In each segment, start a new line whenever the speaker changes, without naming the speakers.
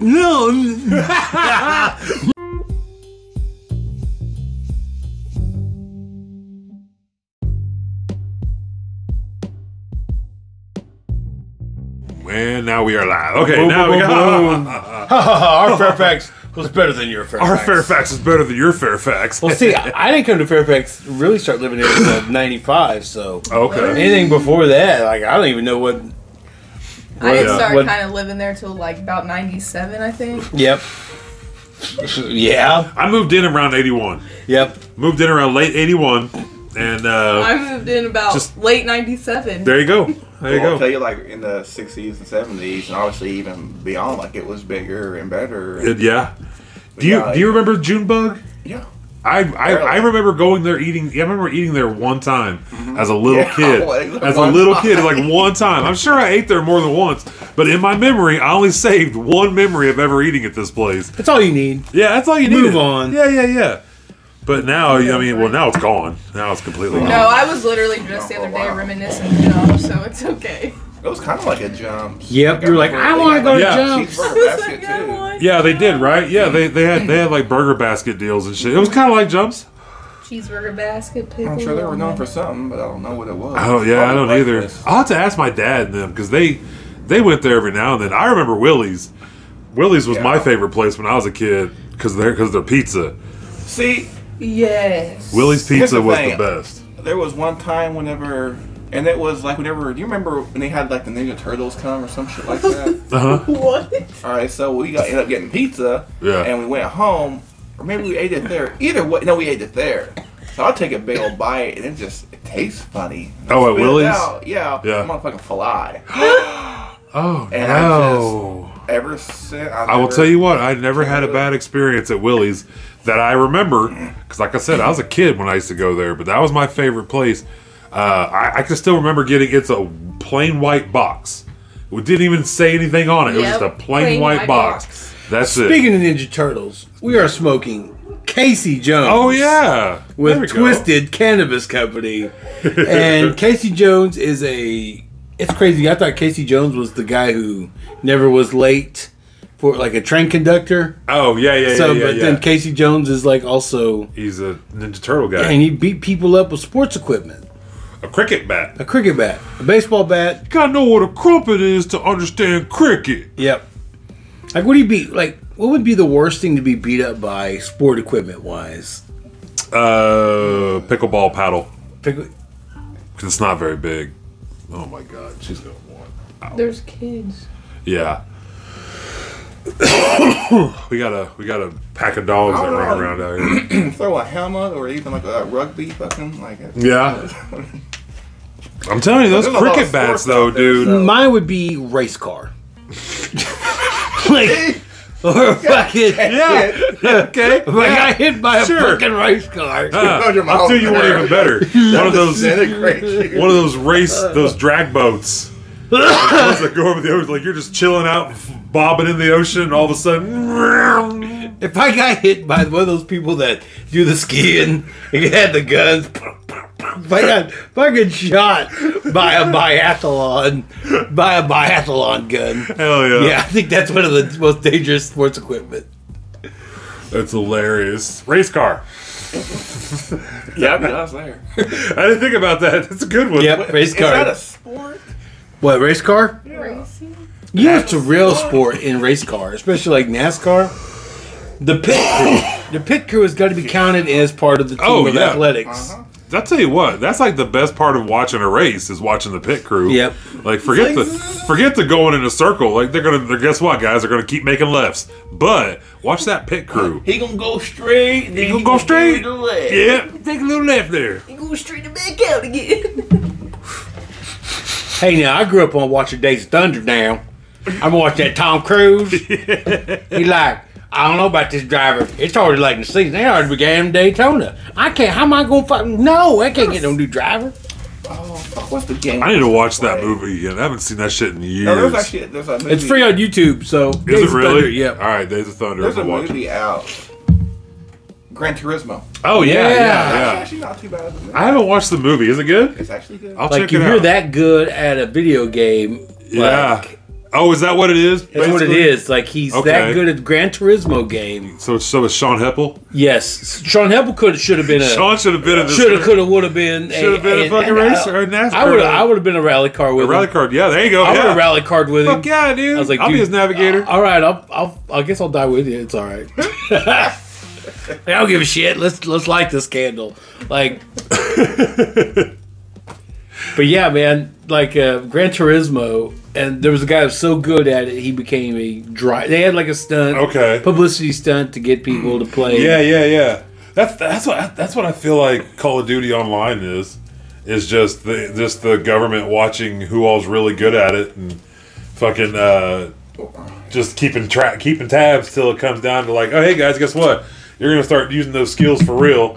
No.
And now we are live. Okay,
Boom,
now
boom,
we
boom,
got
Our Fairfax was better than your Fairfax.
our Fairfax is better than your Fairfax.
Well, see, I didn't come to Fairfax really start living here until '95. So
okay,
anything before that, like I don't even know what.
I didn't
Yeah.
start
What-
kind of living there till like about 97, I think.
Yep. yeah.
I moved in around '81.
Yep.
Moved in around late '81, and uh,
I moved in about
Just-
late 97.
there you go. There you
Well, I'll tell
go.
you, like in the sixties and seventies, and obviously even beyond, like it was bigger and better. And,
It- yeah. Do you do you remember Junebug?
yeah,
I, I, I remember going there eating. I remember eating there one time as a little
Mm-hmm. Yeah,
kid.
like
as a
one
little
time.
kid, like one time. I'm sure I ate there more than once, but in my memory, I only saved one memory of ever eating at this place.
That's all you need.
Yeah, that's all you need.
Move on.
Yeah, yeah, yeah. But now, I mean, well, now it's gone. Now it's completely gone.
No, I was literally just the other day reminiscing, you know, so it's okay.
it was kind of like a jump.
Yep, you were like, I wanna go
to Jumps.
Cheeseburger
I was
basket
like, I
too.
want
Yeah, they did, right? Yeah, they they had they had like burger basket deals and shit. It was kind of like jumps.
cheeseburger basket pickle.
I'm sure they were known for something, but I don't know what it was.
Oh yeah, I don't
Probably
either.
breakfast.
I'll have to ask my dad and them because they they went there every now and then. I remember Willie's. Willie's was my
Yeah.
favorite place when I was a kid because their because their pizza.
See,
Yes.
Willie's
Here's
pizza
the
was
thing.
the best.
there was one time whenever, and it was like whenever. Do you remember when they had like the Ninja Turtles come or some shit like that?
Uh huh.
What?
All right, so we got ended up getting pizza.
Yeah.
And we went home, or maybe we ate it there. Either way, no, we ate it there. So I take a big old bite, and it just it tastes funny.
Oh, at
Spit it
Willie's?
out, Yeah.
Yeah.
Motherfucking fly.
Oh
And I
no.
Ever since
I will tell you what, I never had a bad experience at Willie's that I remember. Because, like I said, I was a kid when I used to go there, but that was my favorite place. Uh, I, I can still remember getting it's a plain white box. It didn't even say anything on it. It was
Yep,
just a plain, white, box. That's it.
Speaking of Ninja Turtles, we are smoking Casey Jones.
Oh, yeah. There we
with
go.
Twisted Cannabis Company. and Casey Jones is a. It's crazy. I thought Casey Jones was the guy who never was late for like a train conductor.
Oh, yeah, yeah, yeah.
so,
yeah,
but
yeah.
then Casey Jones is like also.
He's a Ninja Turtle guy.
And he beat people up with sports equipment
a cricket bat.
a cricket bat, a baseball bat.
Gotta know what a crumpet is to understand cricket.
Yep. Like, what do you beat? Like, what would be the worst thing to be beat up by sport equipment wise?
Uh, pickleball paddle.
Pick,
Because it's not very big. Oh, my God. She's going to want.
There's kids.
Yeah. we got a we got a pack of dogs that run around out here.
throw a helmet or even like a rugby fucking like it.
Yeah. I'm telling you, those
There's a lot
cricket
of
bats
sports
though,
out there,
dude.
so-
Mine would be race car. like, or fucking.
Yeah. okay.
Like, I got hit by a
Sure.
fucking race car.
Uh,
Your
I'll
mouth
tell you one
there.
even better. One of those
Disintegrate you.
one of those race those drag boats. Like, ones that go over the ocean, like you're just chilling out, bobbing in the ocean, and all of a sudden,
if I got hit by one of those people that do the skiing and had the guns, if I got fucking shot by a biathlon, by a biathlon gun.
hell yeah,
Yeah, I think that's one of the most dangerous sports equipment.
that's hilarious. Race car.
Yeah, I mean, I was there.
I didn't think about that. That's a good one.
Yep, race
Is that
car.
a sport?
what race car?
Crazy.
You know, it's a real sport in race car, especially like NASCAR. The pit crew, the pit crew has got to be counted as part of the team
Oh,
of
yeah.
athletics.
I'll tell you what, that's like the best part of watching a race is watching the pit crew.
Yep.
Like forget the forget the going in a circle. Like they're gonna they're, guess what, guys, they're gonna keep making lefts. But watch that pit crew.
He gonna go straight. He
gonna go straight.
do the leg.
Yeah, take a little left there.
You go straight to back out again.
Hey, now I grew up on watching Days of Thunder. Now I'm watching that Tom Cruise. he like, I don't know about this driver. It's already late in the season. They already began in Daytona. I can't. How am I going to fuck? No, I can't get no new driver.
Oh, fuck, what's the game?
I need to watch that
Right.
movie again. I haven't seen that shit in years.
No, there's actually there's a movie.
It's free on YouTube. So
is it really?
Yeah.
All right, Days of Thunder.
There's a
I'm gonna watch it.
movie out. Gran Turismo.
Oh yeah, yeah,
Yeah.
yeah.
actually not too bad. of a movie.
I haven't watched the movie. Is it good?
It's actually good.
I'll
like
check
if
it
you're
out.
that good at a video game,
Yeah.
like,
Oh, is that what it is?
That's what it
basically?
is. Like he's
Okay.
that good at Gran Turismo game.
So, so is Sean Heppel.
Yes, Sean Heppel could should have been a
Sean should have been in this.
should have could have would have been
Should have been a
an-
fucking
an-
racer or a NASCAR
I would
guy.
I would have been a rally car with
rally
him.
card. Yeah, there you go.
I would
yeah.
have rally card with him.
Fuck yeah, dude.
I was like,
I'll be
dude,
his navigator.
All right, I'll, I'll I guess I'll die with you. It's all right. I don't give a shit. Let's let's light this candle. Like, but yeah, man. Like uh, Gran Turismo, and there was a guy who was so good at it, he became a drive. They had like a stunt,
Okay.
publicity stunt to get people to play.
yeah, yeah, yeah. That's that's what that's what I feel like Call of Duty Online is. Is just the just the government watching who all's really good at it and fucking uh, just keeping track, keeping tabs till it comes down to like, oh hey guys, guess what? You're gonna start using those skills for real.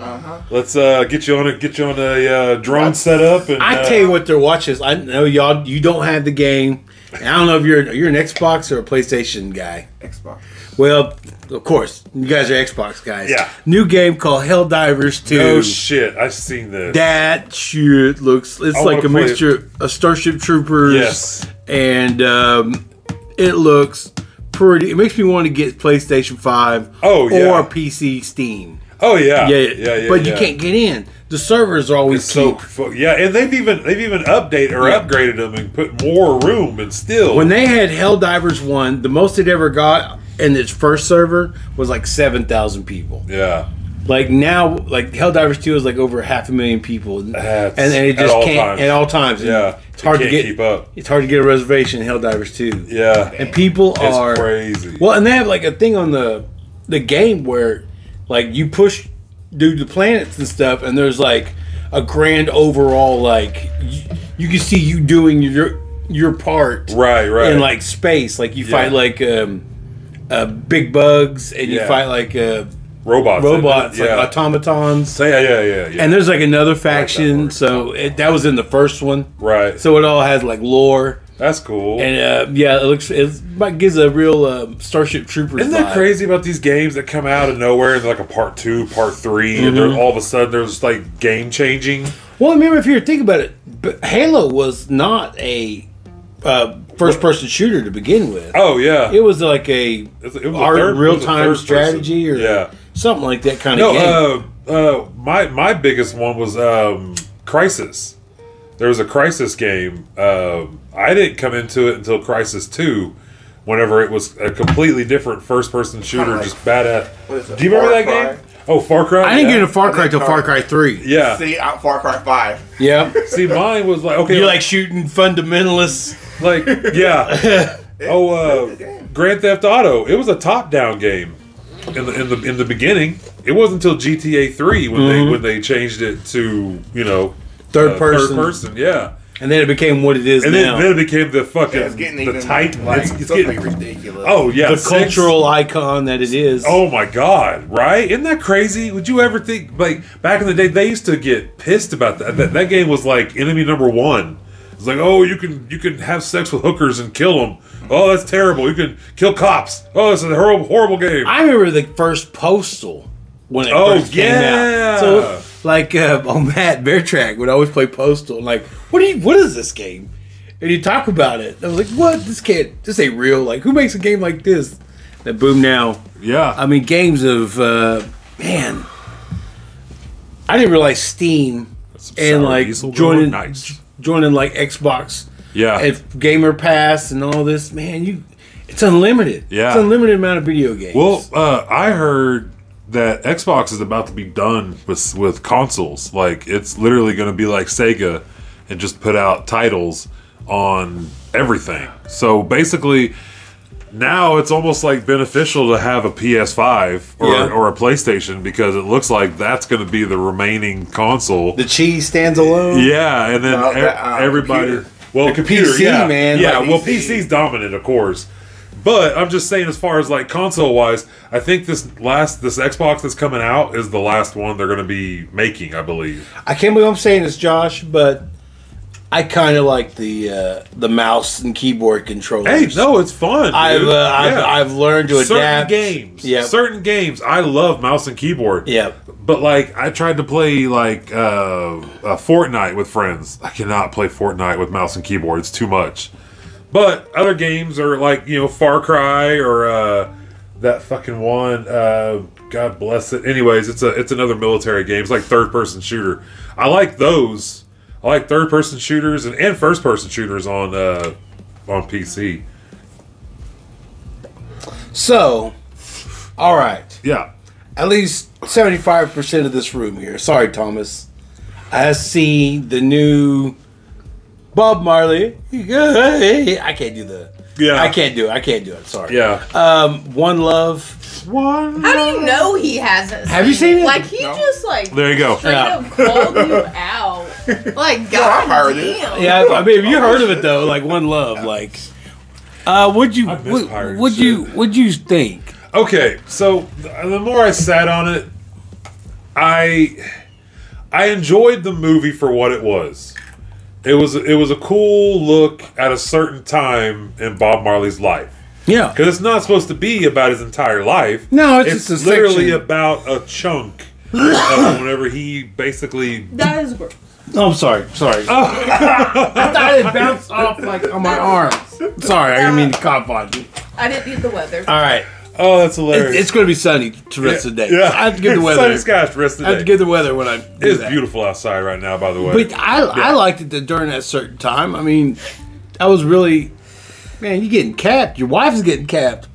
Let's uh, get you on a get you on a uh, drone setup. And
I
uh,
tell you what, their watches. I know y'all. You don't have the game. And I don't know if you're you're an Xbox or a PlayStation guy.
Xbox.
Well, of course, you guys are Xbox guys.
Yeah.
New game called Helldivers 2.
oh shit, I've seen this.
that shit looks it's
I
like
wanna
a
play
mixture of Starship Troopers
Yes.
and um, it looks pretty it makes me want to get PlayStation 5
Oh, yeah.
or PC Steam.
oh yeah,
Yeah,
yeah, yeah.
but
yeah.
you can't get in. The servers are always
It's so
key.
fu- yeah, and they've even they've even updated or
Yeah.
upgraded them and put more room and still
When they had Helldivers 1, the most it ever got in its first server was like 7,000 people.
yeah.
like now like helldivers 2 is like over half a million people and,
That's-
and it
at
just
all
can't
times.
at all times And
Yeah,
it's
it
hard to
can't
get
keep up.
it's hard to get a reservation in helldivers 2
Yeah,
and people
it's
are
crazy.
well and they have like a thing on the the game where like you push dude the planets and stuff and there's like a grand overall like you, you can see you doing your your part
Right, right.
in like space like you fight like um uh, big bugs and you
Yeah.
fight like uh
robots,
robots,
yeah.
like automatons.
So, yeah, yeah, yeah, yeah.
And there's like another faction,
word.
so it, that was in the first one.
right. So
So it all has like lore,
that's cool.
and uh, yeah, it looks it might- gives a real um, Starship Troopers.
Isn't that
vibe.
crazy about these games that come out of nowhere and they're like a part two, part 3 and
Mm-hmm.
they're all of a sudden they're just like game changing?
Well, I mean, if you think about it, but Halo was not a uh, first-person shooter to begin with.
Oh yeah,
It was like a
It's- it was a
art-
third- it was a
real-time
third person.
strategy or
Yeah.
something like that kind of game.
no. Uh, uh, my my biggest one was um, Crisis. There was a Crisis game. Um, I didn't come into it until Crisis Two, whenever it was a completely different first-person shooter, just badass.
What is it,
Do you remember
Far
that
Cry?
game? Oh, Far Cry.
I didn't
yeah.
get into Far Cry till
Far-
Far Cry Three.
Yeah.
See, I'm Far Cry Five.
Yeah,
See, mine was like okay,
you like shooting fundamentalists.
like uh, yeah. oh, uh, Grand Theft Auto. It was a top-down game in the in the in the beginning. It wasn't until GTA Three when
Mm-hmm.
they when they changed it to you know
Third
uh,
person.
Third person. Yeah.
And then it became what it is
And
now.
then, then it became the fucking
Yeah, it's getting
the
even
Titan.
Like,
it's, it's
something
getting
ridiculous.
oh yeah,
the
six-
cultural icon that it is.
Oh my god! Right? Isn't that crazy? Would you ever think like back in the day they used to get pissed about that? That, that game was like enemy number one. It's like oh you can you can have sex with hookers and kill them. Oh that's terrible. You can kill cops. Oh it's a horrible horrible game.
I remember the first Postal when it
Oh,
first came
yeah.
out. So like uh, on Matt Beartrack would always play Postal. and Like what do you? What is this game? And you talk about it. I was like, what? This can't. This ain't real. Like who makes a game like this? That boom now.
yeah.
I mean, games of uh, man. I didn't realize Steam
Some
and
sour
like
diesel going.
joining
nice.
joining like Xbox
Yeah.
if Gamer Pass and all this, man, you it's unlimited.
Yeah.
it's unlimited amount of video games.
Well, uh, I heard that Xbox is about to be done with with consoles. Like it's literally going to be like Sega and just put out titles on everything. So basically, now it's almost like beneficial to have a PS5 or,
Yeah.
or a PlayStation because it looks like that's going to be the remaining console.
the cheese stands alone.
Yeah, and then
No,
e-
that, uh,
everybody.
computer.
Well, computer,
PC,
yeah,
man,
yeah.
like
well,
PC.
PC's dominant, of course. But I'm just saying, as far as like console wise, I think this last this Xbox that's coming out is the last one they're going to be making, I believe.
I can't believe I'm saying this, Josh, but I kind of like the uh, the mouse and keyboard
Hey,
controllers.
no, it's fun.
I've, uh,
dude. Yeah.
I've I've learned to
certain
adapt
games,
Yeah,
certain games. I love mouse and keyboard.
Yep.
but like I tried to play like uh, uh, Fortnite with friends. I cannot play Fortnite with mouse and keyboard. It's too much. But other games are like you know Far Cry or uh, that fucking one. Uh, God bless it. Anyways, it's a it's another military game. It's like third person shooter. I like those. I like third person shooters and, and first person shooters on uh, on PC.
So, all right.
Yeah.
At least seventy-five percent of this room here. Sorry, Thomas. I see the new Bob Marley. I can't do the.
Yeah.
I can't do it. I can't do it. Sorry.
Yeah.
Um, One Love.
One.
How do you know he hasn't?
Have you seen it?
Like he
No.
just like
There you go.
straight
Yeah.
up called you out. Like
I
God
heard it.
damn.
Yeah, I mean, have you heard of it though? Like One Love. Like, uh, would you?
miss
Would,
pirate
would
shit.
you? Would you think?
Okay, so th- the more I sat on it, I I enjoyed the movie for what it was. It was it was a cool look at a certain time in Bob Marley's life
Yeah.
because it's not supposed to be about his entire life.
No, it's just a
literally
section.
about a chunk. of whenever he basically
That is gross.
Oh, I'm sorry. Sorry. I thought it bounced off like on my arm. Sorry, I didn't mean to cop on you.
I didn't eat the weather.
All right.
oh that's hilarious
It, it's going to be sunny to rest of the day. I have to give the weather.
Sunny skies for the rest of
I
the
have to
day.
give the weather when I do
it is
that.
beautiful outside right now by the way
But I, I liked it that during that certain time. I mean, I was really, man, you getting capped. Your wife's getting capped.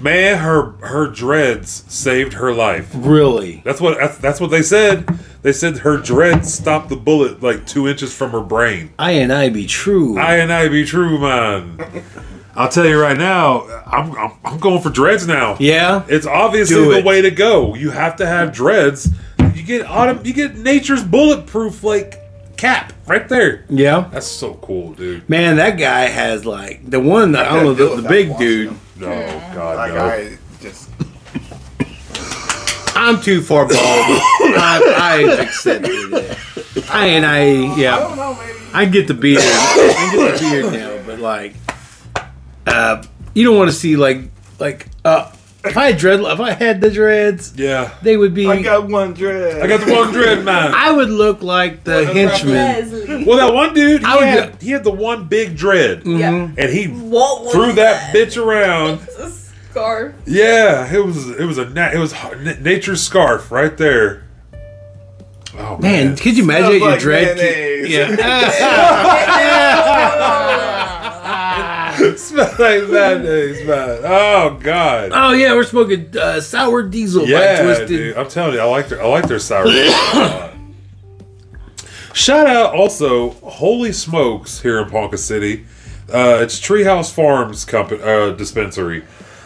man her her dreads saved her life
Really?
That's what that's, that's what they said. They said her dread stopped the bullet like two inches from her brain.
I and I be true.
I and I be true, man. I'll tell you right now, I'm I'm, I'm going for dreads now.
yeah.
it's obviously
Do
the
it.
way to go. You have to have dreads. You get autumn. You get nature's bulletproof like cap right there.
Yeah.
That's so cool, dude.
Man, that guy has like the one that I don't know
Yeah,
the, the
without
big
watching
dude.
them.
No
Like
God, no.
I just
I'm too far bald. I, I accepted it. I and I
I
yeah.
don't know, maybe
I get the beard. I get the beard now, but like, uh, you don't want to see like like uh, if I had dread if I had the dreads,
Yeah,
they would be.
I
uh,
I,
got one dread.
I got the one dread, man.
would look like the henchman.
Leslie.
Well, that one dude, he,
I would
had, he had the one big dread,
Mm.
Yeah.
and he
What was
threw that bitch around.
It's a scarf.
Yeah, it was it was a na- it was h- na- nature's scarf right there. Oh
Man, could you imagine
Smells
your
like
dread?
mayonnaise.
yeah.
smells like mayonnaise, man. Oh god.
oh yeah, we're smoking uh, sour diesel by
Yeah,
Twisted.
dude. I'm telling you, I like their I like their sour. cream a lot. Shout out also, holy smokes, here in Ponca City, uh, it's Treehouse Farms company uh, dispensary.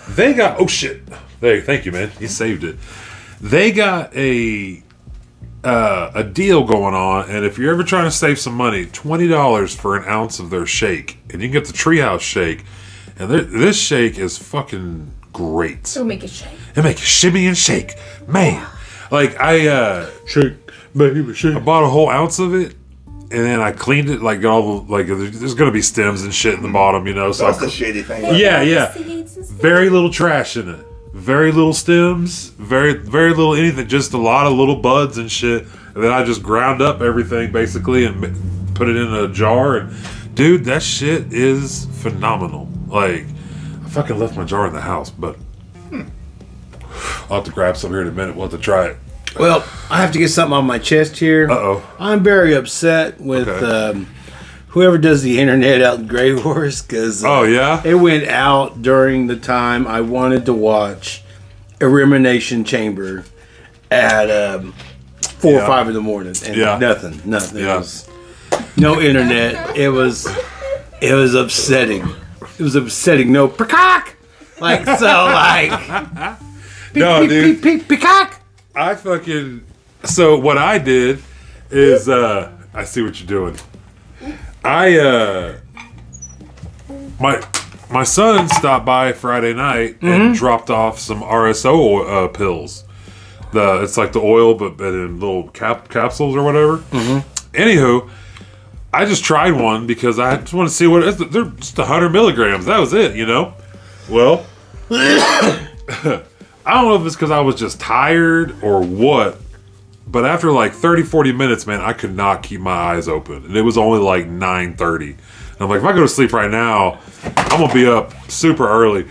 They got oh shit. They thank you, man. You saved it. They got a uh, a deal going on, and if you're ever trying to save some money, twenty dollars for an ounce of their shake, and you can get the Treehouse shake, and their- this shake is fucking great
Oh,
It'll make it shake.
and make you shimmy and shake. Man, like I uh
Shake, baby, shake.
I bought a whole ounce of it and then I cleaned it like all the like there's there's gonna be stems and shit in the bottom, you know. So
that's
I
the
cl-
shitty thing.
yeah, yeah. Very little trash in it. Very little stems. Very very little anything. Just a lot of little buds and shit. And then I just ground up everything basically and m- put it in a jar. And dude, that shit is phenomenal. Like I fucking left my jar in the house, but I'll have to grab some here in a minute. We'll have to try it.
Well, I have to get something on my chest here.
Uh oh.
I'm very upset with
Okay.
um, whoever does the internet out in Grey Horse because
Oh yeah.
it went out during the time I wanted to watch Elimination Chamber at um, four
Yeah.
or five in the morning, and
Yeah.
nothing, nothing. It
Yeah.
was no internet. It was it was upsetting. It was upsetting. No peacock. Like so, like
No,
peep,
dude.
peep, peep, peacock.
I fucking so what I did is uh I see what you're doing. I uh my my son stopped by Friday night and dropped off some RSO o- uh, pills. The it's like the oil but, but in little cap capsules or whatever. Anywho, I just tried one because I just want to see what it's, they're just 100 milligrams. That was it, you know. Well, I don't know if it's because I was just tired or what, but after like 30, 40 minutes, man, I could not keep my eyes open. And it was only like 9.30. And I'm like, if I go to sleep right now, I'm gonna be up super early.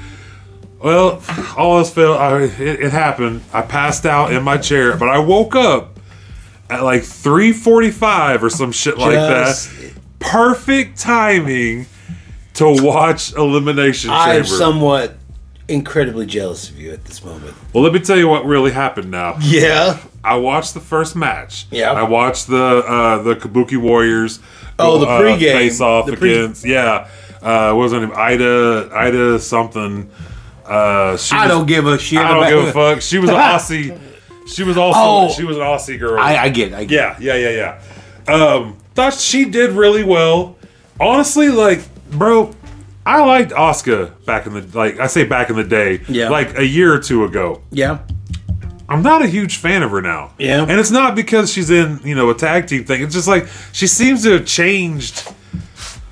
Well, all else failed. I, it, it happened. I passed out in my chair, but I woke up at like 3:45 or some shit like
Just-
that. Perfect timing to watch Elimination
I'm
Chamber.
somewhat incredibly jealous of you at this moment.
well, let me tell you what really happened. Now,
Yeah.
I watched the first match.
Yeah.
I watched the uh, the Kabuki Warriors.
Oh, the
uh,
pregame.
face off
The pre-
against. Yeah, uh, what was her name? Ida Ida something. Uh, she
I
was-
don't give a shit.
I
about-
don't give a fuck. She was an Aussie. She was also
Oh.
she was an Aussie girl.
I, I get. It, I get.
yeah, yeah, yeah, yeah. Um, thought she did really well. Honestly, like, bro, I liked Oscar back in the like I say back in the day,
Yeah.
like a year or two ago.
it. Yeah.
I'm not a huge fan of her now.
Yeah.
And it's not because she's in, you know, a tag team thing. It's just like she seems to have changed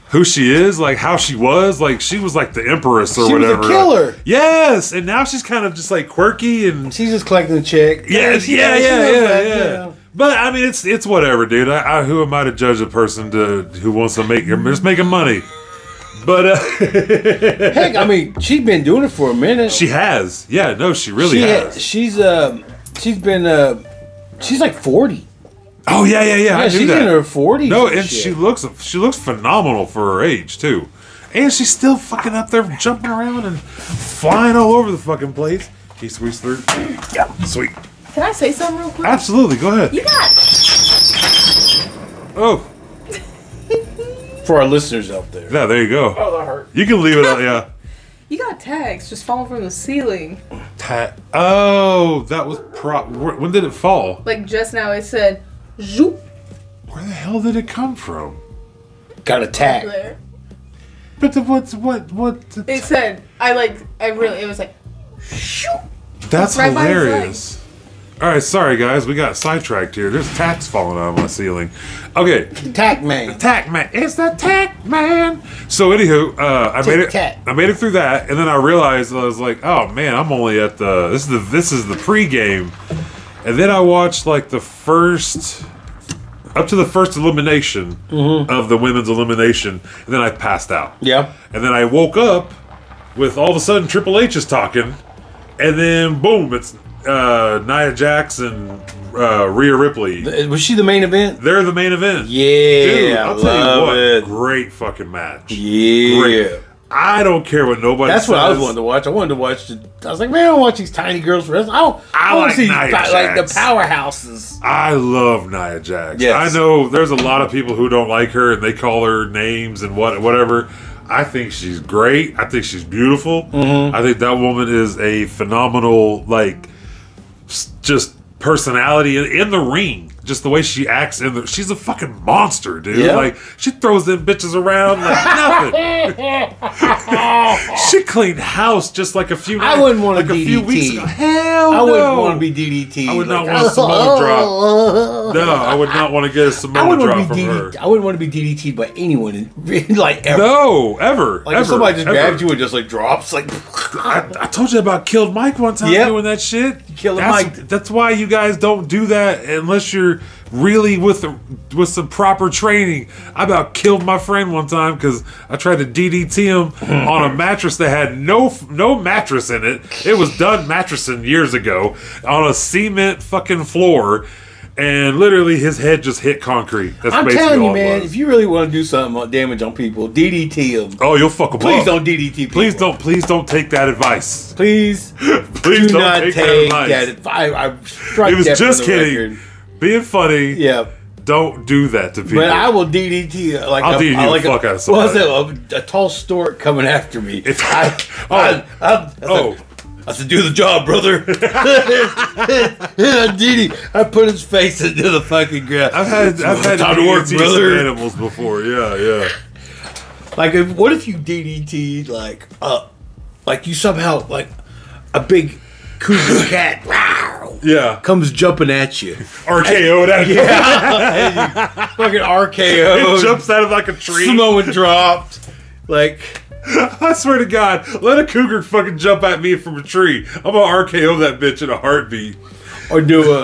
who she is, like how she was. Like she was like the empress or
She was a
whatever.
killer.
Yes. And now she's kind of just like quirky and
She's just collecting the check.
Yes,
She-
yeah,
she
yeah, yeah,
knows
yeah,
that,
But I mean it's it's whatever, dude. I, I who am I to judge a person to who wants to make just making money. But uh,
Heck, I mean, she's been doing it for a minute.
she has. Yeah, no, she really
she ha-
has.
she's um she's been uh she's like forty.
oh yeah, yeah, yeah. I
Yeah,
knew
she's
that.
in her forties.
No, and she looks she looks phenomenal for her age too, and she's still fucking up there jumping around and flying all over the fucking place. He squeezed through. Sweet.
Can I say something real quick?
Absolutely. Go ahead.
You got
Oh,
for our listeners out there.
yeah. There you go.
Oh, that hurt.
You can leave it. out, Yeah.
you got tags just falling from the ceiling.
Ta- oh, that was prop. wh- When did it fall?
Like just now, it said zoop
Where the hell did it come from?
Got attacked.
there.
But the, what? What? What? the-
It said I like I really it was like shoop.
That's
right by his
hilarious. All right, sorry guys, we got sidetracked here. There's tacks falling out of my ceiling. Okay,
Attack man.
Tack man, it's the tack man. So anywho, uh, I made it.
Tic-tac.
I made it through that, and then I realized I was like, oh man, I'm only at the this is the this is the pregame, and then I watched like the first up to the first elimination of the women's elimination, and then I passed out.
Yeah.
And then I woke up with all of a sudden Triple H is talking, and then boom, it's uh, Nia Jax and uh, Rhea Ripley.
Uh, Was she the main event?
They're the main event.
Yeah,
Dude, I'll
I
tell you
love
what,
it.
great fucking match.
Yeah.
Great. I don't care what nobody
That's
says.
what I was wanting to watch. I wanted to watch the. I was like, man, I don't watch these tiny girls wrestle. I don't.
I
wanna
like
see
Nia
these, like the
Jax.
powerhouses.
I love Nia Jax.
Yes.
I know there's a lot of people who don't like her and they call her names and what whatever. I think she's great. I think she's beautiful.
Mm-hmm.
I think that woman is a phenomenal like s- just personality in, in the ring. Just the way she acts in the she's a fucking monster, dude.
Yeah.
Like she throws them bitches around like nothing. she cleaned house just like a few
I
nights-
wouldn't wanna
like a few
DDT.
weeks ago. Hell
I
Oh, no.
wouldn't want to be DDT.
I would not
Like,
want a Samoa
oh,
No, I would not want to get a
I
Samoa
wouldn't
drop
want to
from
be
her.
DDT. I wouldn't want to be DDT by anyone, in, like ever.
No, ever.
like
ever,
if somebody just
ever.
grabs you and just like drops, like
I, I told you about Killed Mike one time
Yep.
doing that shit.
Killer
that's,
Mike.
That's why you guys don't do that unless you're really with the, with some proper training. I about killed my friend one time because I tried to DDT him on a mattress that had no no mattress in it. It was done mattressing years ago on a cement fucking floor. And literally, his head just hit concrete. That's
I'm
basically
telling you,
all it
man,
was.
if you really want to do something on damage on people, DDT them.
oh, you'll fuck him
Please
up.
don't DDT people.
Please don't. Please don't take that advice.
Please
Please
do
not
not
take,
take
that advice.
that. advice. I, I strike
it was
that from
just
the
kidding.
record.
Being funny.
Yeah.
Don't do that to people.
But I will DDT uh, like
I'll
a-
DDT the
like a-
fuck out of
well, I
somebody.
said, a, a tall stork coming after me.
If-
I,
Oh.
I, I, I, said,
Oh,
I said, do the job, brother. and I did it. I put his face into the fucking ground.
I've had I've had
Time to work,
DDT
brother.
some animals before. Yeah, yeah.
Like, if, what if you DDT like uh, like you somehow like a big cougar cat wow,
Yeah.
comes jumping at you,
RKO that
fucking RKO,
jumps out of like a tree.
Samoan dropped, like
I swear to God, let a cougar fucking jump at me from a tree. I'm gonna RKO that bitch in a heartbeat.
or do a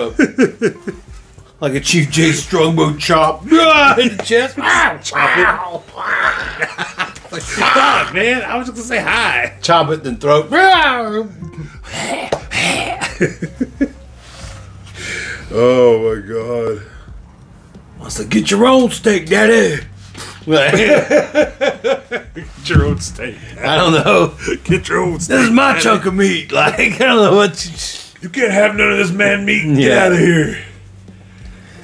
like a Chief J Strongbow chop. in the chest. Chop it. Like, Fuck, man. I was just gonna say hi. Chop it, then throw it.
Oh my god.
I was like, get your own steak, daddy. Like,
Get your own steak.
I don't know.
Get your own steak.
This is my chunk of meat. Like, I don't know what.
You can't have none of this man meat. Get
Yeah.
out of here.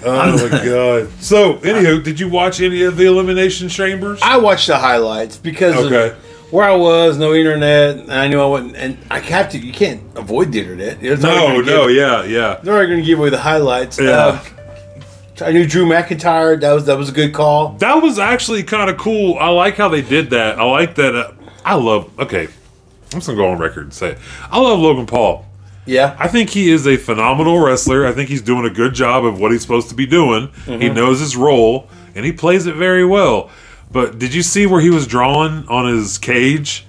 Oh my god. So, anywho, did you watch any of the Elimination Chambers?
I watched the highlights because of
Okay.
where I was, no internet, and I knew I wouldn't. And I have to. You can't avoid the internet. It's
no, no,
Give,
yeah, yeah.
they're already going to give away the highlights.
Yeah.
Uh, I knew Drew McIntyre. That was that was a good call.
That was actually kind of cool. I like how they did that. I like that. Uh, I love. Okay, I'm just gonna go on record and say it. I love Logan Paul.
Yeah.
I think he is a phenomenal wrestler. I think he's doing a good job of what he's supposed to be doing. He knows his role and he plays it very well. But did you see where he was drawing on his cage?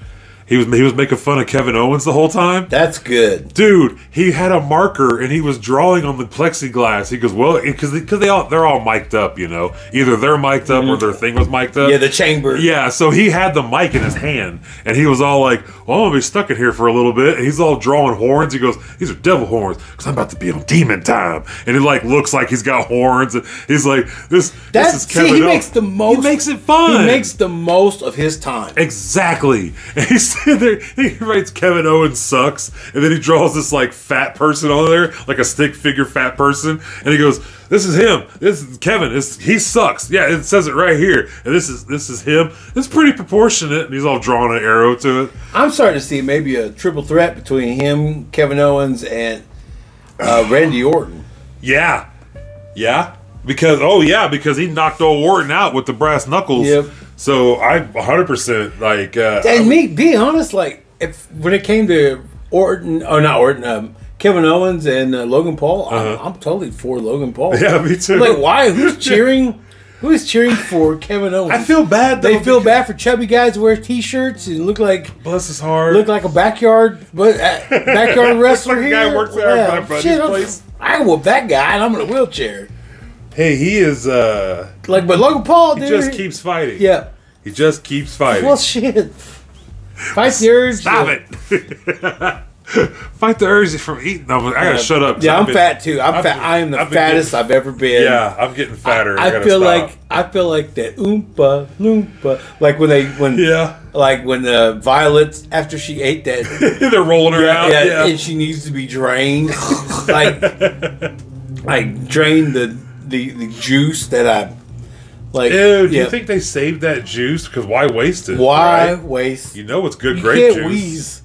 He was he was making fun of Kevin Owens the whole time.
That's good.
Dude, he had a marker and he was drawing on the plexiglass. He goes, "Well, because because they all they're all mic'd up, you know. Either they're mic'd up or their thing was mic'd up.
Yeah, the chamber.
Yeah, so he had the mic in his hand, and he was all like, "Well, I'm gonna be stuck in here for a little bit." And he's all drawing horns. He goes, "These are devil horns, because I'm about to be on demon time." And he like looks like he's got horns, and he's like, "This,
That's
this is
see,
Kevin."
he
Owens.
makes the most.
He makes it fun.
He makes the most of his time.
Exactly. And he's sitting there, he writes Kevin Owens sucks, and then he draws this like fat person on there, like a stick figure fat person, and he goes, This is him. This is Kevin. It's, he sucks. Yeah, it says it right here. And this is this is him. It's pretty proportionate, and he's all drawing an arrow to it.
I'm starting to see maybe a triple threat between him, Kevin Owens, and uh, Randy Orton.
Yeah. Yeah. Because oh yeah, because he knocked old Orton out with the brass knuckles.
Yep.
So I 100% like uh,
And me, be honest, like if when it came to Orton, oh not Orton, um, Kevin Owens and uh, Logan Paul, I'm, I'm totally for Logan Paul.
Uh-huh. Yeah, me too.
Like, why? Who's cheering? Who is cheering for Kevin Owens?
I feel bad though.
they feel bad for chubby guys who wear t-shirts and look like
Bless his heart.
look like a backyard but uh, backyard wrestler
like a
here.
guy works at our- my buddy's
shit, I'm-
place.
I whoop that guy and I'm in a wheelchair.
Hey, he is uh
Like, but Logan Paul,
he
dude,
just keeps fighting.
yeah.
He just keeps fighting.
Well, shit. Fight the urge.
Stop it. Fight the urge from eating. No, I gotta shut up.
Yeah,
I've
I'm
been-
fat too. I'm
I've
fat.
been-
I am the
I've been
fattest I've ever been.
Yeah, I'm getting fatter. I,
I
gotta
feel
stop.
like I feel like that oompa loompa. Like when they when
yeah,
like when the Violet after she ate that
they're rolling her out.
yeah,
Yeah,
and she needs to be drained. like like drain the, the the juice that I like
Dude, do
yeah.
you think they saved that juice? Because why waste it?
why
right?
waste
You know it's good
you
grape
can't
juice.
wheeze.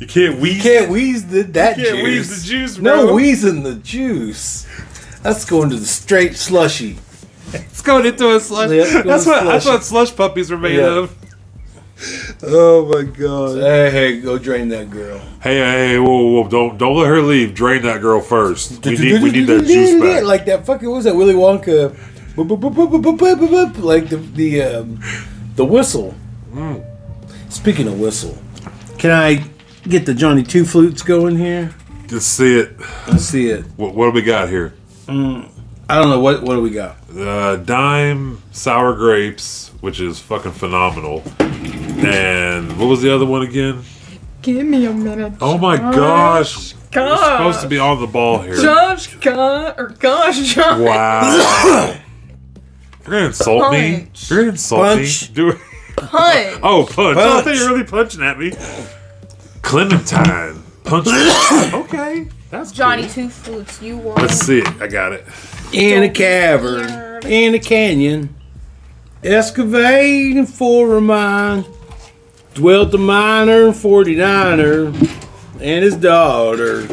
You can't wheeze.
You can't wheeze the, that
You can't
juice.
wheeze the juice, bro.
No wheezing the juice. That's going to the straight slushy.
It's going into a slush.
Yeah, it's going
that's what that's
slushy.
what slush puppies were made
Yeah.
of. Oh my god.
Hey, hey, go drain that girl.
Hey, hey, hey, whoa, whoa, whoa, don't don't let her leave. Drain that girl first. We need we need that juice back.
Like that fucking what was that Willy Wonka? boop, boop, boop, boop, boop, boop, boop, boop, Like the the um, the whistle. Mm. Speaking of whistle, can I get the Johnny Two Flutes going here?
Let's see it.
Let's see it.
What, what do we got here?
I don't know what what do we got.
Uh, dime sour grapes, which is fucking phenomenal. And what was the other one again?
Give me a minute.
Oh my gosh, we're
Gosh.
supposed to be on the ball here.
Josh, God, or gosh, Josh.
Wow. You're gonna insult me.
Punch.
You're gonna insult
Punch.
me. Do it.
Punch.
Oh, punch. Oh, I thought you
Punch.
were really punching at me. Clementine. Punch. okay. That's
Johnny Two Flutes, you were.
Let's see it. I got it.
In a cavern, in a canyon, excavating for a mine, dwelt a miner and 49er and his daughter.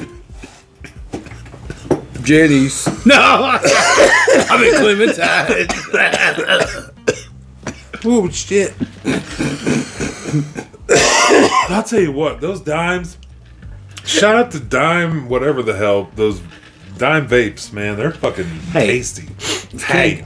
Jenny's. No! I mean Clementine. oh, shit.
I'll tell you what, those dimes. Shout out to Dime, whatever the hell. Those Dime vapes, man, they're fucking
Hey.
tasty. Hey,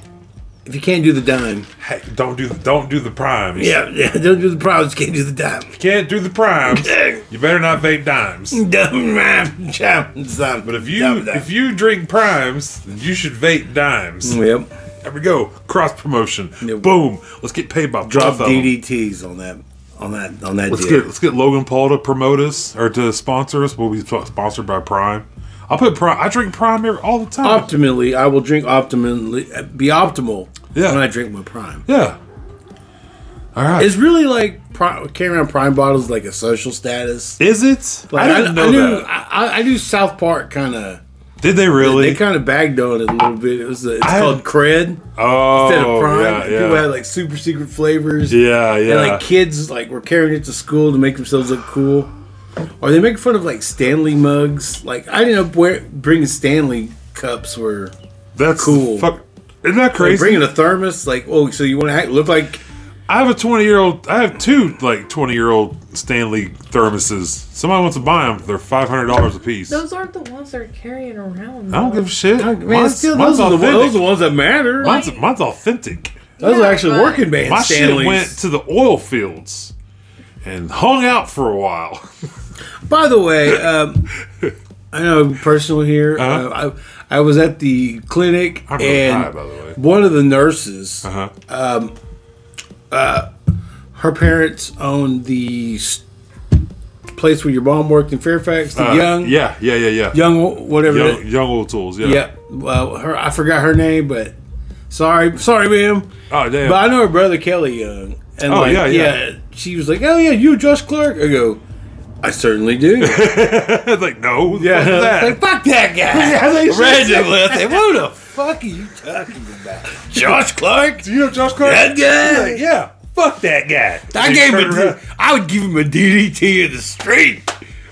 If you can't do the dime,
Hey, don't do don't do the primes.
yeah, yeah, don't do the problems. Can't do the dime.
Can't do the primes. You better not vape dimes.
Dumb man, jump, son.
But if you if you drink primes, then you should vape dimes.
yep,
There we go. Cross promotion.
Yep.
Boom. Let's get paid by
drop
both of 'em.
DDTs on that, on that, on that.
Let's
deal.
get let's get Logan Paul to promote us or to sponsor us. We'll be sp- sponsored by Prime. I'll put Prime. I drink Prime every- all the time.
Optimally, I will drink optimally, be optimal
Yeah.
when I drink my prime.
yeah. All right.
It's really like pri- carrying around prime bottles like a social status.
Is it?
Like,
I didn't know
knew,
that.
I, I- I knew South Park kind of.
Did they really?
They kind of bagged on it a little bit. It was a, it's
I-
called cred
oh,
instead of prime.
yeah, yeah,
People had like super secret flavors.
yeah, yeah.
And like kids like were carrying it to school to make themselves look cool. Or they make fun of like Stanley mugs. Like I didn't know where bringing Stanley cups were.
That's
cool.
Fuck, isn't that
Like,
crazy?
bringing a thermos, like oh, so you want to act, look like
I have a twenty-year-old. I have two like twenty-year-old Stanley thermoses. Somebody wants to buy them. They're five hundred dollars a piece.
Those aren't the ones they're carrying around.
I don't
though.
give a shit.
man, still those are, the,
authentic.
those are the ones that matter.
mine's, mine's authentic.
Those
Yeah,
are actually
but-
working man
My
Stanleys.
shit went to the oil fields and hung out for a while.
By the way, um, I know I'm personal here. uh
Uh-huh.
I, I was at the clinic
I'm really
and
high, by the way.
one of the nurses, um, uh,
Uh-huh.
her parents owned the s- place where your mom worked in Fairfax, the
Uh,
young,
Yeah, yeah, yeah, yeah.
young, whatever.
Young,
that-
young old tools. Yeah.
yeah, well, her I forgot her name, but sorry, sorry, ma'am.
Oh damn.
But I know her brother Kelly Young, and
Oh,
like,
yeah,
yeah,
yeah.
she was like, "Oh yeah, you Josh Clark." I go, "I certainly do."
like no.
Yeah,
Yeah. That.
like fuck that guy.
Yeah, they should-
Randomly, I said, "Who the fuck are you talking about, Josh Clark?"
Do you know Josh Clark?
That guy?
Like, yeah. Fuck that guy.
I
And
gave
turn
him. A,
around.
D- I would give him a DDT in the street.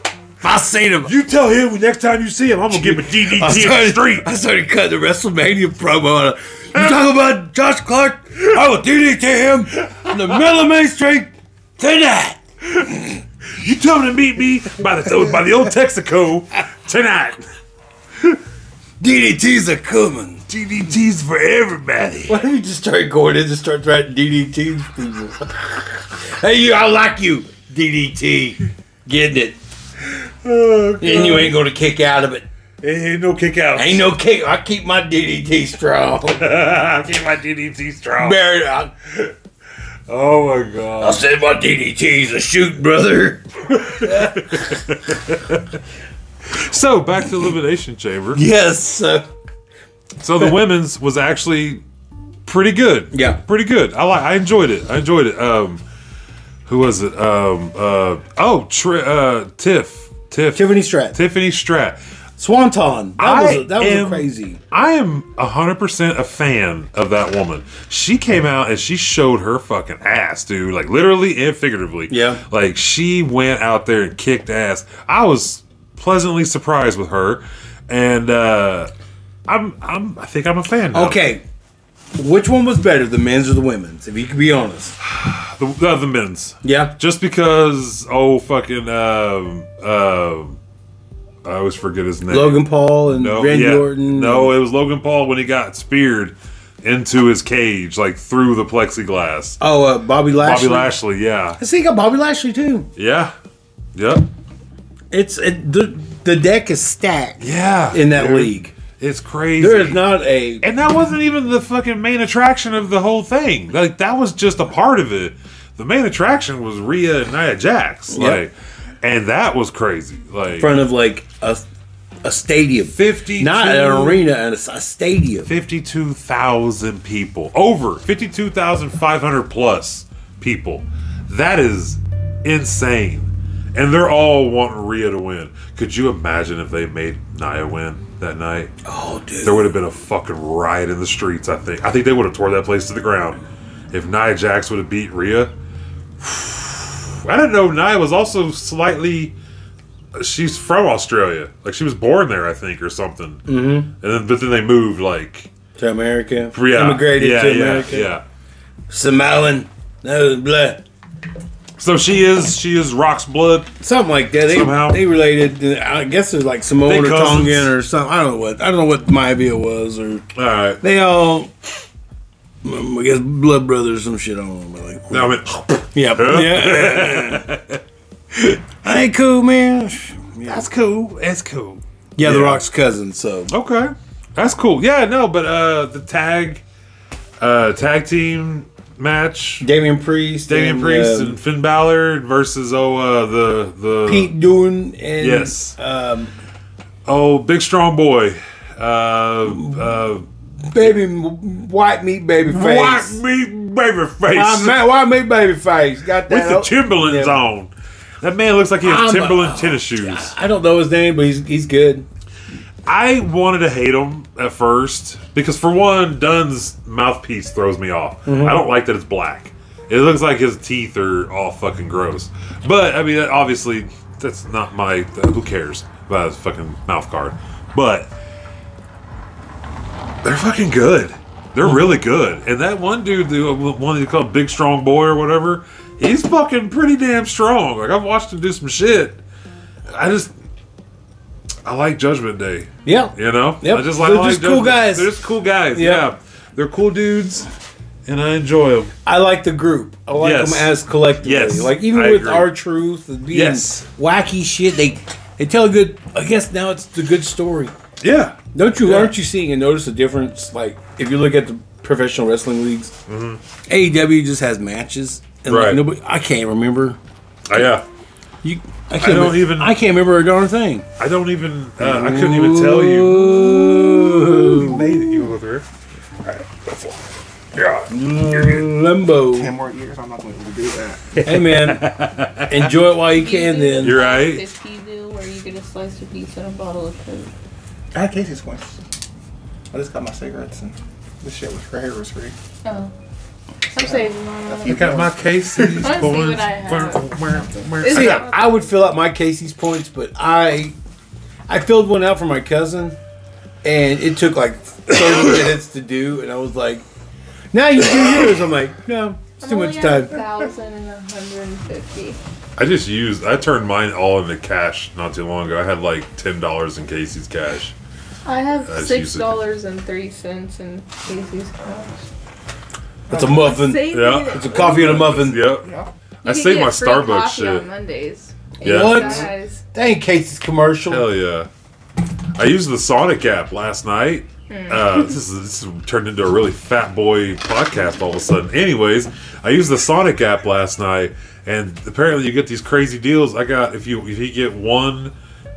If I seen him,
You tell him when next time you see him, I'm gonna give him a
I
DDT in the
started,
street.
I started cutting the WrestleMania promo. On a, you talking about Josh Clark? I will DDT him in the middle of Main Street tonight.
You tell him to meet me by the by the old Texaco tonight.
DDT's a coming.
DDT's for everybody.
Why don't you just start going in and start throwing DDTs people? hey, you, I like you, DDT. Getting it.
Oh,
And you ain't gonna kick out of it.
Ain't no kick out.
Ain't no kick. I keep my DDT strong.
I keep my DDT strong.
Buried out.
Oh my god.
I said my DDT's a shoot, brother.
So back to the elimination chamber.
Yes. so-
So the women's was actually pretty good.
Yeah.
pretty good. I like. I enjoyed it. I enjoyed it. Um, who was it? Um, uh, oh, Tri- uh, Tiff, Tiff,
Tiffany Stratton.
Tiffany Strat.
Swanton. That
I
was a, that was a
am-
crazy.
I am hundred percent a fan of that woman. She came out and she showed her fucking ass, dude. Like literally and figuratively.
Yeah.
Like she went out there and kicked ass. I was pleasantly surprised with her, and uh, I'm I'm I think I'm a fan. Now.
Okay. Which one was better, the men's or the women's? If you can be honest.
the, the, the men's.
Yeah.
Just because, oh fucking, um, um, I always forget his name.
Logan Paul and
no,
Randy
yeah.
Orton.
No, it was Logan Paul when he got speared into his cage, like through the plexiglass.
Oh, uh, Bobby Lashley.
Bobby Lashley, yeah,
I see, you got Bobby Lashley too.
yeah, yep,
It's it, the the deck is stacked
yeah.
in that
dude.
league.
it's crazy.
There is not a
and that wasn't even the fucking main attraction of the whole thing. Like that was just a part of it. The main attraction was Rhea and Nia Jax,
Yep.
like, and that was crazy. Like,
front of like a a stadium,
52
not an arena, and a, a stadium.
52,000 people. Over 52,500 plus people. That is insane. And they're all wanting Rhea to win. Could you imagine if they made Nia win that night?
Oh, dude.
There would have been a fucking riot in the streets, I think. I think they would have tore that place to the ground. If Nia Jax would have beat Rhea. I didn't know Nia was also slightly she's from Australia. Like she was born there, I think, or something. Mm-hmm. And then, but then they moved, like
to America,
yeah,
immigrated
yeah,
to
yeah,
America.
Yeah.
Somalian, no blah,
So she is she is Rock's blood.
something like that. They,
Somehow.
they related. I guess there's like Samoan
They
or
cousins.
Tongan or something. I don't know what. I don't know what my idea was or
All right.
they all um, I guess blood brother or some shit. I don't know. But like,
No, I mean,
yeah, yeah. I ain't cool, man. Yeah.
that's cool. That's cool.
yeah, Oh. The
Yeah.
Rock's cousin. So
Okay, that's cool. Yeah, no, but uh, the tag, uh, tag team match.
Damian Priest,
Damian
and,
Priest
um,
and Finn Balor versus oh uh, the the
Pete Dune, and
Yes.
um,
oh big strong boy. Uh, uh,
baby m- white meat baby face.
white meat baby face
Uh, man, white meat baby face. Got
with
that.
the
o-
Timberlands
Yeah.
on. That man looks like he has
I'm a-
Timberland tennis shoes.
I don't know his name, but he's he's good.
I wanted to hate him at first because, for one, Dunn's mouthpiece throws me off. I don't like that it's black. It looks like his teeth are all fucking gross. But I mean, that- obviously, that's not my. Who cares about his fucking mouth guard? But they're fucking good. They're really good. And that one dude, the one they call Big Strong Boy or whatever, he's fucking pretty damn strong. Like I've watched him do some shit. I just, I like Judgment Day.
Yeah.
You know?
Yep.
I just like,
They're
I like
just cool
Judgment-
guys.
They're just cool guys.
Yeah.
Yeah. They're cool dudes, and I enjoy them.
I like the group. I like
Yes.
them as collectively.
Yes,
Like even
I
with
agree.
our truth and being
Yes.
wacky shit, they they tell a good. I guess now it's the good story.
Yeah.
Don't you?
Yeah.
Aren't you seeing and notice a difference? Like if you look at the professional wrestling leagues, AEW just has matches. And like,
Right.
nobody, I can't remember.
Oh, yeah.
You. I, can't
don't
remember-
even-
I can't remember a darn thing.
I don't even. Uh, I couldn't even tell you. You made it, you over there.
Limbo.
Ten more years, I'm not going to do that.
Hey man, enjoy it while you can. Then
You're right.
This pizza where you get a slice of pizza and a bottle of Coke.
I had Casey's one. I just got my cigarettes and this shit was for hair was free.
Oh. I'm saving mine.
You
Got my cases.
Let's see what I
Is
See,
it-
I would fill out my Casey's points, but I I filled one out for my cousin, and it took like 30 minutes to do, and I was like, "Now you do yours." I'm like, "No, it's
I'm
too
only
much
at
time."
1,150.
I just used. I turned mine all into cash not too long ago. I had like ten dollars in Casey's cash.
I have
That's
six
usually-
dollars and three cents in Casey's Couch.
It's a muffin.
Yeah.
It's a coffee and a muffin.
Yep.
Yeah.
I saved my Starbucks
On
shit.
Mondays.
Yeah.
What?
Guys,
That ain't Casey's commercial.
Hell yeah. I used the Sonic app last night. Uh, this, is, this is turned into a really fat boy podcast all of a sudden. Anyways, I used the Sonic app last night, and apparently you get these crazy deals. I got if you if you get one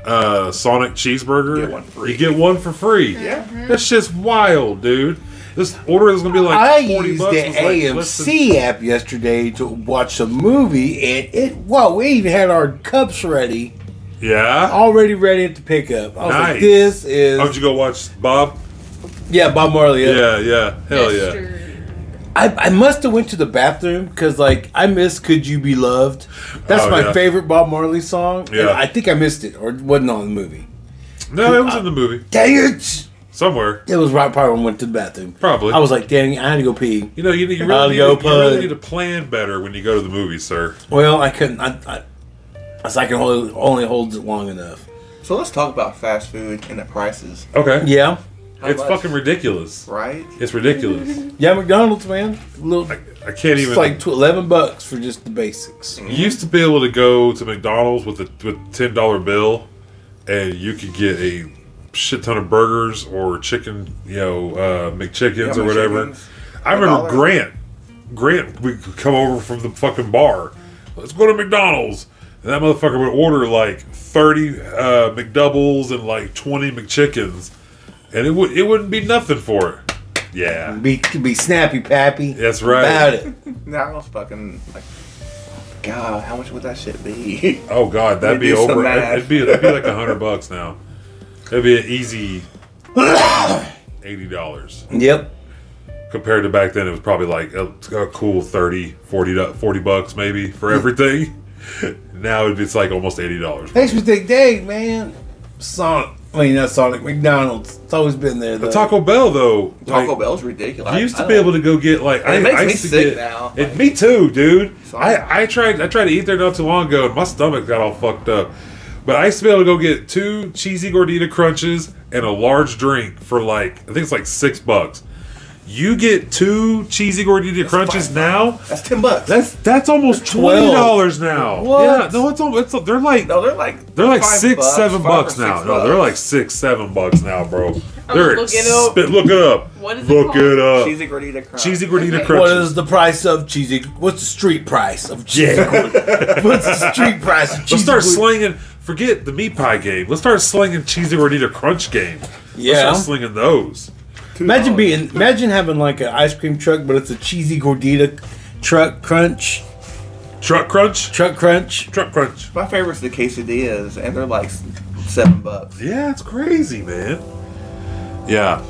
uh, Sonic cheeseburger,
Get one free.
you get one for free.
Yeah.
that shit's wild, dude. This order is gonna be like
I
forty
used the
bucks. It was like less than-
AMC app yesterday to watch a movie, and it whoa, we even had our cups ready,
yeah.
already ready to pick up. I was like,
Nice.
"This is
Oh.
How'd you go watch Bob?
yeah, Bob Marley."
Yeah, yeah, hell yeah.
Mr.
I, I must have went to the bathroom because like I missed "Could You Be Loved." That's
Oh,
my
yeah.
favorite Bob Marley song. and
Yeah.
I think I missed it or it wasn't on the movie.
No, it was in the movie
Dang it!
somewhere.
It was right probably when I went to the bathroom.
Probably.
I was like, dang, I had to go pee.
You know, you, you, really,
I'll
need,
go
you really
put-
need to plan better when you go to the movies, sir.
Well, I couldn't. I, I, I was like, I can hold, only hold it long enough.
So let's talk about fast food and the prices,
Okay.
Yeah,
How
It's
much?
fucking ridiculous.
right?
It's ridiculous.
yeah, McDonald's man, little.
I, I can't
It's
even. Mm.
like tw- eleven bucks for just the basics.
you used to be able to go to McDonald's with a with ten dollar bill, and you could get a shit ton of burgers or chicken, you know, uh, McChickens
Yeah,
or whatever.
McChickens.
I remember
dollar.
Grant. Grant would come over from the fucking bar. Let's go to McDonald's. And that motherfucker would order like thirty uh, McDoubles and like twenty McChickens, and it would it wouldn't be nothing for it. Yeah,
Be be snappy, pappy.
That's right.
About it.
Now I was fucking like, God, how much would that shit be?
Oh God, that'd
Let me
be
do some
over.
math.
It'd be, it'd be like a hundred bucks now. It'd be an easy eighty dollars
Yep.
compared to back then. It was probably like a, a cool 30, 40, do- 40 bucks maybe for everything. now it'd be, it's like almost eighty dollars.
Makes me think, dang, man. Sonic. I mean, not Sonic. McDonald's. It's always been there. Though.
The Taco Bell though,
Taco
like,
Bell's ridiculous.
You used to be able to go get like
it makes me
used to
sick now,
It,
like-
me too, dude.
Sorry.
I, I tried I tried to eat there not too long ago and my stomach got all fucked up. But I used to be able to go get two cheesy gordita crunches and a large drink for like I think it's like six bucks. You get two cheesy gordita crunches now.
That's ten bucks.
That's that's almost twenty dollars now.
What?
Yeah, no, it's al- it's they're like
no, they're like
they're like
five
six seven
five or
bucks
six
now. No, they're like six seven bucks now, bro. They're
look it up.
expen- Look it up.
What is it
look
called?
it up.
cheesy gordita. Crunch.
uh, Cheesy gordita
What
crunches.
is the price of cheesy? What's the street price of cheesy? What's the street price of cheesy?
Let's start
gordita?
slinging. Forget the meat pie game. Let's start slinging cheesy gordita crunch game.
Yeah.
Let's start slinging those.
Imagine being, imagine having like an ice cream truck, but it's a cheesy gordita truck crunch,
Truck crunch.
truck crunch.
Truck crunch.
My favorite's the quesadillas, and they're like s- seven bucks.
Yeah, it's crazy, man. Yeah.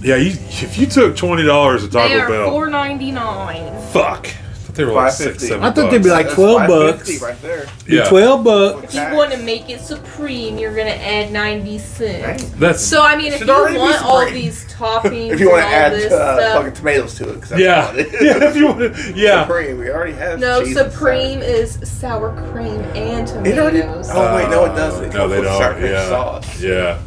Yeah, you, if you took twenty dollars to
They
Taco
are
Bell,
four ninety nine.
fuck. I thought they were like six,
$5.50.
seven.
I thought they'd
bucks.
be like
That's
twelve
$5.50
bucks.
right there.
yeah.
Twelve bucks.
If you want to make it supreme, you're gonna add ninety cents.
That's
So I mean, if
Should
you
already be
want all
supreme.
these toppings,
If you want to
and all
add
this
uh, fucking
stuff,
tomatoes to it, 'cause that's
yeah,
what it is.
yeah. If you want, to, yeah.
Supreme, we already have.
no,
cheese and
supreme is sour cream and
It already-
tomatoes.
Oh wait, no, it doesn't. It
Uh, No,
comes
they
with
don't.
sharpening
Yeah,
sauce.
yeah.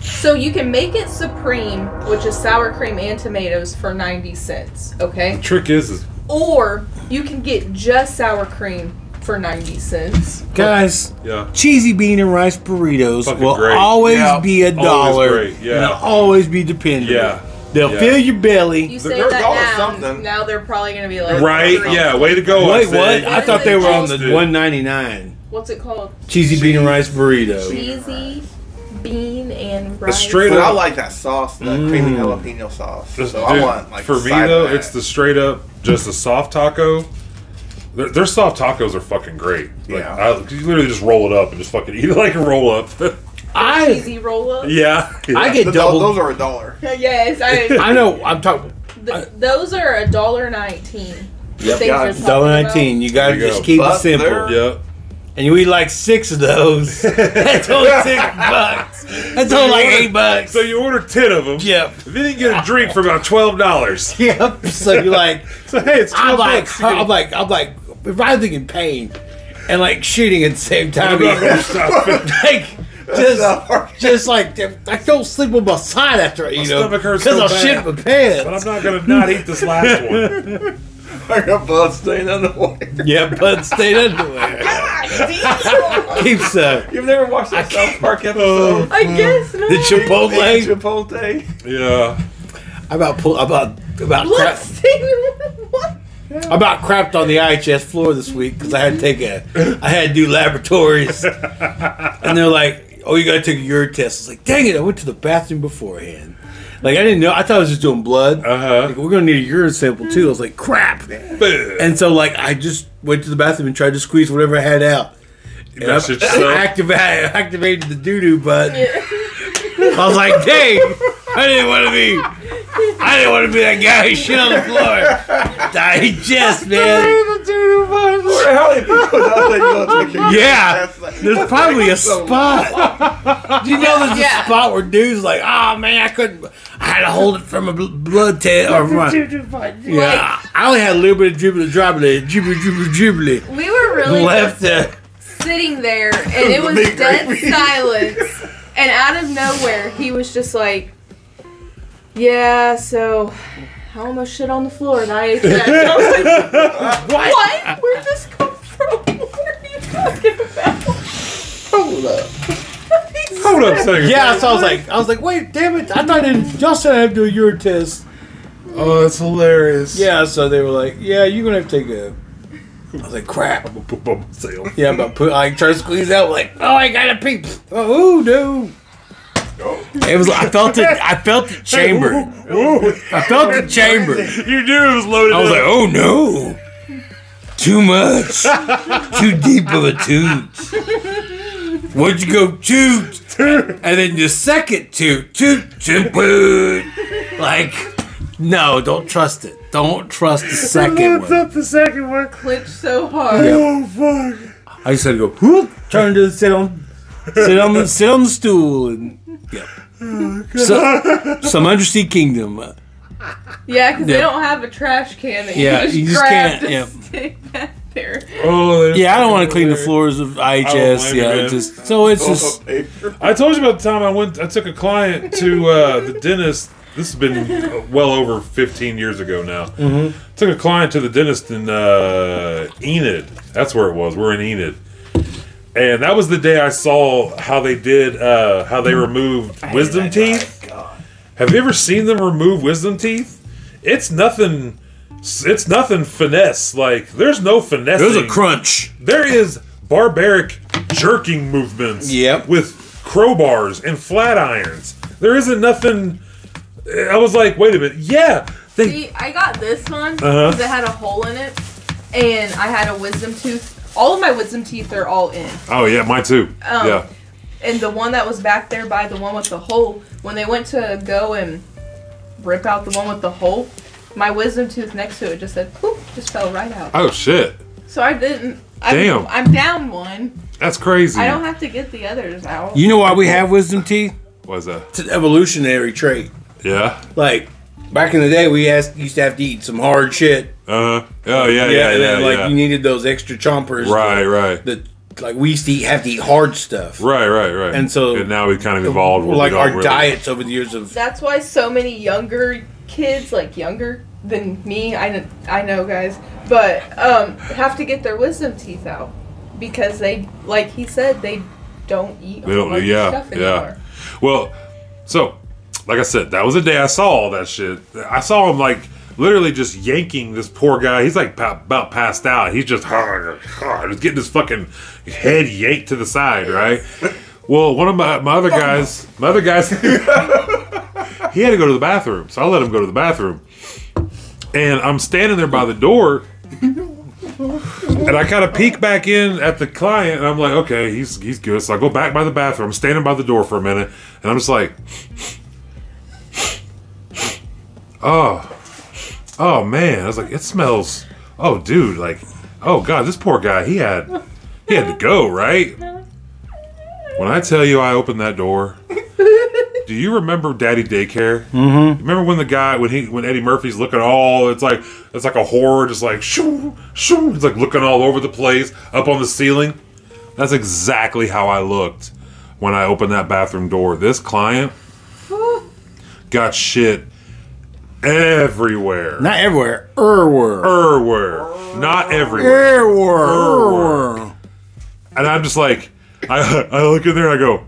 So you can make it supreme, which is sour cream and tomatoes for 90 cents,
The
okay?
trick is, is
Or you can get just sour cream for 90 cents.
Guys,
yeah.
cheesy bean and rice burritos
Fucking
will
great.
always
Yeah.
be a dollar.
great, yeah.
And they'll always be dependable.
Yeah.
They'll
Yeah.
fill your belly.
You say
they're dollar
that now,
something.
now they're probably going to be like,
Right? Yeah. Way to go.
Wait,
Isaiah.
what? I thought they were on
Dude.
the one ninety nine
What's it called?
cheesy bean and rice burrito.
Cheesy bean and
The
rice.
straight
But I
up.
like that sauce, the creamy jalapeno sauce.
Mm. Just,
so
dude,
I want like
for me
side of
though,
that.
it's the straight up just a soft taco. Their, their soft tacos are fucking great. Like,
Yeah.
I, you literally just roll it up and just fucking eat it like a roll up.
I
cheesy roll up.
yeah.
I get
The dol-
double.
those are a dollar.
Yes, I,
I know. I'm talking.
th- those are a dollar nineteen. Yep,
God.
Dollar nineteen. You gotta
There you
just
go.
keep it
But
simple.
they're-
Yep.
And you eat like six of those. That's only six bucks. That's only like eight bucks.
So you order ten of them.
Yep.
Then you get a drink for about twelve dollars.
Yep. So you're like,
So hey, it's
I'm
twelve
like, uh,
bucks.
I'm like, I'm like, writhing in pain, and like shooting at the same time.
Stop.
like
not
just
hard.
just like I don't sleep on my side after I eat them
stomach hurts
because
so
I'll
bad.
shit my pants.
But I'm not gonna not eat this last one.
I got blood stain on the way.
yeah, but stayed underwear keeps uh,
You've never watched that South Park episode?
I guess not.
the
Eating
Chipotle.
Chipotle.
Yeah.
I about pull I about about crap,
Let's see what.
I about crapped on the IHS floor this week because I had to take a I had to do laboratories, and they're like, "Oh, you got to take a urine test." It's like, dang it, I went to the bathroom beforehand. Like I didn't know. I thought I was just doing blood.
Uh
Like, we're gonna need a urine sample too. I was like, crap.
huh.
And so, like, I just went to the bathroom and tried to squeeze whatever I had out. And I,
That's yourself.
I activa- activated the doo doo button. I was like, dang, I didn't want to be, I didn't want to be that guy who shit on the floor. Digest, man.
Where the hell are you people know that you don't take your-
Yeah,
That's like-
there's probably a
So-
spot. Do you know there's
Yeah.
a spot where dudes like, oh man, I couldn't, I had to hold it from a bl- blood test or from my, yeah, I only had a little bit of dribble, dribble, dribble, dribble, dribble.
We were really
left uh,
sitting there, and it was dead silence. And out of nowhere, he was just like, "Yeah, so I almost shit on the floor, and I ate that." And I was like, "What? Where'd this come from? What are you talking about?"
Hold up.
Hold up a second.
yeah. So I was like, I was like, wait, damn it! I thought it, y'all said I had to do a urine test.
Oh, that's hilarious.
Yeah. So they were like, yeah, you're gonna have to take a. I was like, crap.
Poop by myself.
Yeah, but put, I try to squeeze out. Like, oh, I got to pee. Oh, ooh, no. It was. I felt it. I felt the chamber. I felt the chamber.
You knew it was loaded.
I was
up.
like, oh no, too much, too deep of a toot. What'd you go toot? And then your second toot, toot, toot, toot. Like, no, don't trust it. Don't trust the second one.
up the second one.
Clinched so hard.
Oh fuck.
I just had to go. Whoop, turn to sit on, sit on the sit on the stool and. Yep.
Oh,
So, some undersea kingdom. uh,
Yeah, because they
Yeah.
don't have a trash can. That
Yeah,
you just,
you just
grab
can't,
to
yeah.
stick back there.
Oh. that's
Yeah, I don't
fucking
want to clean the
hilarious.
floors of
blame
IHS.
you,
Yeah,
man. Oh,
it just so it's just
I told you about the time I went. I took a client to uh, the dentist This has been well over 15 years ago now. Mm-hmm. Took a client to the dentist in uh, Enid. That's where it was. We're in Enid. And that was the day I saw how they did, uh, how they removed wisdom teeth. Have you ever seen them remove wisdom teeth? It's nothing. It's nothing finesse. Like there's no finesse.
There's a crunch.
There is barbaric jerking movements.
Yep.
With crowbars and flat irons. There isn't nothing. I was like, wait a minute. Yeah, they.
See, I got this one because it had a hole in it, and I had a wisdom tooth. All of my wisdom teeth are all in.
Oh yeah, mine too.
Um,
yeah.
and the one that was back there by the one with the hole, when they went to go and rip out the one with the hole, my wisdom tooth next to it just said, "Poop!" just fell right out.
Oh shit,
So I didn't. I'm,
Damn.
I'm down one.
that's crazy.
I don't have to get the others out.
You know why we have wisdom teeth?
What's that?
It's an evolutionary trait.
Yeah.
Like back in the day, we asked, used to have to eat some hard shit.
Uh huh. Oh yeah, yeah, yeah.
and then,
yeah,
like you needed those extra chompers.
right, right,
That like we used to eat, have to eat hard stuff.
right, right, right.
And so-
and now we kind of evolved. where we
like
don't
our
really-
diets over the years of
That's why so many younger kids, like younger than me, I, kn- I know guys, but um, have to get their wisdom teeth out because they, like he said, they don't eat
They don't-
hard
yeah,
stuff
yeah.
anymore.
Well, so like I said, that was the day I saw all that shit. I saw him like literally just yanking this poor guy. He's like pa- about passed out. He's just just getting his fucking head yanked to the side, right? Well, one of my, my other guys, my other guys, he had to go to the bathroom, so I let him go to the bathroom. And I'm standing there by the door, and I kind of peek back in at the client, and I'm like, okay, he's he's good. So I go back by the bathroom, standing by the door for a minute, and I'm just like, oh, oh man, I was like, it smells. Oh, dude, like, oh god, this poor guy, he had he had to go right. When I tell you I opened that door, do you remember Daddy Daycare? Mm-hmm. Remember when the guy when he when Eddie Murphy's looking all it's like it's like a horror just like shoo shoo it's like looking all over the place up on the ceiling. That's exactly how I looked when I opened that bathroom door. This client got shit everywhere.
not everywhere, everywhere,
Everywhere. Not everywhere.
everywhere.
And I'm just like, I, I look in there and I go,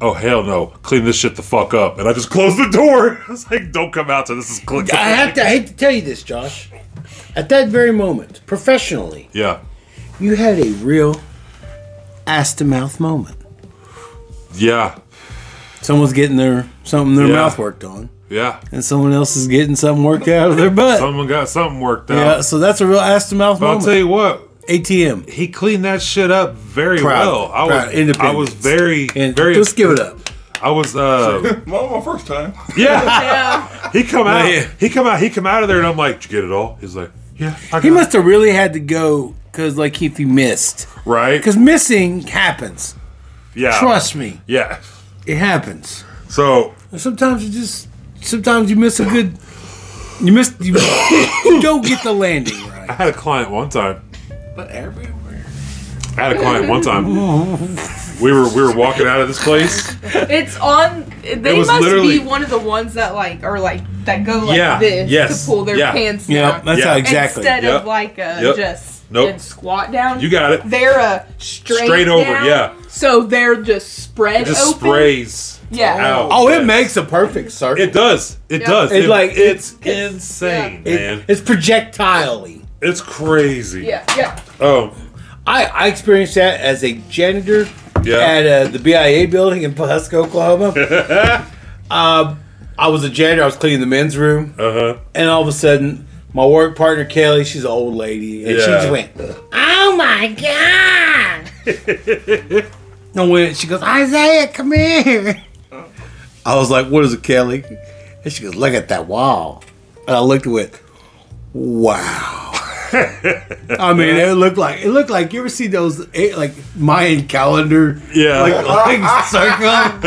oh, hell no. Clean this shit the fuck up. And I just close the door. I was like, don't come out till this is clean.
I have to. I hate to tell you this, Josh. At that very moment, professionally,
Yeah.
you had a real ass to mouth moment.
Yeah.
Someone's getting their something their
Yeah.
mouth worked on,
Yeah.
and someone else is getting something worked out of their butt.
Someone got something worked
yeah,
out.
so that's a real ass to mouth
But I'll
moment.
tell you what,
ATM.
he cleaned that shit up very
Proud.
well. I
Proud.
was, I
Independent.
was very,
And
very.
let's give it up.
I was, uh,
Well, my first time.
yeah.
Yeah.
He come out.
Yeah.
He come out. He come out of there, and I'm like, "Did you get it all?" He's like, "Yeah." I got
He
it."
must have really had to go because, like, if he missed,
right.
because missing happens.
Yeah.
Trust me,
Yeah.
it happens.
So
Sometimes you just, sometimes you miss a good, you miss, you, you don't get the landing
I
right.
had a client one time.
But everywhere.
I had a client one time. We were we were walking out of this place.
It's on. They
was
must
literally-
be one of the ones that like are like that go like
Yeah,
this
yes,
to pull their
yeah.
pants
Yep,
down
that's
Yeah.
how exactly.
instead
Yep.
of like uh,
Yep.
just
Nope.
and squat down.
You got it.
they're a straight,
Straight over,
down,
yeah.
So they're just spread
It just
open.
sprays.
Yeah.
Out.
Oh, it makes a perfect circle.
It does. It
Yeah.
does.
It
It,
like-
like it's insane,
It-
man.
it's projectile-y.
It's crazy.
Yeah. Yeah.
Oh,
I, I experienced that as a janitor
Yeah.
at uh, the BIA building in Pasco, Oklahoma. um, I was a janitor. I was cleaning the men's room,
uh huh.
and all of a sudden, my work partner Kelly, she's an old lady, and she
Yeah.
just went, "Oh my god!" no way. She goes, "Isaiah, come here." I was like, "What is it, Kelly?" And she goes, "Look at that wall." And I looked and went, "Wow." I mean, it looked like it looked like you ever see those eh, like Mayan calendar
Yeah.
like, like circle.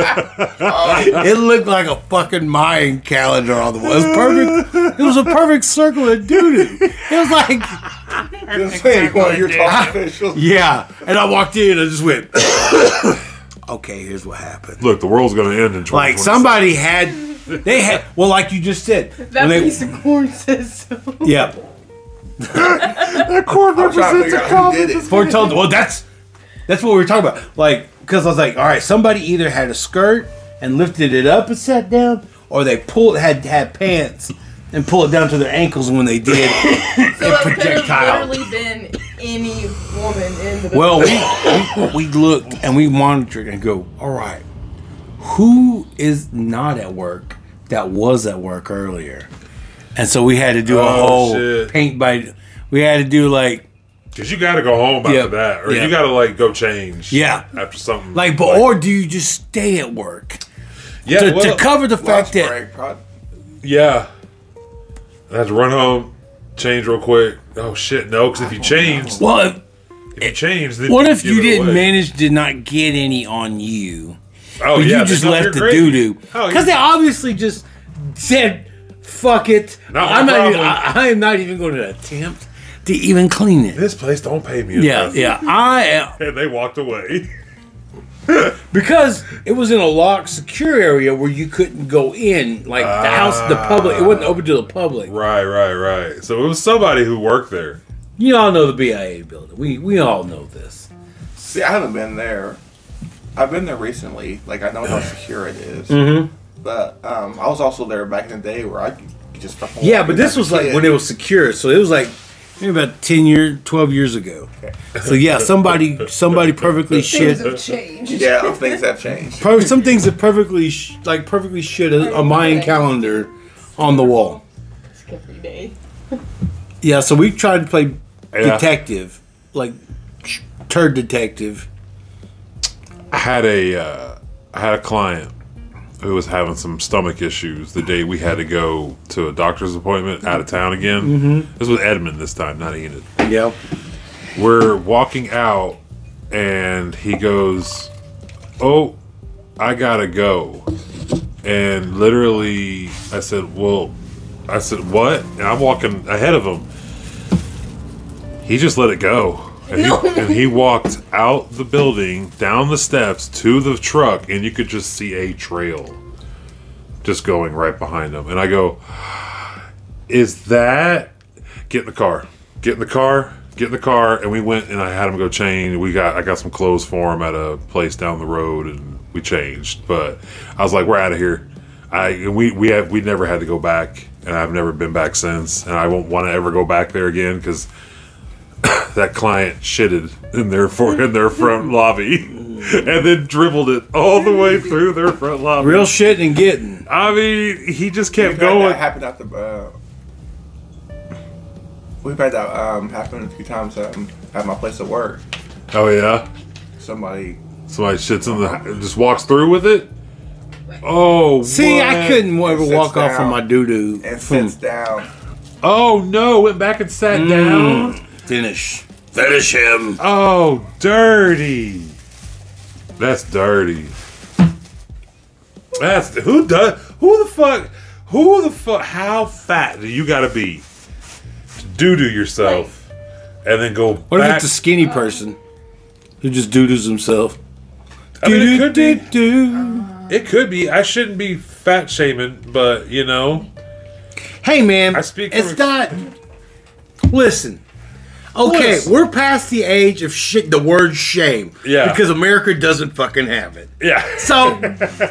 it looked like a fucking Mayan calendar on the wall. It was perfect. It was a perfect circle of doo It was like,
Just saying, while you're talking officials.
yeah. And I walked in and I just went, okay, here's what happened.
Look, the world's gonna end in 20
Like somebody had They had well, like you just said.
That
when they-
piece of corn says so.
yeah.
That corn
I'm trying to figure out who did it.
Ford told well that's that's what we were talking about. Like because I was like, all right, somebody either had a skirt and lifted it up and sat down, or they pulled had had pants and pulled it down to their ankles when they did.
So it
could have projectile.
literally been any woman in the
well, we, we we looked and we monitored and go, all right, who is not at work that was at work earlier, and so we had to do a
Oh,
whole
shit.
paint by. We had to do like
Because you got to go home after
Yeah.
that, or
Yeah.
you got to like go change.
Yeah.
After something
like, but or do you just stay at work
yeah,
to,
well,
to cover the fact
Lunch
that?
break, probably.
yeah. I had to run home, change real quick. Oh shit, no! Because if you change,
Well, if-
if you change, then
What if
give
you
it
didn't
away.
manage did not get any on you?
Oh yeah,
But you
then
just
up
left
your
the
grade.
doo doo.
Oh,
Because they obviously just said, fuck it.
Not my
I'm not even,
problem."
I, I am not even going to attempt to even clean it.
this place don't pay me.
Yeah,
enough.
yeah. I am
And they walked away.
because it was in a locked secure area where you couldn't go in. Like the house the public it wasn't open to the public.
right, right, right. So it was somebody who worked there.
You all know the BIA building. We we all know this.
See, I haven't been there. I've been there recently. Like I know how secure it is.
Mm-hmm.
But um, I was also there back in the day where I could just fucking.
Yeah,
walk
but
in
this
as a
was like
kid.
when it was secure, so it was like maybe about ten years, twelve years ago. So yeah, somebody, somebody perfectly shit.
things have changed.
Yeah, things have changed.
per- Some things that perfectly, sh- like perfectly shit a, a Mayan calendar on the wall.
Every day.
Yeah, so we tried to play
Yeah.
detective, like sh- turd detective.
I had a uh, I had a client who was having some stomach issues the day we had to go to a doctor's appointment out of town again. Mm-hmm. This was Edmund this time, not Enid.
Yeah,
We're walking out, and he goes, "Oh, I gotta go." And literally, I said, "Well," I said, "What?" And I'm walking ahead of him. He just let it go. And he, and he walked out the building, down the steps to the truck, and you could just see a trail just going right behind him. And I go, Is that. Get in the car. Get in the car. Get in the car. And we went and I had him go change. We got, I got some clothes for him at a place down the road and we changed. But I was like, We're out of here. I, and we, we have, we never had to go back. And I've never been back since. And I won't want to ever go back there again because that client shitted in their for in their front lobby, and then dribbled it all the way through their front lobby.
real shit and getting.
I mean, he just kept
We've had
going.
that happen at the. Uh, we've had that um, happen a few times um, at my place of work.
Oh yeah,
Somebody.
somebody shits in the just walks through with it. Oh,
See, I
what?
couldn't ever
Sits
walk off from
down
my doo doo.
And sits down.
Oh no, went back and sat
Mm.
down.
Hmm, Finish, finish him.
Oh, dirty. That's dirty. That's who does who the fuck who the fuck how fat do you gotta be to doo doo yourself and then go
What if
back?
it's a skinny person who just doo doos himself?
I mean, it could be.
Doo-doo-doo-doo.
It could be. I shouldn't be fat shaming, but you know,
Hey man,
I speak from
it's
ex-
not. Listen, okay,
Listen.
we're past the age of shit. The word shame,
Yeah.
because America doesn't fucking have it.
yeah.
So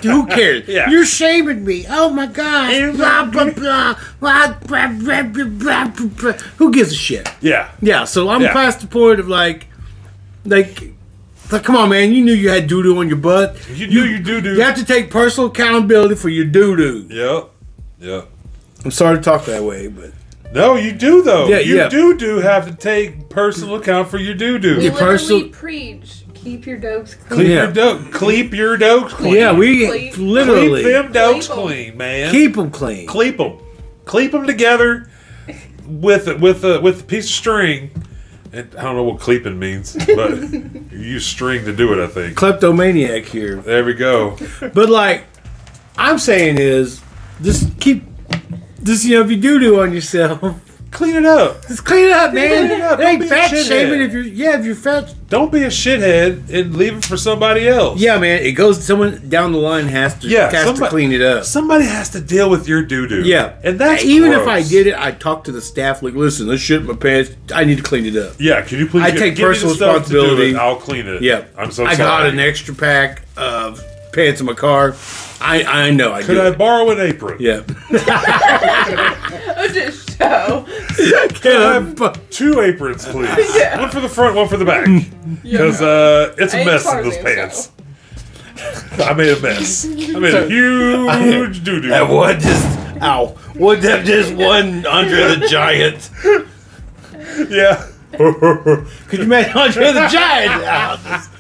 who cares?
Yeah.
You're shaming me. Oh my god. Blah blah blah. Blah, blah, blah, blah, blah, blah, blah. Who gives a shit?
Yeah.
Yeah. So I'm
Yeah.
past the point of like, like. Like, come on, man! You knew you had doo doo on your butt.
You do you do do.
You have to take personal accountability for your doo doo.
Yep. Yep.
I'm sorry to talk that way, but
No, you do though.
Yeah,
you
yeah.
do do have to take personal account for your doo
We
doo.
Yeah.
literally
personal-
preach, keep your dogs
Clean
clean.
Yeah.
Your dope. Cleep your dokes clean.
yeah, we
Clean-
literally
Cleep them dokes
'em.
clean, man.
keep them clean.
Cleep them. Cleep them together with with a with a piece of string. And I don't know what cleeping means, but you use string to do it. I think.
Kleptomaniac here,
There we go.
but like I'm saying is just keep just you know if you do do on yourself,
Clean it up.
Just clean it up, man.
Clean it up.
It
Don't
ain't
be a
fat
shithead.
shaming if you're yeah if you're fat.
Don't be a shithead and leave it for somebody else.
Yeah, man. It goes. Someone down the line has to
Yeah,
has
somebody-
to clean it up.
Somebody has to deal with your doo doo.
Yeah,
And that's
even if I
gross.
did it, I talk to the staff like, listen, this shit in my pants. I need to clean it up.
Yeah, can you please
I
get-
take
give me the
personal
stuff to do
responsibility.
it? I'll clean it.
Yeah,
I'm so
I
sorry.
got an extra pack of pants in my car. I I know I
Could
do
I
it.
borrow an apron?
Yeah,
Oh, just show.
Can I have two aprons, please? One for the front, one for the back. Because uh, it's
I
a
ain't
mess in
farting,
those pants. I made a mess. I made a huge doo doo.
that one just ow. What that just one under the giant?
Yeah.
Could you imagine under the giant? Ow, just,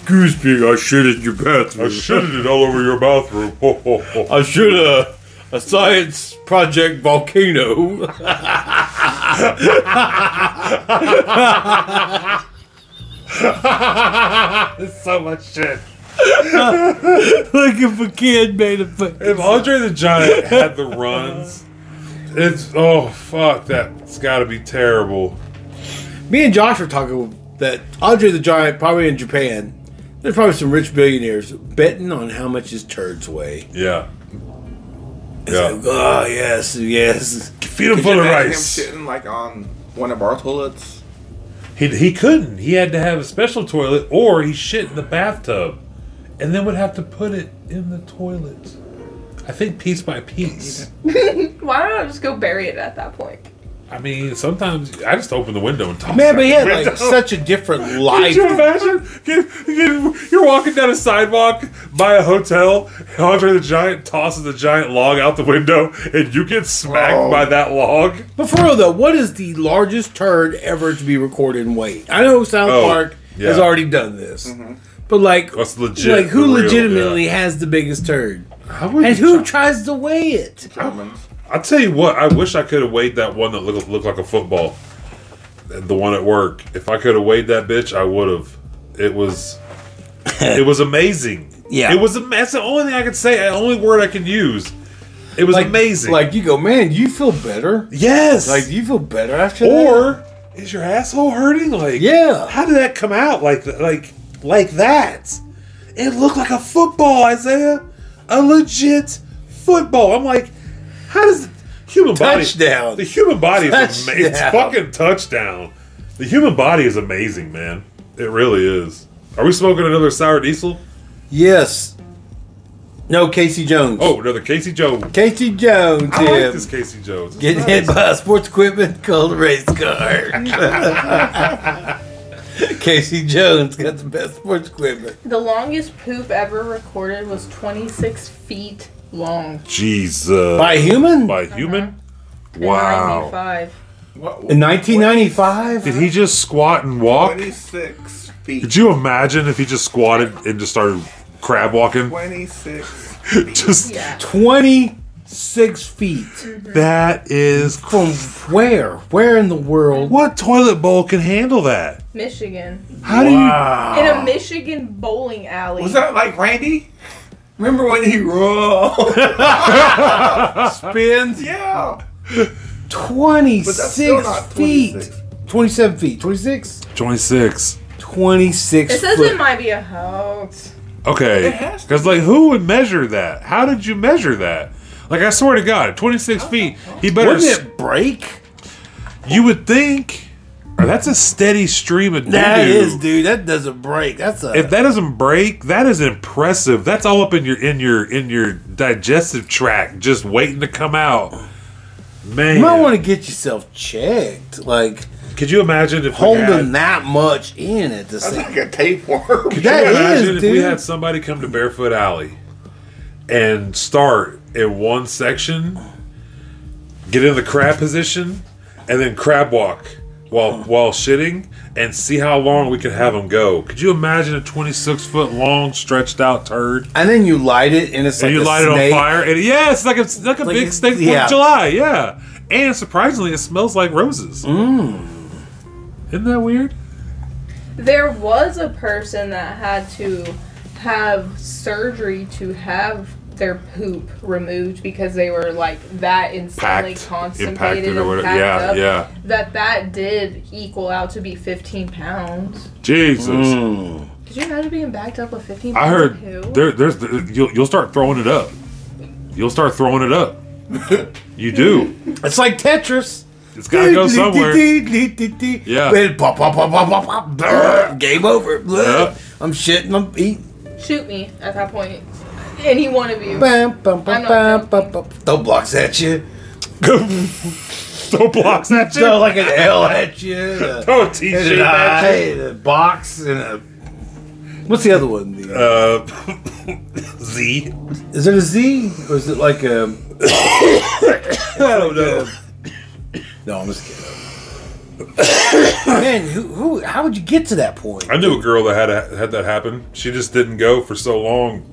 Excuse me, I shit in your pants.
I shitted it all over your bathroom. Ho, ho, ho.
I should a a science project volcano.
so much shit.
like if a kid made a fucking
If Andre the Giant had the runs, it's oh fuck, that's got to be terrible.
Me and Josh were talking that Andre the Giant, probably in Japan, there's probably some rich billionaires betting on how much his turds weigh.
Yeah.
It's
Yeah.
like, oh, yes, yes.
Feed him
Could you
full of
imagine
rice.
Him sitting like on one of our toilets.
He, he couldn't. He had to have a special toilet, or he shit in the bathtub, and then would have to put it in the toilet. I think piece by piece.
Why don't I just go bury it at that point?
I mean, sometimes I just open the window and talk.
Man, but he had like such a different life.
Could you imagine? Get- get- You're walking down a sidewalk by a hotel. and Andre the Giant tosses a giant log out the window, and you get smacked
Oh.
by that log.
But for real though, what is the largest turd ever to be recorded in weight? I know South
Oh,
Park
yeah. Mm-hmm.
has already done this, but like,
What's legit,
like who
the real,
legitimately has the biggest turd,
How would
and
you
who
try-
tries to weigh it?
Germans.
I tell you what, I wish I could have weighed that one that looked looked like a football. The one at work. If I could have weighed that bitch, I would have. It was, it was amazing.
Yeah.
it was. am- That's the only thing I could say. The only word I could use. It was
Like
amazing.
Like you go, man, you feel better.
yes.
Like you feel better after that.
or is your asshole hurting? Like
Yeah.
How did that come out? Like th- like like that? It looked like a football, Isaiah. A legit football. I'm like, how does the human body
Touchdown.
The human body is
Touchdown.
amazing. It's fucking touchdown. The human body is amazing, man. It really is. Are we smoking another sour diesel?
Yes. No, Casey Jones.
Oh, another Casey Jones.
Casey Jones.
I
yeah.
like this Casey Jones. It's
Getting
nice.
hit by a sports equipment called a race car. Casey Jones got the best sports equipment.
The longest poop ever recorded was 26 feet long.
Jeez, uh,
By a human?
by human.
in
uh,
Wow.
95.
What,
In 1995?
Did he just squat and walk?
Twenty-six feet.
Could you imagine if he just squatted and just started crab walking?
Twenty-six.
just
Yeah.
26 feet.
that is cr-
From where? Where in the world?
what toilet bowl can handle that?
Michigan.
How
In a Michigan bowling alley.
Was that like Randy? Remember when he rolled?
Spins?
yeah. But that's still
26
not
feet.
26.
27 feet. 26?
do you? Twenty six.
26
It says
foot.
it might be a hoax.
Okay,
It has to
because like who would measure that? How did you measure that? Like I swear to God, twenty six
Oh,
feet. He better.
Wouldn't it break?
s- You would think "Oh, that's a steady stream of doo
That is, dude. That doesn't break. That's a.
If that doesn't break, that is impressive. That's all up in your in your in your digestive tract, just waiting to come out. Man,
you might want to get yourself checked. Like,
could you imagine if we had,
holding that much in at the
That's
same
like a tapeworm.
That
Could you imagine if
is,
we
dude.
had somebody come to Barefoot Alley and start in one section, get in the crab position, and then crab walk while while shitting, and see how long we can have them go. Could you imagine a twenty six foot long stretched out turd?
And then you light it, and it's like
and you
a
light
snake.
it on fire, and yeah, it's like a like a
Like
big
it's-
steak
yeah.
for July, yeah. And surprisingly, it smells like roses.
Mm.
Isn't that weird?
There was a person that had to have surgery to have
their poop removed because they were like that insanely
Packed, impacted
constipated
or
and
whatever.
packed
Yeah,
up,
yeah.
that that did equal out to be 15 pounds.
Jesus.
Mm.
Did you imagine being backed up with 15 pounds?
I
of
heard
poo?
there, there's you'll, you'll start throwing it up. You'll start throwing it up. You do.
It's like Tetris.
It's got to go somewhere. Yeah.
Then pop, pop, pop, pop, pop, pop. brr, Game over. Blah.
Yeah.
I'm shitting. I'm eating.
Shoot me at that point. Any one of you.
Bam, bam, bam,
I'm not
bam, bam,
joking.
bam. Throw blocks at you.
Throw blocks at
Throw
you.
like an L at you. and a-
Throw a
and
Oh, t-shirt
an eye,
at you.
and a box, and a. What's the other one? The-
Uh, Z.
Is it a Z or is it like a? I don't know. No, I'm just kidding. Man, who, who? How would you get to that point?
I knew a girl that had a, had that happen. She just didn't go for so long.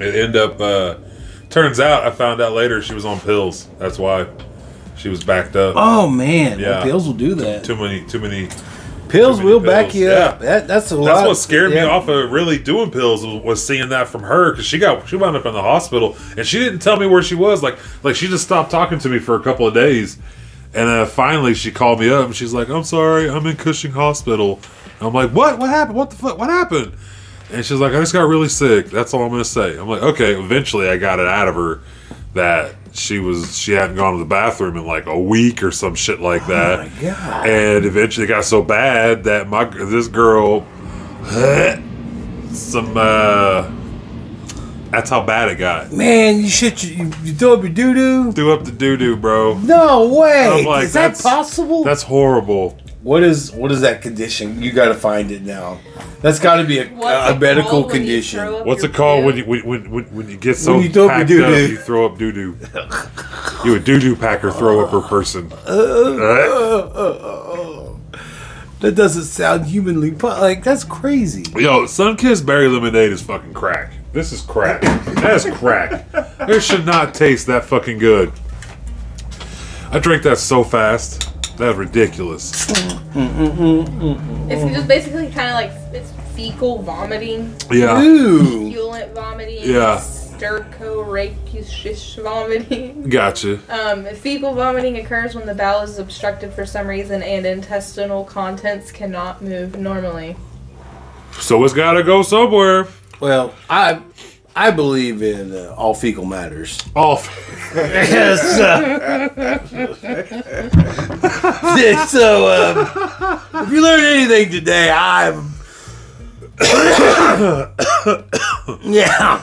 It end up. Uh, turns out, I found out later she was on pills. That's why she was backed up.
Oh man, well,
Yeah.
pills will do that.
Too many. Too many.
pills
too many
will back
pills,
you
yeah.
up. That, that's a lot.
That's what scared me
yeah.
off of really doing pills was, was seeing that from her because she got she wound up in the hospital and she didn't tell me where she was. Like like she just stopped talking to me for a couple of days, and uh, finally she called me up and she's like, "I'm sorry, I'm in Cushing Hospital." I'm like, "What? What happened? What the fuck? What happened?" And she's like, "I just got really sick. That's all I'm gonna say." I'm like, "Okay." Eventually, I got it out of her that she was she hadn't gone to the bathroom in like a week or some shit like that.
Oh my God.
And eventually it got so bad that my this girl some uh that's how bad it got.
Man, you shit. You, you, you throw up your doo doo.
Threw up the doo doo, bro.
No way.
I'm like,
is that
that's-
possible?
That's horrible.
what is what is that condition? You got to find it now. That's got to be a,
What's
a
it
medical
called when you
condition.
throw up
What's
your
it called
poo?
when you when when when, when you get so
When you throw up your
packed
doo-doo.
up, you throw up doo doo. you a doo doo packer, throw up her person.
Uh, That doesn't sound humanly po- like that's crazy.
Yo, Sunkissed Berry Lemonade is fucking crack. This is crack. That is crack. It should not taste that fucking good. I drank that so fast. That's ridiculous.
It's just basically kind of like it's fecal vomiting,
Yeah.
Ooh.
fuelent vomiting,
Yeah.
stercorrachish vomiting.
Gotcha.
Um, fecal vomiting occurs when the bowel is obstructed for some reason and intestinal contents cannot move normally.
So it's gotta go somewhere.
Well, I I believe in uh, all fecal matters.
Off.
Yes. uh, so, um, if you learned anything today, I'm. yeah.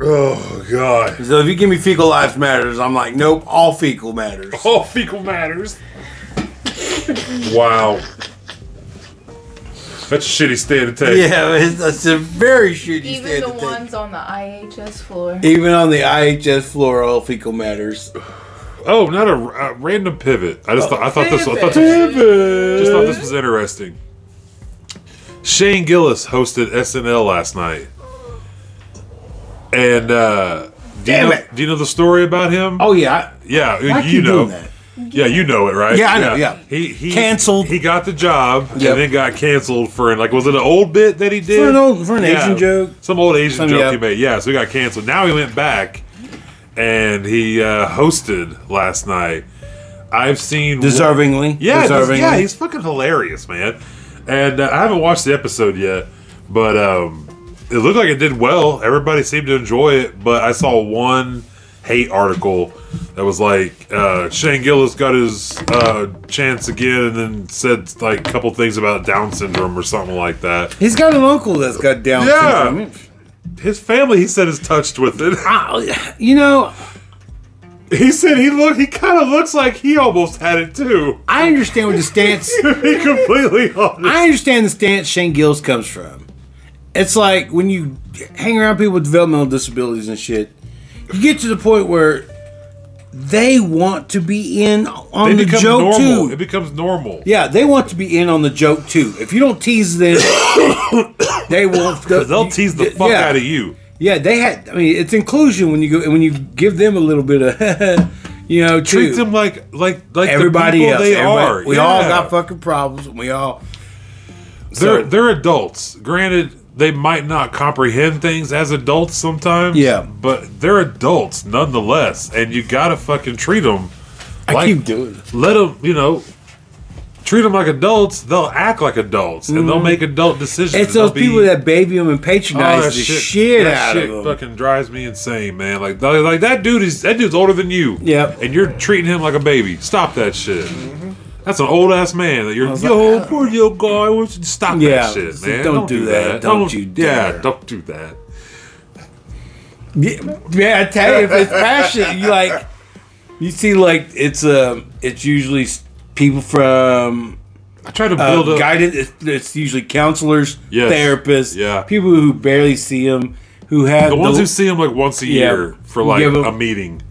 Oh god.
So if you give me fecal lives matters, I'm like, nope, all fecal matters.
All fecal matters. wow. That's a shitty stand to take.
Yeah, it's, it's a very shitty
Even
stand
the
to take.
ones on the IHS floor.
Even on the IHS floor, all fecal matters.
Oh, not a, a random pivot. I just thought I thought this I thought this
Pivot.
Just thought this was interesting. Shane Gillis hosted SNL last night, and uh, do you
Damn
know,
it.
do you know the story about him?
Oh yeah,
yeah,
I, I
you
keep
know.
doing that.
Yeah, you know it, right?
Yeah, I know, yeah.
he he
Canceled.
He got the job
Yep.
and then got canceled for like was it an old bit that he did
For an old- for an Asian joke.
some old Asian
Some-
joke
yeah.
he made. Yeah, so he got canceled. Now he went back and he uh, hosted last night. I've seen
Deservingly.
yeah, he's-
Deservingly.
yeah, he's fucking hilarious, man. And uh, I haven't watched the episode yet, but um, it looked like it did well. Everybody seemed to enjoy it, but I saw one hate article that was like uh, Shane Gillis got his uh, chance again, and then said like a couple things about Down syndrome or something like that.
He's got an uncle that's got Down
Yeah.
syndrome.
His family, he said, is touched with it.
I, you know,
he said he look, he kind of looks like he almost had it too.
I understand what the stance.
Be completely honest.
I understand the stance Shane Gills comes from. It's like when you hang around people with developmental disabilities and shit, you get to the point where they want to be in on
It
the
becomes
joke
normal.
too.
It becomes normal.
Yeah, they want to be in on the joke too. If you don't tease them, they will.
They'll tease the fuck
Uh, yeah.
out of you.
Yeah, they had. I mean, it's inclusion when you go when you give them a little bit of, you know,
Treat
too.
them like like like
everybody
the people
else.
they
everybody-
are.
We all
Yeah.
got fucking problems. and We all.
They're
so-
they're adults. Granted, they might not comprehend things as adults sometimes.
Yeah.
But they're adults nonetheless, and you gotta fucking treat them.
I keep doing it.
Let them, you know, treat them like adults. They'll act like adults, and they'll make adult decisions.
Mm. It's
and
those
they'll
people
be-
that baby them and
Oh,
patronize
that
the shit, out
that shit
of them.
fucking drives me insane, man. Like, like, like, that dude is that dude's older than you.
Yep.
And you're treating him like a baby. Stop that shit. That's an old ass man that you're yo poor little guy. Won't you stop
Yeah.
that shit,
So
man?
don't do that. Don't you
Yeah,
dare.
don't do that.
Yeah, yeah, I tell you, if it's passion, you like, you see, like it's um, it's usually s- people from
I try to
uh,
build up.
guided. It's, it's usually counselors,
Yes.
therapists,
Yeah.
people who barely see them, who have
the ones
the-
who see him like once a
Yeah.
year for like
Give 'em-
a meeting.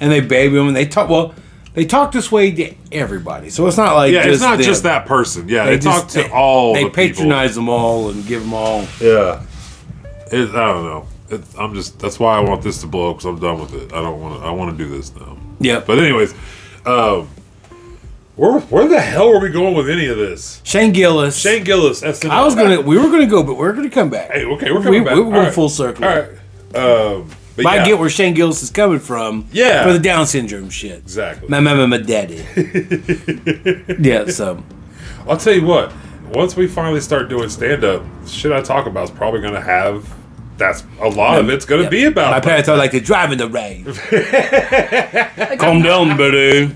and they baby them, and they talk. Well, they talk this way to everybody, so it's not like
Yeah, it's not
them.
just that person. Yeah,
They,
they,
just-
talk to
they-
all. the
They
people.
patronize them all and give them all.
Yeah. It, I don't know. It, I'm just. That's why I want this to blow up because I'm done with it. I don't want to. I want to do this now.
Yeah,
But anyways, um, where where the hell are we going with any of this?
Shane Gillis.
Shane Gillis. That's the
I was gonna. We were gonna go, but we're gonna come back.
Hey, okay, we're
we,
coming back.
we were going
All right.
full circle.
All right. Um, but
But
yeah,
I get where Shane Gillis is coming from.
Yeah.
For the Down syndrome shit.
exactly.
My, my, my, my daddy. yeah, so.
I'll tell you what. Once we finally start doing stand up, shit I talk about is probably gonna have. That's a lot of it's gonna
yeah.
be about.
My
that.
parents are like, they're driving the rain. Calm down, buddy.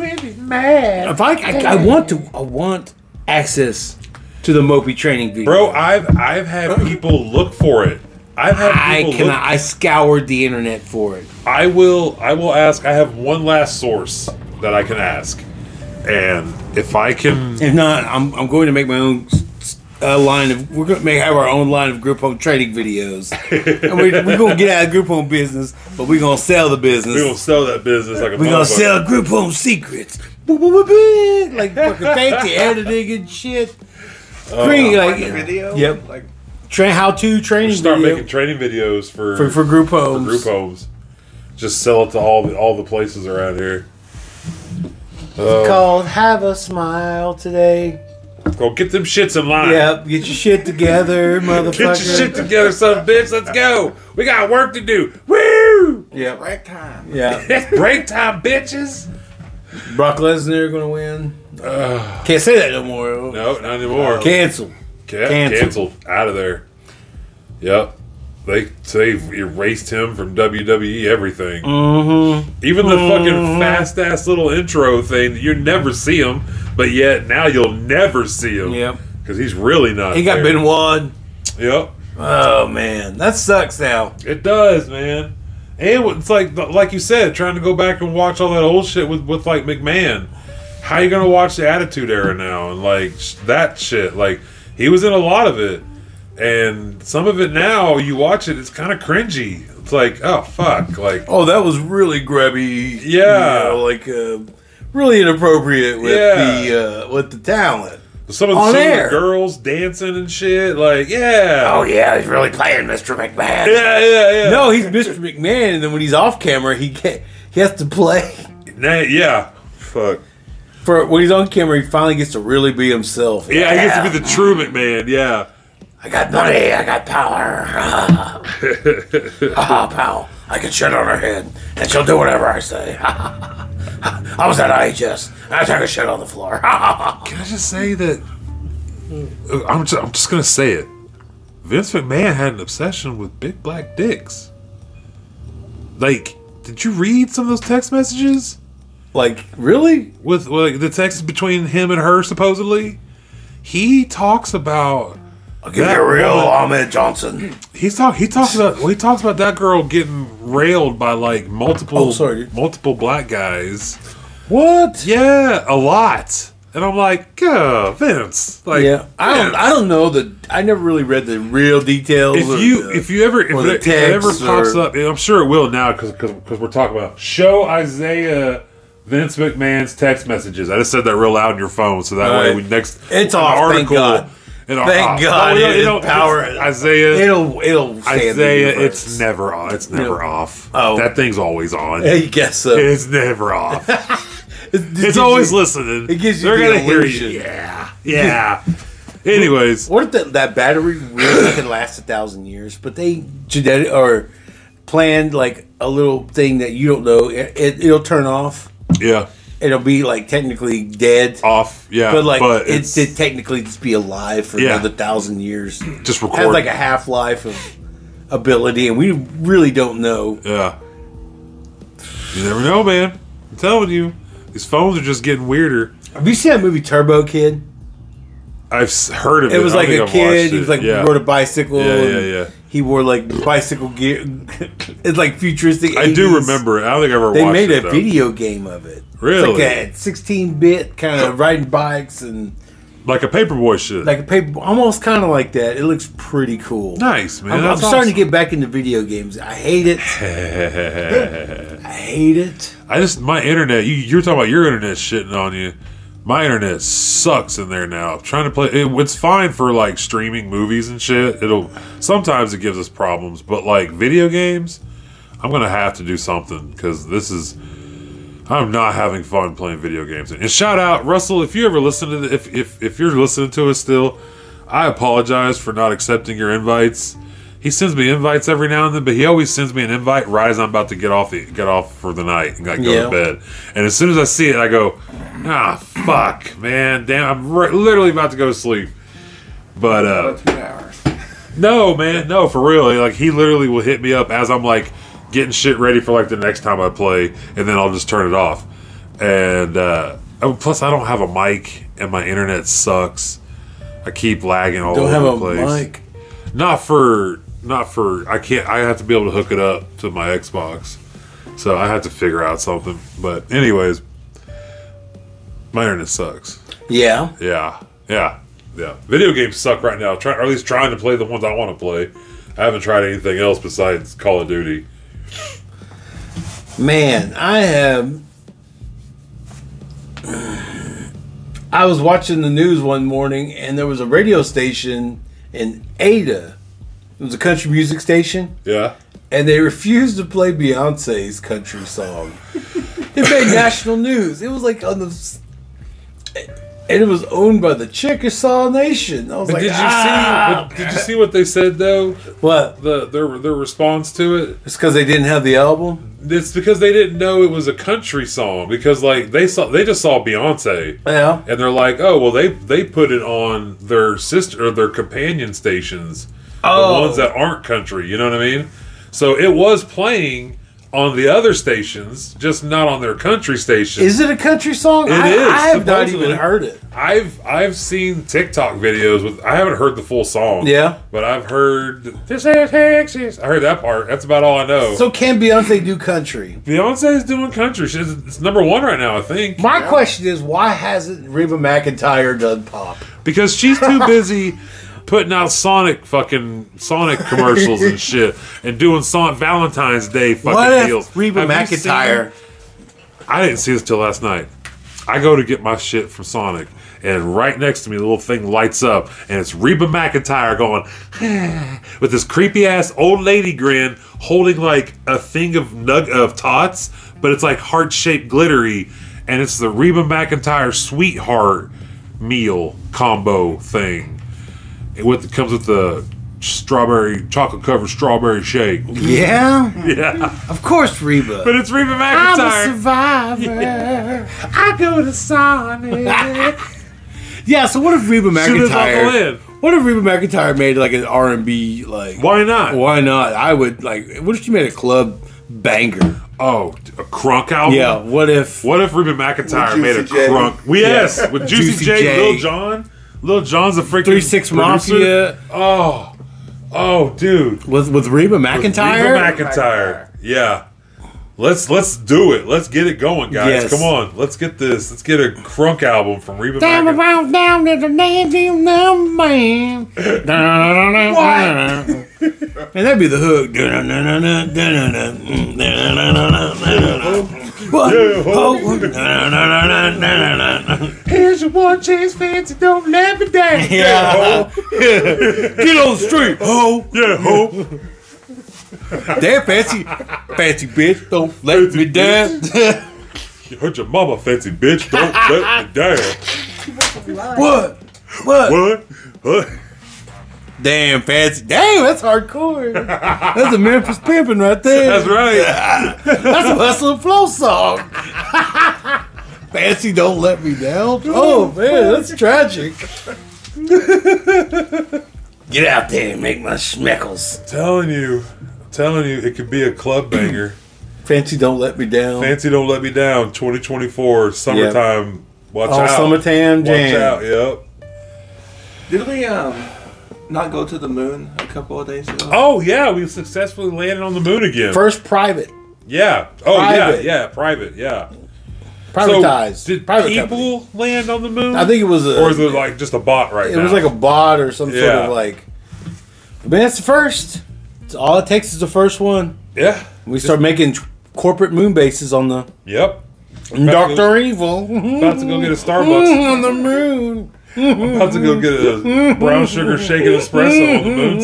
mad. If I, I, I want to, I want access to the Mopey training video.
Bro, I've I've had people look for it. I've had
I
people
can.
look
I scoured the internet for it.
I will. I will ask. I have one last source that I can ask, and if I can,
If not, I'm, I'm going to make my own uh, line of. We're going to make have our own line of group home trading videos, and we're, we're going to get out of group home business, but we're going to sell the business.
we will sell that business like a.
We're gonna
motherfucker.
sell group home secrets. Boop, boop, boop, boop. Like fucking fancy editing and shit.
Uh,
Green,
Like
like
the video.
Yep.
Like
Train how to training
Start
video
making training videos for
for, for group homes.
group homes. Just sell it to all the all the places around here.
Called Have a Smile today.
Go get them shits in line.
Yep, get your shit together, motherfucker.
Get your shit together, son of a bitch. Let's go. We got work to do. Woo!
Yep.
break time.
Yeah.
It's break time, bitches.
Brock Lesnar gonna win. Can't say that no more.
No, not anymore.
Cancel.
Ca-
Canceled.
canceled. Out of there. Yep. They they erased him from WWE everything. Mm-hmm. Even the
Mm-hmm.
fucking fast ass little intro thing that you never see him, but yet now you'll never see him.
Yenoit.
Because he's really not.
He got
there.
Benoit.
Yep.
Oh man, that sucks now.
It does, man. And it's like like you said, trying to go back and watch all that old shit with with like McMahon. How you gonna watch the Attitude Era now and like sh- that shit? Like he was in a lot of it, and some of it now you watch it, it's kind of cringy. It's like oh fuck, like
Oh, that was really grabby.
Yeah.
you know, like uh, really inappropriate with
Yeah.
the uh, with the talent.
some of,
On
some of the
air.
girls dancing and shit. Like yeah,
Oh, yeah, he's really playing Mr. McMahon.
yeah, yeah, yeah.
No, he's Mr. McMahon, and then when he's off camera, he get, he has to play.
Nah, yeah, fuck.
For when he's on camera, he finally gets to really be himself.
Yeah, he gets to be the true McMahon. Yeah.
I got money, I got power. Ah, pal. I can shit on her head, and she'll do whatever I say. I was at IHS. I took a shit on the floor.
Can I just say that? I'm just, I'm just gonna say it. Vince McMahon had an obsession with big black dicks. Like, did you read some of those text messages
like, really?
with like the texts between him and her? Supposedly, he talks about
I'll give
That
you a real
woman-
Ahmed Johnson.
he's talk he talks about well, he talks about that girl getting railed by like multiple
Oh, sorry.
multiple black guys.
What?
Yeah, a lot. And I'm like, yeah, Vince. Like,
Yeah, I don't. I don't know the. I never really read the real details.
if
or
you
the-
if you ever if
or the
it, if it ever
texts
pops
or-
up, and I'm sure it will now because because we're talking about show Isaiah Vince McMahon's text messages. I just said that real loud in your phone, so that way
Alright.
we next
It's off, thank God.
an ar-
Thank
oh,
God,
yeah,
it
you
is
know,
power-
it's Isaiah.
it'll it'll stay in the
Isaiah,
universe.
it's never on. It's never off.
Oh.
That thing's always on.
Yeah, you guess so.
It's never off.
It- it
It's
gives
always
you-
listening.
it gives you
They're
the
gonna hear
illusion.
you. Yeah, yeah. Anyways,
What if that that battery really can last a thousand years? But they genetic or planned like a little thing that you don't know. It, it, it'll turn off.
yeah,
It'll be like technically dead,
off, yeah,
but like it
Uh, it's,
did technically just be alive for
Yeah.
another thousand years.
just
Has
record.
like a half life of ability, and we really don't know.
Yeah. You never know, man. I'm telling you, these phones are just getting weirder.
Have you seen that movie Turbo Kid?
I've s- heard of it.
It was
I
like
think
a
I've
kid.
watched
He was
it.
like
yeah.
rode a bicycle.
Yeah, yeah,
and
yeah.
He wore like bicycle gear. it's like futuristic.
I do
80s.
remember it. I don't think I ever
They
watched
made
it.
a
though.
video game of it.
Really?
It's like a 16 bit kind of riding bikes and
Like a paperboy shit.
like a paper, almost kind of like that. It looks pretty cool.
nice, man.
I'm, I'm
That's
starting to
awesome.
get back into video games. I hate it. I hate it.
I just my internet. You, you were talking about your internet shitting on you. My internet sucks in there now. trying to play. It, it's fine for like streaming movies and shit. It'll sometimes it gives us problems, but like video games, I'm gonna have to do something because this is. I'm not having fun playing video games. And shout out Russell, if you ever listen to the, if, if if you're listening to us still, I apologize for not accepting your invites. He sends me invites every now and then, but he always sends me an invite right as I'm about to get off the, get off for the night and like, go
Yeah.
to bed. And as soon as I see it, I go, ah, fuck, man, damn, I'm ri- literally about to go to sleep. But uh,
About two hours.
no, man, no, for real. Like he literally will hit me up as I'm like getting shit ready for like the next time I play, and then I'll just turn it off. And uh, oh, plus, I don't have a mic, and my internet sucks. I keep lagging all
Don't
over
have
the
a
place.
mic.
Not for, not for. I can't. I have to be able to hook it up to my Xbox, so I have to figure out something. But anyways, my internet sucks.
Yeah.
Yeah, yeah, yeah. Video games suck right now. Try, or at least trying to play the ones I want to play. I haven't tried anything else besides Call of Duty.
Man, I have. I was watching the news one morning and there was a radio station in Ada. It was a country music station.
Yeah,
and they refused to play Beyonce's country song. it made national news. It was like on the, and it was owned by the Chickasaw Nation. I was
but
like,
did you
ah!
see? What, did you see what they said though?
what?
The their their response to it.
It's because they didn't have the album.
It's because they didn't know it was a country song. Because like they saw they just saw Beyonce.
Yeah,
And they're like, oh well, they they put it on their sister or their companion stations,
Oh.
the ones that aren't country. You know what I mean? So it was playing on the other stations, just not on their country station.
is it a country song?
It
I,
is,
I have not
supposedly.
even heard it.
I've I've seen TikTok videos with I haven't heard the full song.
Yeah.
but I've heard this is Texas. I heard that part. That's about all I know. So
So can Beyonce do country?
Beyonce is doing country. She's it's number one right now, I think.
My question is, why hasn't Reba McIntyre done pop?
because she's too busy putting out Sonic fucking Sonic commercials and shit, and doing Sonic Valentine's Day fucking
What if
deals.
Reba
Have you seen-
McIntyre?
I didn't see this till last night. I go to get my shit from Sonic, and right next to me, the little thing lights up, and it's Reba McIntyre going with this creepy ass old lady grin, holding like a thing of nug of tots, but it's like heart shaped glittery, and it's the Reba McIntyre sweetheart meal combo thing. It with comes with the strawberry chocolate covered strawberry shake.
Yeah,
Yeah,
of course Reba.
but it's Reba McIntyre.
I'm a survivor.
I go to Sonic.
Yeah, so what if Reba
She lives off the
McIntyre?
land.
What if Reba McIntyre made like an R and B like?
Why not?
Why not? I would like. What if she made a club banger?
Oh, a crunk album.
Yeah. What if?
What if Ruben McIntyre
With
made a
Juicy J.
crunk? We yes, with Juicy,
Juicy
J,
J.
Lil John. Lil John's a freaking
Three Six
producer.
Mafia
Oh, oh, dude,
with with Reba McIntyre?
Ruben McIntyre. Yeah, let's let's do it. Let's get it going, guys.
Yes.
Come on, let's get this. Let's get a crunk album from Ruben
Down
McIntyre.
around down to the land you know, man. What? And that'd be the hook. What? Oh.
Here's your one chance, fans. Don't let me down.
Yeah. Get on the street, ho.
Yeah, hope.
Damn fancy, fancy bitch. Don't let me down.
You hurt your mama, fancy bitch. Don't let me down.
what? What?
What? What?
Damn, fancy. Damn, that's hardcore. that's a Memphis pimping right there.
That's right.
That's a Hustle and Flow song. Fancy Don't Let Me Down. Oh, man, that's tragic. Get out there and make my schmeckles.
telling you, telling you, it could be a club banger.
Fancy Don't Let Me Down.
Fancy don't let me down. 2024 summertime. Watch
All
out.
summertime
Watch
jam.
out. Yep.
Did we um not go to the moon a couple of days ago?
Oh yeah, we successfully landed on the moon again.
First private.
yeah. Oh
Private.
yeah. Yeah. Private. Yeah. So,
Privatized.
did
private
people
company.
land on the moon?
I think it was a.
or is it like just a bot right
it
now?
was like a bot or some sort
Yeah.
of like. Man, it's the first. It's all it takes is the first one.
yeah.
We start making t- corporate moon bases on the
Yep.
Doctor Evil
About to go get a Starbucks.
on the moon.
About to go get a brown sugar shaken espresso on the moon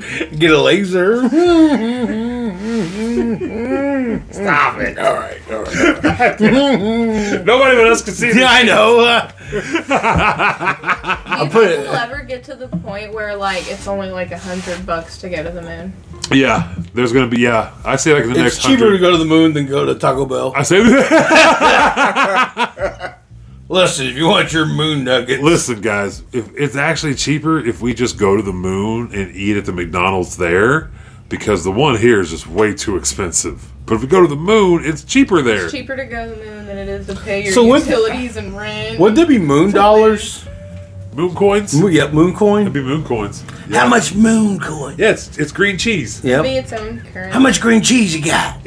soon.
Get a laser.
Stop it! All right, all right.
Nobody but us can see.
Yeah, I know. Uh,
Do you
put
think
it-
we'll ever get to the point where like it's only like a hundred bucks to go to the moon?
Yeah. There's gonna be yeah. I say like the
It's
next
cheaper to
hundred.
go to the moon than go to Taco Bell.
I say.
Listen, if you want your moon nugget,
Listen, guys, if it's actually cheaper if we just go to the moon and eat at the McDonald's there, because the one here is just way too expensive. But if we go to the moon, it's cheaper there.
It's cheaper to go to the moon than it is to pay your
So what-
utilities and rent.
wouldn't there be moon dollars?
Moon coins?
Mo- Yep, moon coin.
It'd be moon coins. Yeah.
How much moon coin?
Yeah, it's, it's green cheese.
be
Yep.
its own currency.
How much green cheese you got?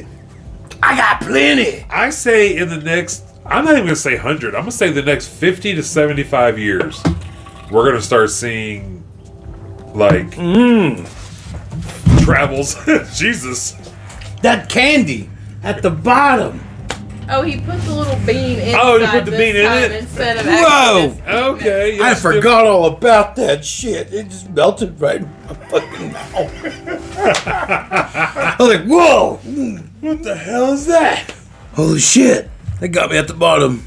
I got plenty.
I say in the next, I'm not even gonna say hundred. I'm gonna say the next fifty to seventy-five years, we're gonna start seeing like
Mm.
travels. Jesus.
That candy at the bottom.
Oh, he put the little bean in.
Oh, he put the bean in it?
instead of
Whoa!
actually
Okay.
I
yes, good-
forgot all about that shit. It just melted right in my fucking mouth. I was like, whoa! What the hell is that? Holy shit. That got me at the bottom.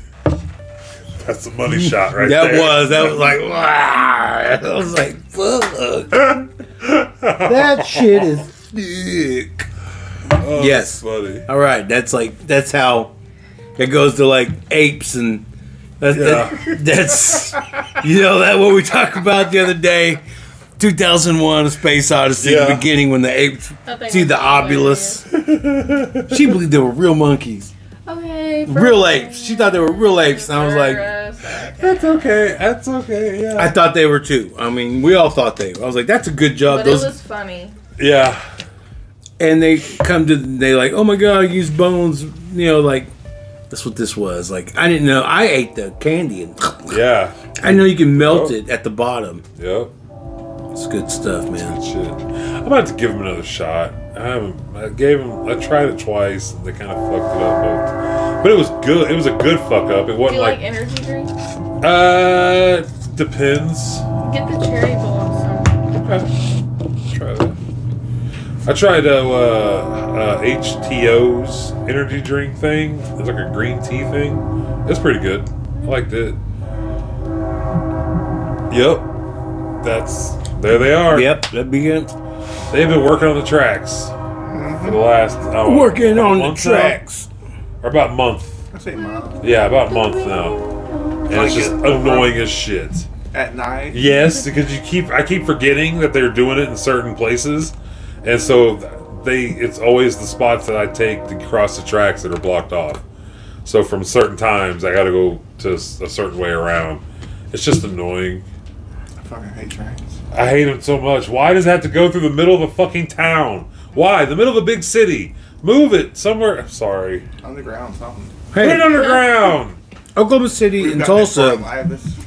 That's the money shot right
that
there.
was. That was like, wow. I was like, fuck. that shit is thick.
Oh, that's
Yes.
funny.
All right, that's like that's how it goes to like apes and that, that- that's you know that what we talked about the other day, 2001: A Space Odyssey, the
Yeah.
beginning when the apes
Nothing
see the
was
obulus. she believed they were real monkeys,
Okay.
real apes. She thought they were real apes, and I was like, uh,
like,
That's okay. That's okay. Yeah.
I thought they were too. I mean, we all thought they. Were. I was like, that's a good job.
but it
Those
was funny.
yeah.
and they come to they like oh my god I use bones you know like that's what this was like i didn't know i ate the candy and
Yeah.
i know you can melt it at the bottom
Yep.
it's good stuff man
Shit. I'm about to give him another shot. I haven't. I gave him. I tried it twice. And they kind of fucked it up, both. but it was good. It was a good fuck up. It
Do you
wasn't
like
like,
energy drinks?
uh depends.
Get the cherry blossom.
Okay. Try that. I tried uh, uh, uh, HTO's energy drink thing. It's like a green tea thing. It's pretty good. I liked it. Yep. That's there. They are.
yep that begins
They've been working on the tracks for the last I don't know,
working on the
month now?
tracks
or about a month.
I say mom
Yeah, about a month now, and it's just annoying as shit.
at night.
Yes, because you keep I keep forgetting that they're doing it in certain places, and so they it's always the spots that I take to cross the tracks that are blocked off. So from certain times, I got to go to s- a certain way around. It's just annoying.
I fucking hate trains.
I hate him so much. Why does it have to go through the middle of a fucking town? Why? The middle of a big city. Move it somewhere. I'm sorry.
Underground something.
Put it
hey
underground.
oklahoma city and tulsa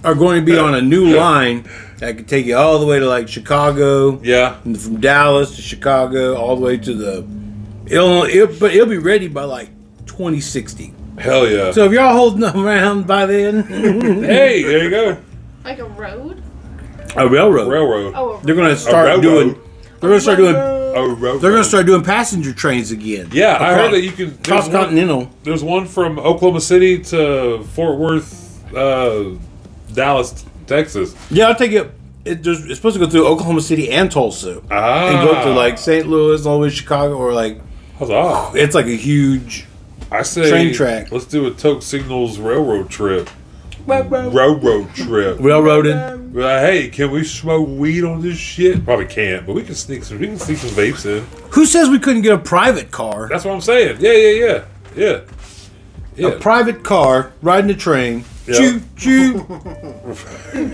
are going to be on a new line that could take you all the way to like chicago
Yeah.
and from dallas to chicago all the way to the it'll, it but it'll be ready by like 2060
Hell yeah.
So if y'all holding them around by then,
hey, there you go.
Like a road?
a railroad.
Railroad.
Oh, a
They're gonna
road.
start
railroad.
doing. They're gonna start doing.
A road.
They're gonna start doing passenger trains again.
Yeah, I
Across-
heard that you can. There's
cross
one,
continental.
there's one from Oklahoma City to Fort Worth, uh, Dallas Texas.
Yeah, I'll take it. It just, it's supposed to go through Oklahoma City and Tulsa,
Ah.
and go up to like St. Louis, all the way to Chicago, or like
How's off?
it's like a huge.
I say
Train track.
Let's do a Toke Signals railroad trip.
uh,
Railroad trip.
Railroaded.
We're like, hey, can we smoke weed on this shit? Probably can't, but we can sneak some. We can sneak some vapes in.
Who says we couldn't get a private car?
That's what I'm saying. Yeah, yeah, yeah, yeah. Yeah.
A private car riding a train.
Yeah.
Choo choo.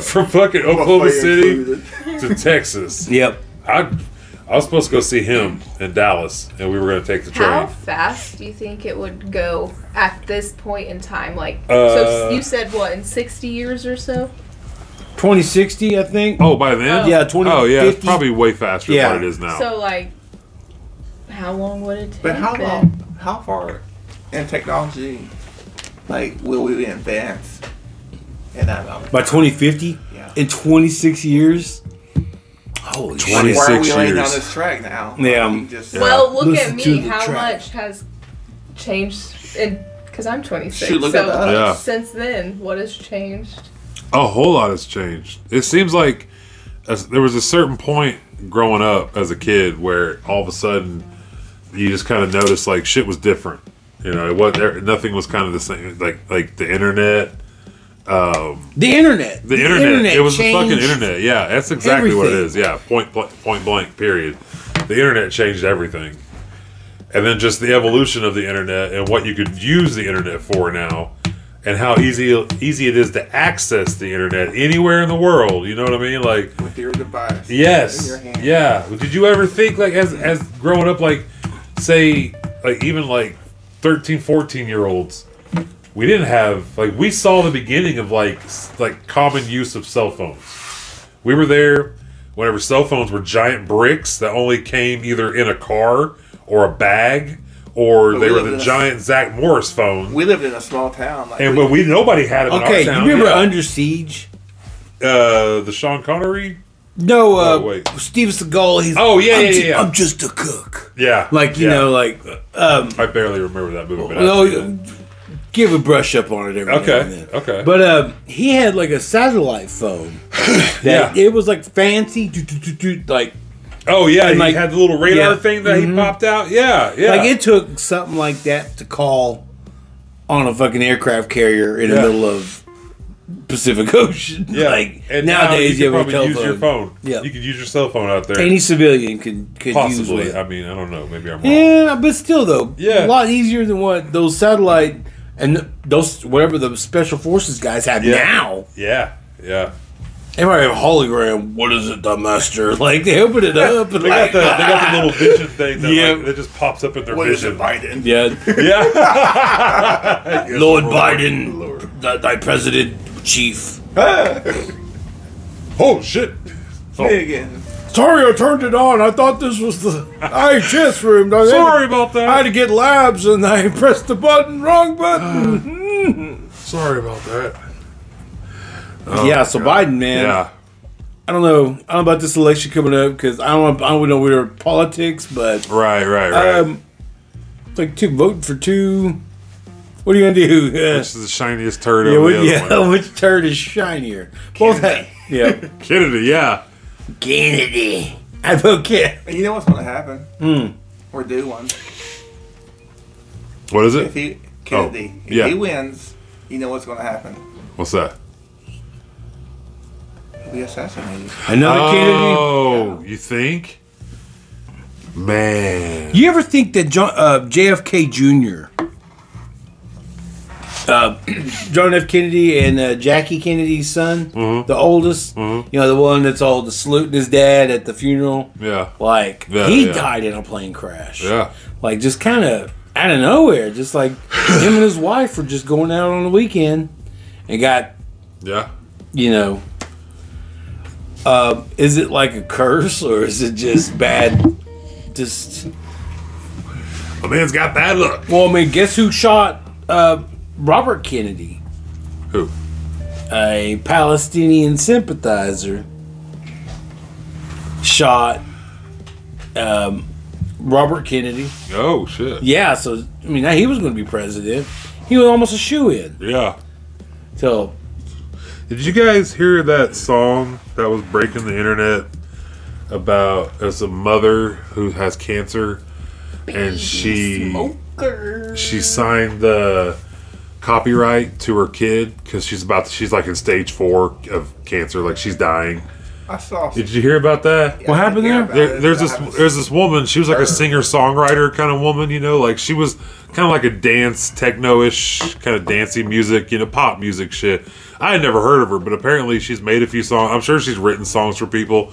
From fucking Oklahoma
Buffet
City
included.
to Texas.
yep.
I I was supposed to go see him in Dallas, and we were going to take the train.
How fast do you think it would go at this point in time? Like,
Uh,
so you said what in sixty years or so?
Twenty sixty, I think.
Oh, by then?
Yeah, 20,
Oh, yeah, it's
50.
probably way faster
Yeah.
than what it is now.
So like, how long would it take?
But how
then?
long? How far in technology, like, will we advance? And I'm, I'm
By twenty fifty.
Yeah.
In twenty six years. Holy shit.
like, why are we
26
laying down
years.
this track now?
Yeah.
Like, you just
Well, look
Listen
at
to
me.
the
How
track.
much has changed? In because I'm 26.
Shoot, look
so
at that.
Yeah.
since then, what has changed?
a whole lot has changed. It seems like as, there was a certain point growing up as a kid where all of a sudden you just kind of noticed like shit was different. You know, it wasn't there, nothing was kind of the same. Like like the internet,
The internet.
the, internet, It was the
changed.
fucking internet. Yeah, that's exactly what it
everything.
is. Yeah, point bl- point blank. Period. The internet changed everything, and then just the evolution of the internet and what you could use the internet for now, and how easy easy it is to access the internet anywhere in the world. You know what I mean? Like
uh, with your device. In
Yes.
your hand.
Yeah. Well, Did you ever think like as as growing up like say like even like 13, 14 year olds we didn't have like we saw the beginning of like s- like common use of cell phones. We were there whenever cell phones were giant bricks that only came either in a car or a bag or
But
they
we
were
lived
the
in a-
giant Zach Morris phone.
We lived in a small town. Like,
and
we,
but we nobody had it.
Okay,
in our town.
you remember
Yeah.
Under Siege?
uh, the Sean Connery?
No, uh,
Oh, wait.
Steve Seagal. He's
Oh, yeah,
I'm
yeah,
ju-
yeah.
I'm just a cook.
Yeah,
Like you
yeah. Uh,
know, like um,
I barely remember that movie. But I
no,
see it.
give a brush up on it every now and
Okay.
then.
Okay.
But um, he had like a satellite phone. that
Yeah.
it was like fancy, do, do, do, do, like
oh yeah, he
like-
had the little radar
yeah.
thing that he popped out. Yeah, yeah.
Mm-hmm. like it took something like that to call on a fucking aircraft carrier in the
Yeah.
middle of Pacific Ocean.
yeah.
Like
and
nowadays,
now you
you
could
have a
probably use your
telephone.
phone.
Yeah.
you could use your cell phone out there.
Any civilian can can use
Possibly.
one.
I mean, I don't know. Maybe I'm wrong.
Yeah, but still though,
Yeah.
a lot easier than what those satellite and those whatever the special forces guys have
Yeah.
now.
Yeah. Yeah.
They might have hologram. What is it, the master? Like they open it up and
They got
like
the they got the little vision thing that
Yeah.
like, that just pops up in their
what is it,
vision.
Biden?
yeah,
yeah.
Lord Biden, thy- thy president chief.
oh shit.
Me again.
Sorry, I turned it on. I thought this was the IHS room.
Sorry about that.
to get labs and I pressed the button, wrong button.
Sorry about that.
yeah, so Biden, man.
Yeah.
I don't know. I don't know about this election coming up because I don't. I don't know where politics, but
Right. Right. Right.
um, it's like two voting for two. What are you gonna do? Uh,
Which is the shiniest turd
yeah,
over
what-
the other
yeah,
one.
which turd is shinier? Both. Have, yeah,
Kennedy. Yeah.
Kennedy. I vote Kennedy.
And you know what's going to happen? Or do one.
What is
If
it?
he, Kennedy, if
yeah.
he wins, you know what's going to happen.
What's that?
He'll be assassinated.
Another Kennedy.
Oh, you think? Man.
You ever think that John, uh, JFK Jr., uh, John F. Kennedy and uh, Jackie Kennedy's son,
Mm-hmm.
the oldest, you know, the one that's all the saluting his dad at the funeral,
Yeah.
like
Yeah,
he
yeah.
died in a plane crash.
Yeah.
Like just kind of out of nowhere, just like him and his wife were just going out on the weekend and got
Yeah.
you know. Uh, is it like a curse or is it just bad? Just
My man's got bad luck.
Well, I mean, guess who shot uh, Robert Kennedy?
Who?
A Palestinian sympathizer shot um, Robert Kennedy.
Oh shit.
Yeah, so I mean, he was going to be president. He was almost a shoe in
Yeah.
till
Did you guys hear that song that was breaking the internet about it's a mother who has cancer and she she signed the copyright to her kid because she's about to, she's like in stage four of cancer, like she's dying.
I saw.
Did you hear about that?
What happened there?
There, there's this there's this woman. She was like a singer songwriter kind of woman, you know. Like she was kind of like a dance techno ish kind of dancey music, you know, pop music shit. I had never heard of her, but apparently she's made a few songs. I'm sure she's written songs for people,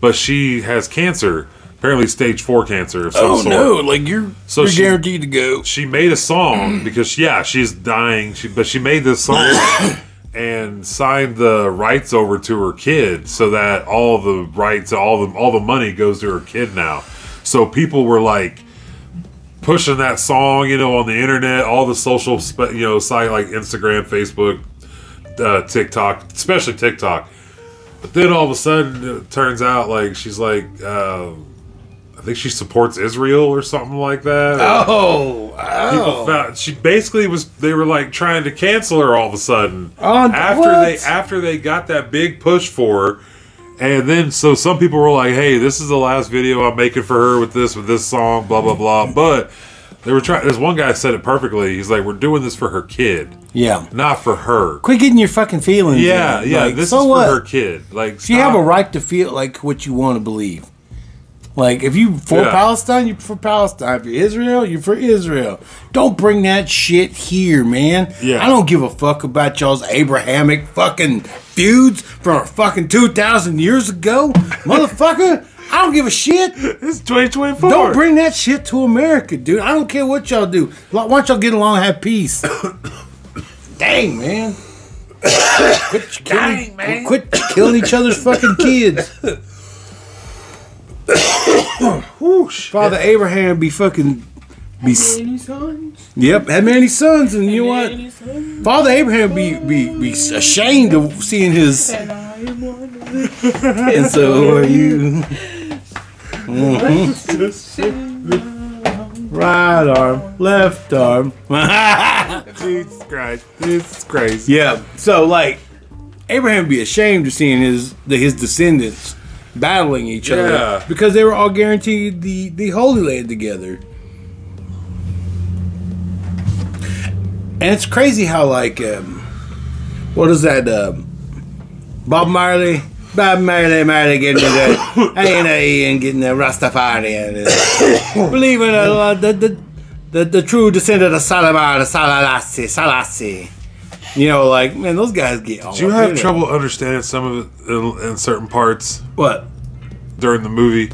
but she has cancer. Apparently, stage four cancer of some
Oh
sort.
no! Like you're,
So
you're
she-
guaranteed to go.
She made a song because yeah, she's dying. She but she made this song and signed the rights over to her kid so that all the rights, all the all the money goes to her kid now. So people were like pushing that song, you know, on the internet, all the social, spe- you know, site like Instagram, Facebook, uh, TikTok, especially TikTok. But then all of a sudden, it turns out like she's like, uh, I think she supports Israel or something like that. or-
Oh,
People found she basically was. They were like trying to cancel her all of a sudden.
Oh, th-
after
what?
they after they got that big push for her, and then so some people were like, "Hey, this is the last video I'm making for her with this with this song." Blah blah blah. But they were trying. This one guy said it perfectly. He's like, "We're doing this for her kid,
yeah.
not for her."
Quit getting your fucking feelings.
Yeah,
in.
yeah.
Like,
this
so
is for
what?
her kid. Like,
You have a
stop.
right to feel like what you want to believe. Like if you for
Yeah.
Palestine, you're for Palestine. If you're Israel, you're for Israel. Don't bring that shit here, man.
Yeah.
I don't give a fuck about y'all's Abrahamic fucking feuds from fucking two thousand years ago, motherfucker. I don't give a shit.
It's 2024.
Don't bring that shit to America, dude. I don't care what y'all do. Lo- Why don't y'all get along and have peace? Dang, man. quit you killing, Quit you killing each other's fucking kids.
Whoosh.
Father Abraham be fucking be. Many sons. Yep, had many sons, and you know what? Father Abraham be be be ashamed of seeing his. And, so are you. Mm-hmm. Right arm, left arm.
Jesus Christ. This is crazy.
Yeah. So like, Abraham be ashamed of seeing his the, his descendants battling each
Yeah.
other because they were all guaranteed the the Holy Land together. And it's crazy how like, um, what is that? Um, Bob Marley. Bob Marley, Marley getting that A&E and getting that Rastafarian. and Believing in uh, the, the, the, the true descendant of Salomon, Salassi, Salassi. You know, like man, those guys get. All
Do you
up in
have
it.
trouble understanding some of it in, in certain parts?
What?
during the movie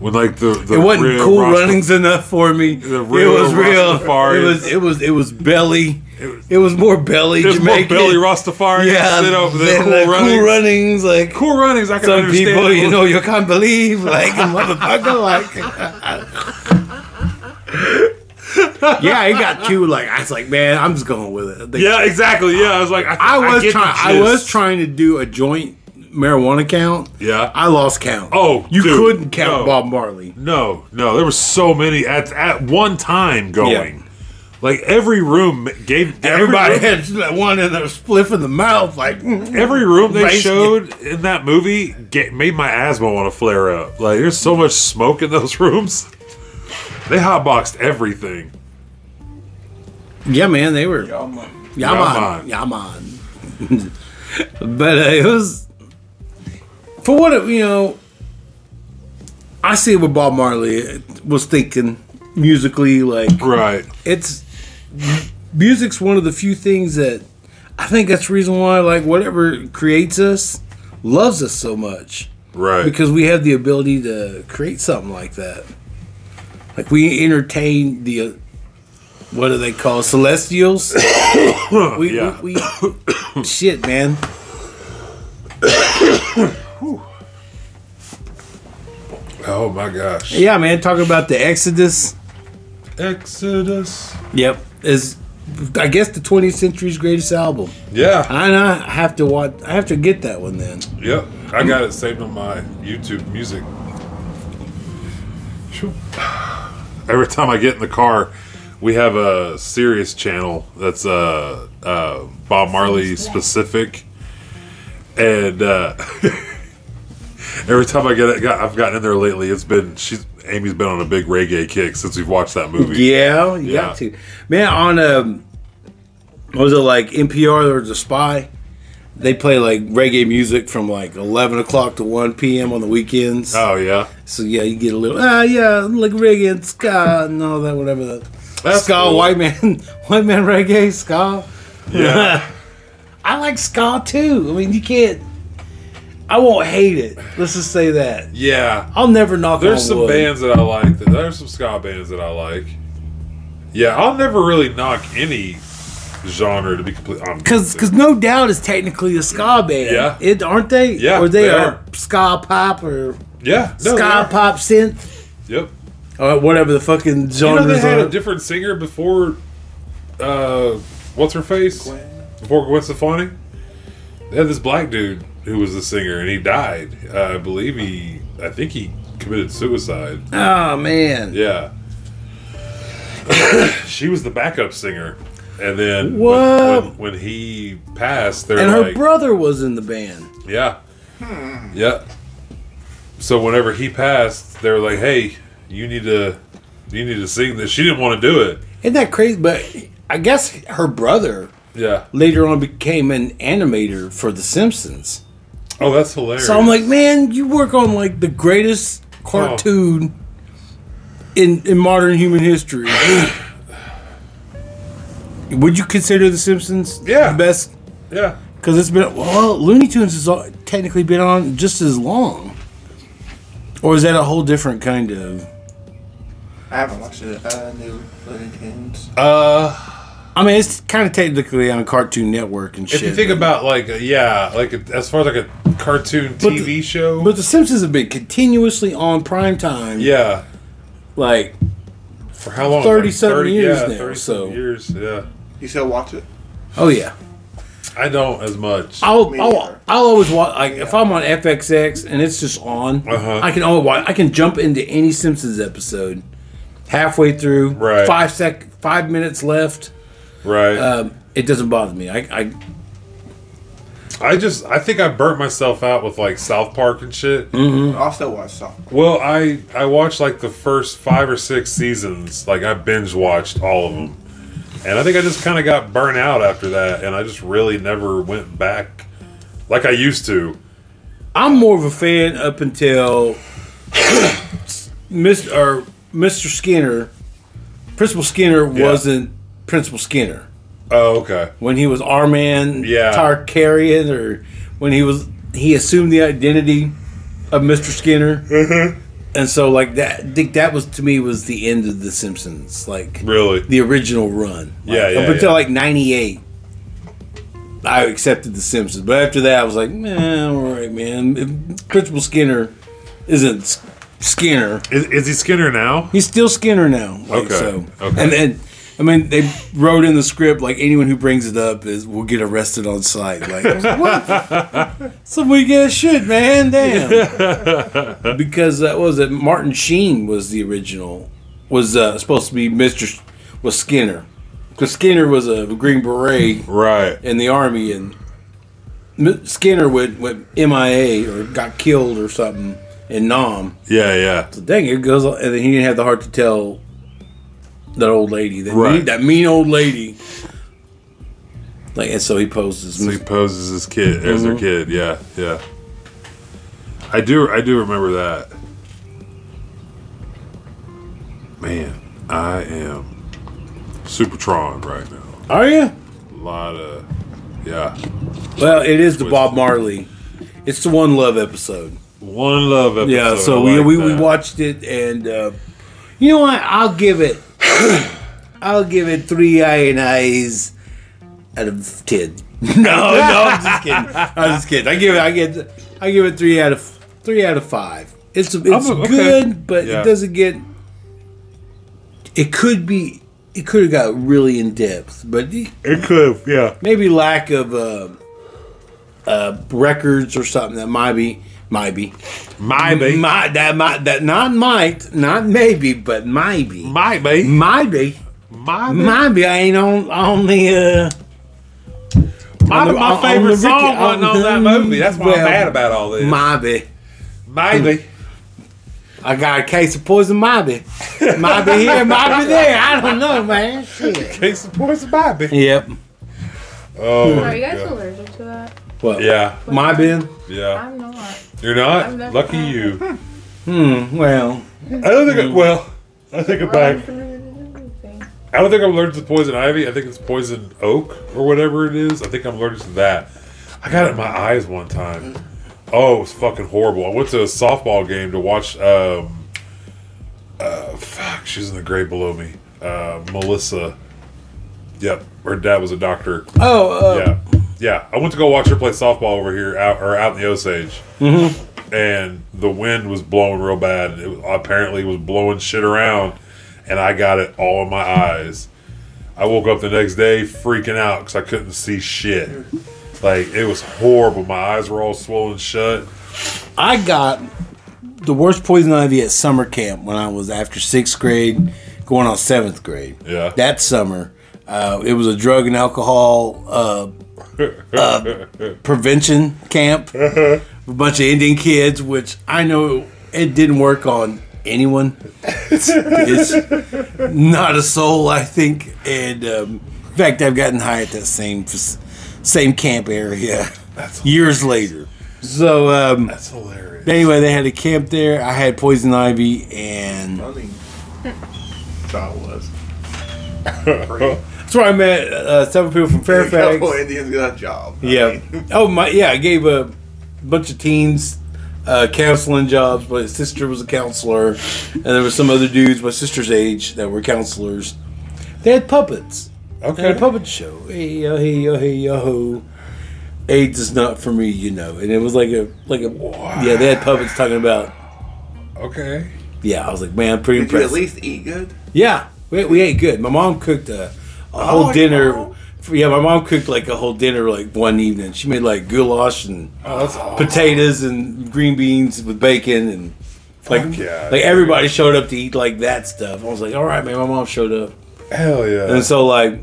when like the, the
It wasn't
real
cool
Rasta-
runnings enough for me.
The
it
real
was real.
Rastafarians.
It was. It was. It was belly. It
was-
was, more belly.
There's more
Jamaican.
Billy Rastafari
Yeah.
than over there.
than
Cool,
the
runnings.
cool runnings. Like
cool runnings. I can
some
understand.
people, you know, you can't believe. Like motherfucker. Like. yeah, he got cute. Like I was like, man, I'm just going with it. They-
Yeah, exactly. Yeah, I was like, I,
I was
get the
trying. I
gist.
was trying to do a joint marijuana count.
Yeah.
I lost count.
Oh,
you
dude, Oh.
couldn't count
no.
Bob Marley.
No, no, there were so many at at one time going.
Yeah.
Like every room gave
Everybody
every room-
had that one in their spliff in the mouth, like mm.
every room they
Basically.
showed in that movie get, made my asthma want to flare up. Like there's so much smoke in those rooms. They hotboxed everything.
yeah, man, they were
Y'all
yaman, yaman. but uh, it was for what it, you know. I see what Bob Marley was thinking musically, like
Right.
it's music's one of the few things that I think that's the reason why like whatever creates us loves us so much
Right.
because we have the ability to create something like that. Like we entertain the uh, what do they call it? celestials? we,
yeah.
we, we shit, man.
oh my gosh.
Yeah, man. Talking about the Exodus.
Exodus.
Yep, is I guess the 20th century's greatest album.
Yeah.
And I have to watch. I have to get that one then.
Yep. I got it saved on my YouTube music. Shoo. Every time I get in the car, we have a serious channel that's uh, uh, Bob Marley specific. and uh, every time I get, got I've gotten in there lately, it's been she's Amy's been on a big reggae kick since we've watched that movie.
Yeah, you
Yeah.
got to. Man, on um what was it like NPR there was a spy? They play like reggae music from like eleven o'clock to one PM on the weekends.
Oh yeah,
So yeah, you get a little ah yeah, like reggae and ska and all that, whatever that
That's
ska
cool.
white man white man reggae, ska.
yeah.
I like ska too. I mean you can't I won't hate it. Let's just say that.
Yeah.
I'll never knock
There's
on
some
wood.
bands that I like. That, there's some ska bands that I like. Yeah, I'll never really knock any genre to be complete. honest with
Cause,
you.
cause no doubt is technically a ska band.
Yeah.
it aren't they?
Yeah,
or they,
they
are,
are.
ska pop or
yeah, no, they
ska
are.
pop synth
Yep.
or whatever the fucking
You know
genres
they had
are.
a different singer before. Uh, what's her face? Before Gwen Stefani, they had this black dude who was the singer, and he died. Uh, I believe he. I think he committed suicide.
oh man,
Yeah. she was the backup singer, and then
What?
When, when, when he passed, they're
and her
like,
brother was in the band.
yeah, yeah. So whenever he passed, they were like, "Hey, you need to, you need to sing this." She didn't want to do it.
Isn't that crazy? But I guess her brother
Yeah.
later on became an animator for The Simpsons.
Oh, that's hilarious.
So I'm like, man, you work on like the greatest cartoon
Oh.
in in modern human history. Would you consider The Simpsons
Yeah.
the best?
yeah,
Because it's been well, Looney Tunes has al- technically been on just as long, or is that a whole different kind of?
I haven't watched it. Uh, new Looney Tunes.
Uh,
I mean, it's kind of technically on Cartoon Network and
if
shit.
you think
but-
about like, a, yeah, like a, as far as like a cartoon
But
TV
the-
show,
but The Simpsons have been continuously on prime time,
yeah,
like
for how long?
30-something years now,
30-something
so-
years, yeah.
You still watch it?
oh yeah.
I don't as much.
I'll,
Me
I'll,
neither.
I'll always watch like if I'm on FXX and it's just on,
Uh-huh.
I can always watch. I can jump into any Simpsons episode halfway through,
Right.
five sec, five minutes left.
right.
Um, it doesn't bother me. I, I
I just I think I burnt myself out with like South Park and shit.
I'll still watch South Park.
Well, I I watched like the first five or six seasons. Like I binge watched all of them, and I think I just kind of got burnt out after that, and I just really never went back like I used to.
I'm more of a fan up until Mr. Or Mr. Skinner, Principal Skinner
Yeah.
wasn't Principal Skinner
Oh, okay.
when he was our man
Yeah.
Tarkarian, or when he was he assumed the identity of Mr. Skinner.
Mm-hmm.
And so, like that, I think that was to me was the end of The Simpsons, like
Really?
the original run. Like,
Yeah, yeah,
Up until
yeah.
like '98, I accepted The Simpsons, but after that, I was like, man, all right, man. If Principal Skinner isn't S- Skinner.
Is, is he Skinner now?
He's still Skinner now. like,
Okay,
So.
okay.
And then, I mean, they wrote in the script like anyone who brings it up is will get arrested on sight. Like, I was like, what? Some weak ass shit, man. Damn. because that was it. Martin Sheen was the original. Was uh, supposed to be Mister. Sh- Was Skinner. Because Skinner was a Green Beret
Right.
in the army, and M- Skinner went, went MIA or got killed or something in Nam.
Yeah, yeah.
Dang, it goes. And then he didn't have the heart to tell that old lady, that,
Right.
mean, that mean old lady. Like, and so he poses.
So he poses as kid as
Mm-hmm.
their kid. Yeah, yeah. I do I do remember that. Man, I am Supertron right now.
Are you?
A lot of yeah.
Well, it is the Bob Marley. It's the one love episode.
One love episode.
Yeah, so
I
we,
like
we, we
that.
watched it, and uh, you know what? I'll give it. I'll give it three iron eyes out of ten. No, no, I'm just kidding. I'm just kidding. I give it. I get. I give it three out of three out of five. It's it's
okay.
good, but
Yeah.
it doesn't get. It could be. It could have got really in depth, but it-
it could yeah.
maybe lack of uh, uh, records or something that might be might be Mm-hmm.
Might be.
might that might that not might not maybe but might be
Might be.
might be
Might be.
might be I ain't on on the uh
My,
On the-
my
on- on
favorite
the
song
Ricky-
wasn't
on-
on that movie. That's why I'm
Well,
mad about all this.
Mobby.
Maybe.
I got a case of poison Mobby. Mobby here, Mobby there. I don't know, man. Shit.
Case of Poison Bobby.
Yep.
Oh,
Are you guys
God.
allergic to that?
What?
Yeah,
Mobby?
yeah.
I'm not.
You're
I've
not?
never
Lucky
had
you.
Hmm. Well,
I don't think. I, well, I think it
Run
back.
through everything.
I don't think I'm allergic to poison ivy. I think it's poison oak or whatever it is. I think I'm allergic to that. I got it in my eyes one time. Oh, it was fucking horrible. I went to a softball game to watch. Um, uh, fuck, she's in the grade below me. Uh, Melissa. Yep, her dad was a doctor.
oh, uh,
Yeah, yeah. I went to go watch her play softball over here, out or out in the Osage,
Mm-hmm.
and the wind was blowing real bad. and It was, apparently was blowing shit around, and I got it all in my eyes. I woke up the next day freaking out because I couldn't see shit. Like it was horrible. My eyes were all swollen shut.
I got the worst poison ivy at summer camp when I was after sixth grade, going on seventh grade.
Yeah.
That summer, uh, it was a drug and alcohol uh, uh, prevention camp. a bunch of Indian kids, which I know it didn't work on anyone. It's, it's not a soul, I think. And um, in fact, I've gotten high at that same same camp area
That's
years later. So. Um,
That's hilarious.
Anyway, they had a camp there. I had poison ivy, and
I think Shot was.
that's where I met uh, several people from
A couple
Fairfax.
Indians got a job. I
Yeah.
mean,
Oh my. Yeah, I gave a bunch of teens uh, counseling jobs. My sister was a counselor, and there was some other dudes my sister's age that were counselors. They had puppets. They had a
Okay.
puppet show. Hey yo, hey yo, hey yo ho. AIDS is not for me, you know. And it was like a like a yeah. They had puppets talking about
Okay.
yeah. I was like, man, pretty
Did you
impressive.
at least eat good?
Yeah, we, we ate good. My mom cooked a, a whole
your
dinner.
mom?
for- Yeah, my mom cooked like a whole dinner like one evening. She made like goulash and
Oh, that's awesome.
potatoes and green beans with bacon and like
yeah,
like
dude.
everybody showed up to eat like that stuff. I was like, all right, man. My mom showed up,
Hell yeah.
and so like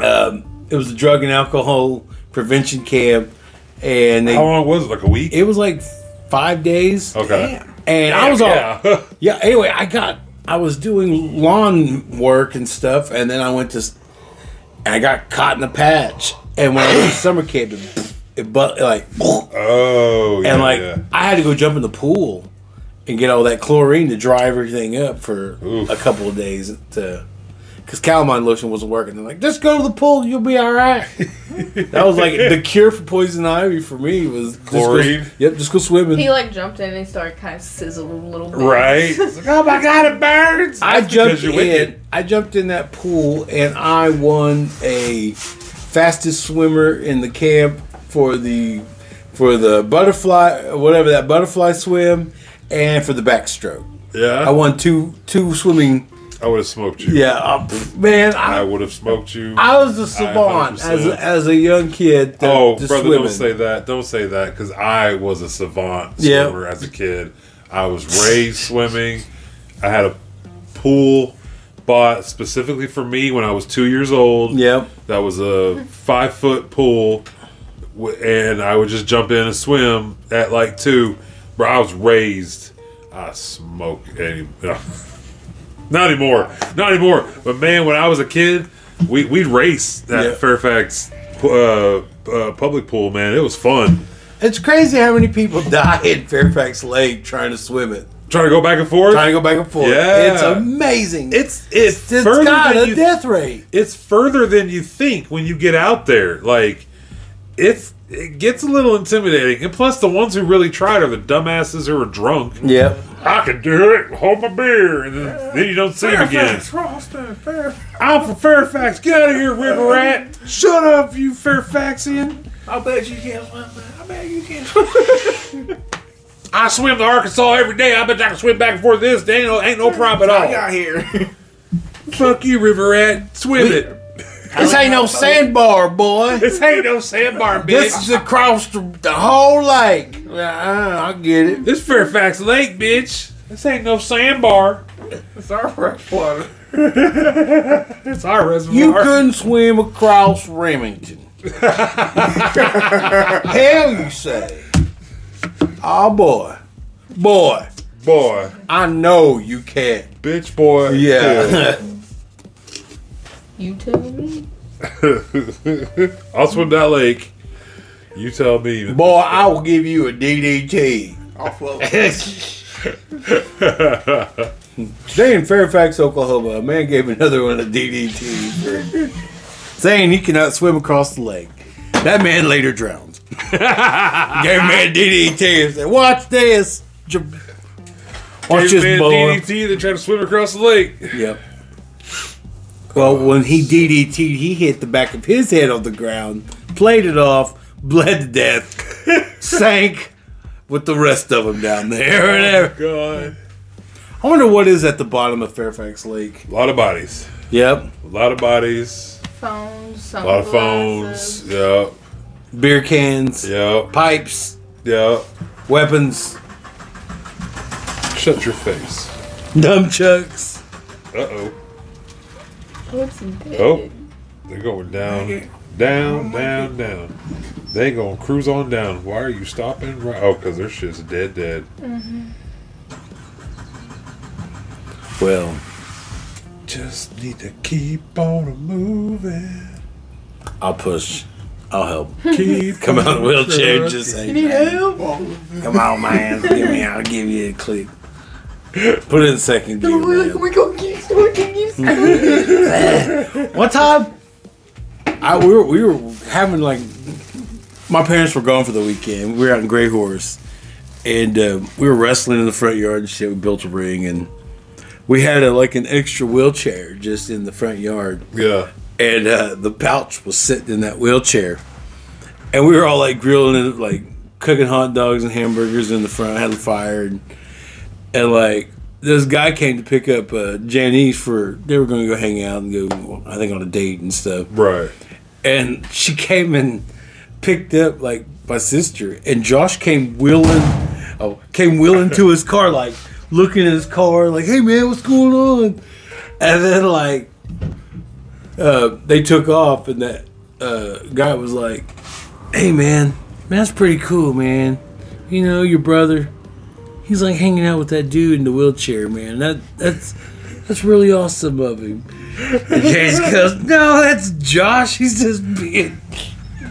um, it was a drug and alcohol prevention camp, and
How
they,
long was it? Like a week?
it was like five days.
okay.
And I was all
Yeah.
yeah, anyway, I got I was doing lawn work and stuff, and then I went to s- and I got caught in a patch. And when I was in summer camp, it, it but like
oh. Yeah,
and like
yeah.
I had to go jump in the pool and get all that chlorine to dry everything up for
Oof.
a couple of days to because calamine lotion wasn't working. They're like, just go to the pool, you'll be all right. that was like the cure for poison ivy for me was just go-
Chlorine?
yep, just go swimming.
He like jumped in and started kind of sizzling a little bit.
Right? It's like, oh my god, it burns!
I
That's
jumped
because
in.
you're wicked.
I jumped in that pool and I won a fastest swimmer in the camp for the for the butterfly whatever that butterfly swim and for the backstroke.
Yeah.
I won two two swimming.
I would have smoked you.
Yeah, uh, pff, man,
I
I,
would have smoked you.
I was a savant as
100%.
a, as a young kid. To,
oh,
to
brother,
swimming.
don't say that. Don't say that because I was a savant
Yeah.
swimmer as a kid. I was raised swimming. I had a pool bought specifically for me when I was two years old.
Yep.
That was a five foot pool, w- and I would just jump in and swim at like two. Bro, I was raised. I smoke any. Not anymore. Not anymore. But man, when I was a kid, we we'd race at
Yeah.
Fairfax uh, uh, public pool. Man, it was fun.
It's crazy how many people die in Fairfax Lake trying to swim it,
Trying to go back and forth.
trying to go back and forth.
Yeah.
it's amazing.
it's it's,
it's
further
got
than
a
you-
death rate.
It's further than you think when you get out there. Like it's it gets a little intimidating. And plus, the ones who really tried are the dumbasses who are drunk.
Yep.
I can do it. Hold my beer, and then, then you don't see them again.
Charleston, fair.
I'm from Fairfax. Get out of here, river rat. Shut up, you Fairfaxian.
I bet you can't swim. man. I bet you can't.
I swim to Arkansas every day. I bet I can swim back and forth this. Ain't no, ain't no problem
I
at
got here.
all. Fuck you, river rat. Swim it.
This ain't no sandbar, boy.
This ain't no sandbar,
This
bitch.
is across the, the whole lake. Uh, I get it.
This Fairfax Lake, bitch. This ain't no sandbar.
It's our fresh water.
It's our reservoir.
You couldn't swim across Remington. Hell, you say? Oh, boy. Boy,
Boy.
I know you can't.
Bitch boy.
Yeah.
You tell me.
I'll swim that lake. You tell me.
boy, I will give you a DDT.
I'll float.
Today in Fairfax, Oklahoma, a man gave another one a DDT, saying he cannot swim across the lake. That man later drowned. gave man DDT and said, "Watch this, Ja- watch
Gave
this,
man
boy."
DDT that tried to swim across the lake.
Yep. Well, when he DDT, he hit the back of his head on the ground, played it off, bled to death, sank with the rest of them down there.
God.
I wonder what is at the bottom of Fairfax Lake.
A lot of bodies.
Yep.
A lot of bodies.
Phones,
A lot of phones. Yep.
Beer cans.
Yep.
pipes,
Yep.
weapons,
Shut your face.
nunchucks.
Uh oh.
What's big?
Oh. They're going down, down, down, down. They gonna cruise on down. Why are you stopping? Right? Oh, cause their shit's dead, dead.
Well,
Just need to keep on moving.
I'll push. I'll help.
Keep
Come out of the wheelchair.
trucking.
Just say, you need help? Come on, man. Give me. I'll give you a click. Put it in second gear. man.
We're gonna keep smoking, keep smoking.
One time, I we were, we were having like my parents were gone for the weekend. We were out in Grey Horse, and uh, we were wrestling in the front yard and shit. We built a ring, and we had a, like an extra wheelchair just in the front yard.
Yeah.
and uh, the pouch was sitting in that wheelchair. And we were all like grilling it, like cooking hot dogs and hamburgers in the front, had a fire, and, and like this guy came to pick up uh, Janice for they were going to go hang out and go, I think, on a date and stuff.
Right.
And she came and picked up like my sister, and Josh came wheeling, oh, came wheeling to his car, like looking at his car, like, hey man, what's going on? And then like uh, they took off, and that uh, guy was like, "Hey, man, man, that's pretty cool, man. You know, your brother, he's like hanging out with that dude in the wheelchair, man. That that's that's really awesome of him." And James goes, "No, that's Josh. He's just being."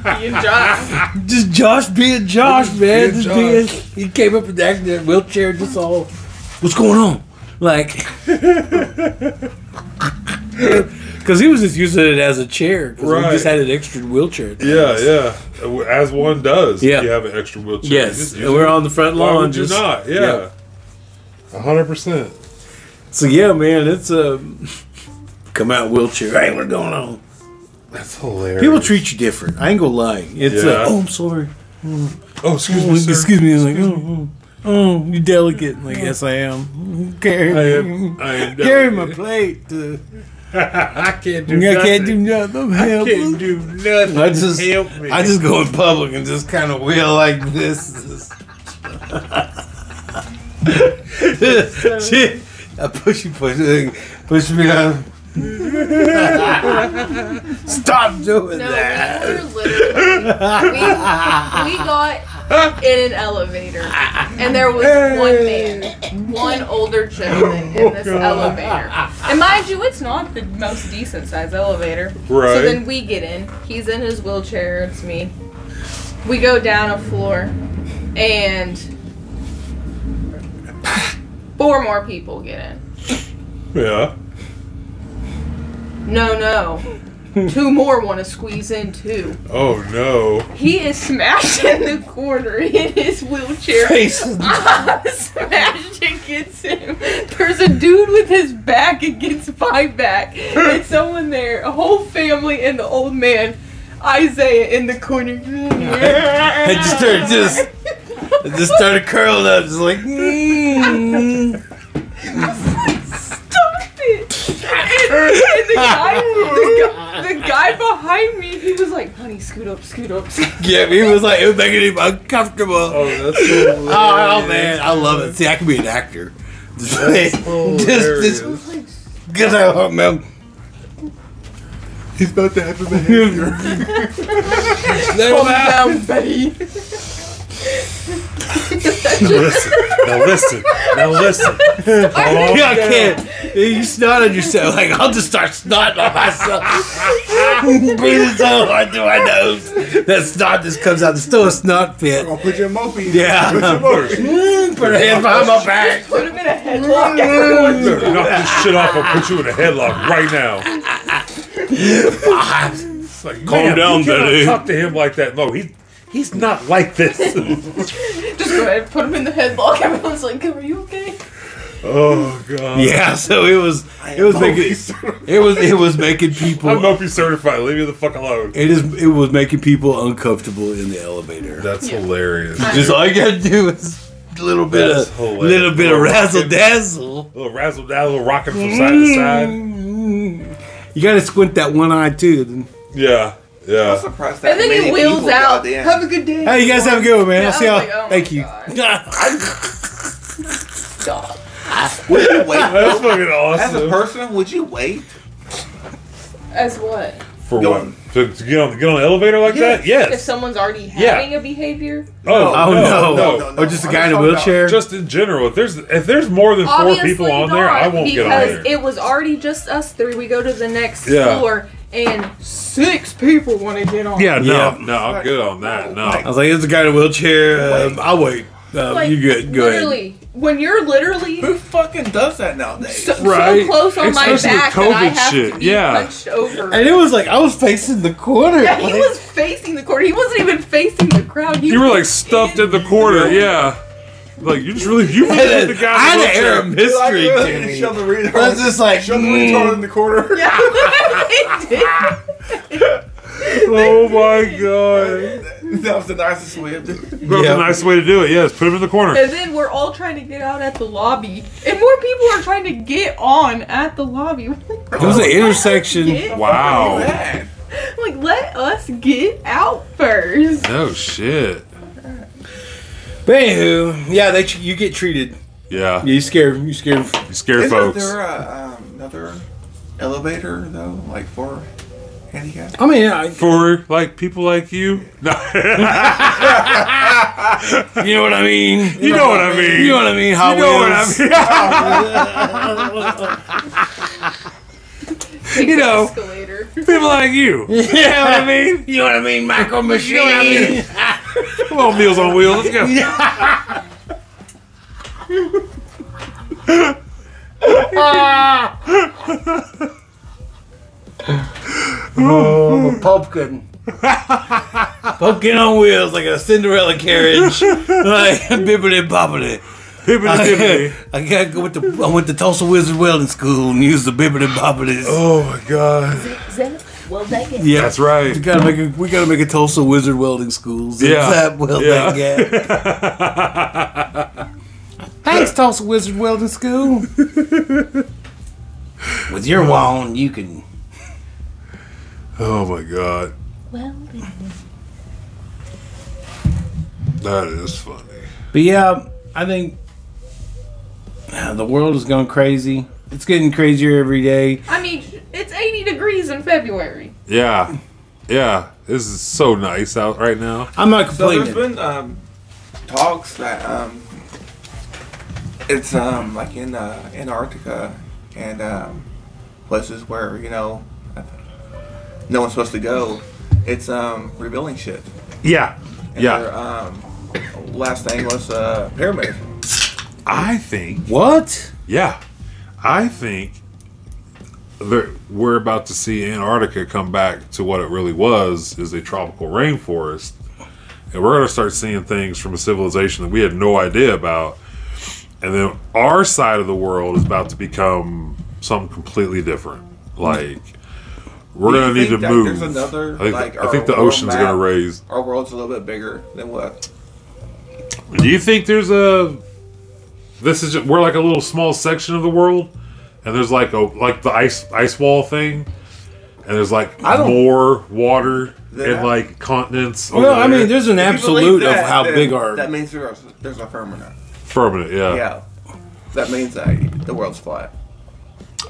Just Josh being Josh, man.
being
Just
Josh.
being, he came up and acted in that wheelchair, just all, what's going on? Like, because he was just using it as a chair. 'cause
Right.
We just had an extra wheelchair.
Yeah, yeah. As one does.
Yeah.
If you have an extra wheelchair. you
Yes,
just use
and we're
it.
on the front
Why
lawn.
would you
just-
not?
yeah.
Yeah. A hundred percent.
So yeah, man, it's a come out wheelchair. Hey, what's going on?
That's hilarious.
People treat you different. I ain't gonna lie. It's
Yeah.
uh, oh, I'm sorry.
Oh, excuse
Oh,
me, sir.
excuse me. It's like oh, oh, oh, you delicate. I'm Like yes, I am. Carry,
I am. I am.
carry my
delicate.
plate. uh,
I can't do.
I
nothing.
can't do nothing. I'm helpless.
do nothing.
I just,
Help me.
I just go in public and just kind of wheel like this. Shit, I push you, push you, push me down. Stop doing
No,
that.
we were literally we, we got in an elevator, and there was one man, one older gentleman in this elevator.
And mind you, it's not the most decent sized elevator.
Right.
So then we get in. He's in his wheelchair. It's me. We go down a floor, and four more people get in.
yeah.
No, no. Two more want to squeeze in too.
Oh no.
He is smashed in the corner in his wheelchair. smashed against him. There's a dude with his back against my back. And someone there, a whole family and the old man, Isaiah in the corner.
I just started just, I just started curling up, just like. Mm.
Stop it! And, and the, guy, the guy the guy behind me, he was like, honey, scoot up, scoot up, scoot up.
Yeah, he was like, it was making him uncomfortable.
Oh, that's so
Oh, man, I love it. See, I could be an actor. Just, just,
hilarious.
just, get out of my mouth.
He's about to have a behavior.
Let him out.
down, Betty.
Now listen. Now listen. Now listen.
Yeah, I can't. You snot on yourself. Like, I'll just start snotting on myself. Breathing so hard through my nose. That snot just comes out. It's still a snot fit.
I'll put your mopey.
Yeah.
Put your mopey.
Put a hand behind my back.
Put him in a headlock. Everyone.
Better knock this shit off. I'll put you in a headlock right now. It's like, calm
down,
you cannot
Betty.
Talk to him like that. No, he he's not like this.
Just go ahead. Put him in the headlock. Everyone's like, "Are you okay?"
oh god.
Yeah, so it was it was making it was it was making people
I'm Mopey certified. Leave me the fuck alone.
it is it was making people uncomfortable in the elevator.
That's hilarious.
Just all you gotta do is a little bit
That's
of
hilarious.
little bit of razzle dazzle.
little razzle dazzle, rocking from side to
Mm.
side.
You gotta squint that one eye too.
Yeah,
I'm
yeah.
surprised that
And then
many
he wheels
people
out.
got
Have
in.
a good day.
Hey, you guys have a good one, man. I'll
I
see y'all.
was like, oh my
Thank you.
Would you wait?
That's fucking
As a
awesome.
person, would you wait?
As what?
For
Go
what?
on.
To, to get on get on an elevator like that?
Uh, If
Yes.
someone's already
Yeah.
having a behavior,
Oh,
oh no.
no,
no, no.
Or just a
I'm
guy in
just
a
talking about
wheelchair.
Just in general, if there's if there's more than four
Obviously
people on there,
not,
I won't get
because
on
Alright.
there.
it was already just us three. We go to the next
Yeah.
floor, and six people want to get on.
Yeah, no,
Yeah.
no, I'm good on that.
I
No,
was like, it's a guy in a wheelchair. Um, I'll wait. Um,
Like,
you good? Go ahead.
literally, when you're literally
Who fucking does that nowadays?
so,
Right.
so close on
Especially
my
with
back that I
COVID
have
shit,
to be
yeah.
punched over.
And it was like I was facing the corner.
yeah,
like-
he was facing the corner. He wasn't even facing the crowd.
you were like stuffed in the corner. Yeah, like you just really you really hit the
I
guy. in the
had an
wheelchair.
air of mystery to me.
Shove the retard.
I was just like, mm.
shove the retard in the corner.
Yeah, it did.
Oh my god,
that was the nicest way of doing. it.
that was a nice way to do it. Yes, put him in the corner.
And then we're all trying to get out at the lobby, and more people are trying to get on at the lobby.
it was an intersection.
Get-
Wow.
Man,
like, let us get out first.
Oh shit.
But anywho, yeah, they tr- you get treated.
Yeah,
Yeah, you scare you scare.
you scare
isn't
folks.
there a, um, another elevator though, like for handicap?
I mean, I,
For like people like you, no,
you know what I mean.
you know what I mean.
You know what I mean. Hot
You know what I
Wheels.
mean.
You
know.
Escalator.
People like you. You know what I mean?
You know what I mean. Micro machine.
Come on, Meals on Wheels. Let's go.
Pumpkin. Pumpkin on wheels like a Cinderella carriage. like bibbity bobbity.
Hibbity dibbity.
I gotta go with the I went to Tulsa Wizard Welding School and used the bibbity bobbity.
Oh my god.
yeah,
That's right.
We gotta make a we gotta make a Tulsa Wizard Welding School. Zip
Yeah.
zap, weld
Yeah.
that gap. Thanks, Tulsa Wizard Welding School. With your wand, you can.
Oh my god. That is funny.
But yeah, I think uh, the world has gone crazy. It's getting crazier every day.
I mean, it's 80 degrees in February.
Yeah. Yeah. This is so nice out right now.
I'm not
So
complaining.
there's been um, talks that um, it's um, like in uh, Antarctica and um, places where you know no one's supposed to go. It's um, rebuilding shit.
Yeah.
And
Yeah.
Their, um, last name was uh, pyramid.
I think
what?
Yeah, I think that we're about to see Antarctica come back to what it really was is a tropical rainforest. And we're going to start seeing things from a civilization that we had no idea about. And then our side of the world is about to become something completely different. Like, we're
Do you
going to need
think
to
that
move.
there's another,
I think,
like,
I think
our
the
world
ocean's going to
map?
raise.
Our world's a little bit bigger than what.
Do you think there's a? This is just, we're like a little small section of the world, and there's like a like the ice ice wall thing, and there's like
I don't-
more water
Then
and
I-
like continents.
Well,
over
I mean,
there.
there's an
If you
absolute
believe
of
that,
how
then
big our
That means there's there's a firmament.
firmament. Yeah,
Yeah. That means that the world's flat.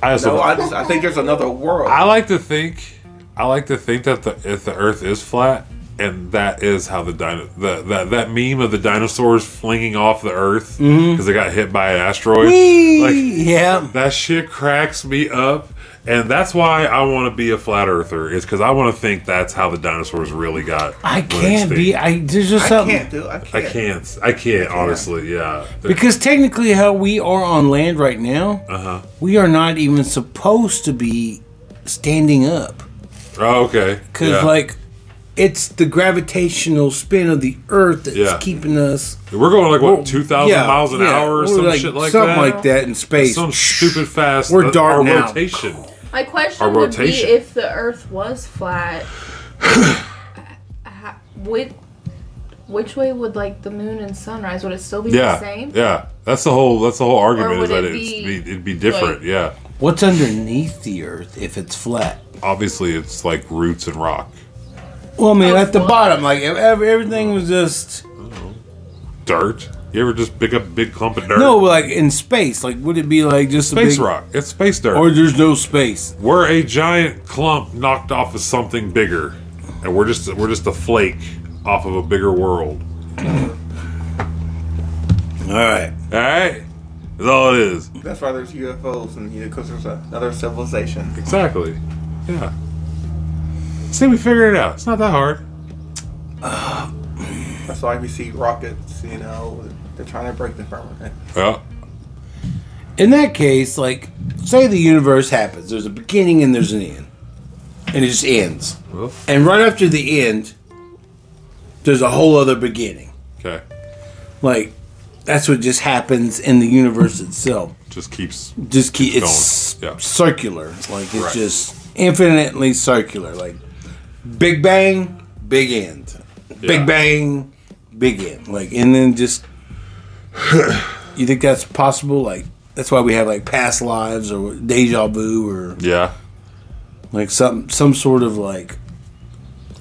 I also
No, I, just, I think there's another world.
I like to think I like to think that the if the Earth is flat, and that is how the dino the, that that meme of the dinosaurs flinging off the Earth because they got hit by an asteroid. Like
yeah.
that shit cracks me up, and that's why I want to be a flat earther. Is because I want to think that's how the dinosaurs really got.
I
went
can't be.
extinct.
I there's just
I
something
can't do. I can't.
I can't. I can't. Honestly, yeah.
because technically, how we are on land right now,
Uh-huh.
we are not even supposed to be standing up
Oh, okay.
because
Yeah.
like it's the gravitational spin of the Earth that's
Yeah.
keeping us.
we're going like
Well,
what two thousand
yeah,
miles an
yeah,
hour
we're
or some shit like
something
that.
like that in space.
Some stupid fast. uh,
We're dark
our
now.
rotation.
My
Our
question would be
rotation.
if the Earth was flat, h- would which way would like the moon and sunrise? Would it still be
Yeah,
the same?
yeah. That's the whole. That's the whole argument
would
is that
it
it's
be,
be, it'd be different.
like-
yeah.
What's underneath the Earth if it's flat?
Obviously, it's like roots and rock,
Well, I mean,
Oh,
at the
what?
bottom, like ev- ev- everything was just
dirt. You ever just pick up a big clump of dirt?
no, but, like in space. Like, would it be like just a
space
big,
rock. It's space dirt.
or there's no space?
we're a giant clump knocked off of something bigger, and we're just we're just a flake off of a bigger world.
All right.
All right, that's all it is.
That's why there's UFOs and you because there's another civilization.
Exactly. Yeah. See, we figured it out. It's not that hard.
That's why we see rockets. You know, they're trying to break the firmament.
Well,
In that case, like, say the universe happens. There's a beginning and there's an end, and it just ends.
well
And right after the end, there's a whole other beginning.
okay.
Like, that's what just happens in the universe itself.
Just keeps
just keep
Keep
it's
going. Yeah.
circular like it's
Right.
just infinitely circular like big bang big end
Yeah.
big bang big end like and then just you think that's possible like that's why we have like past lives or deja vu or
yeah.
like some some sort of like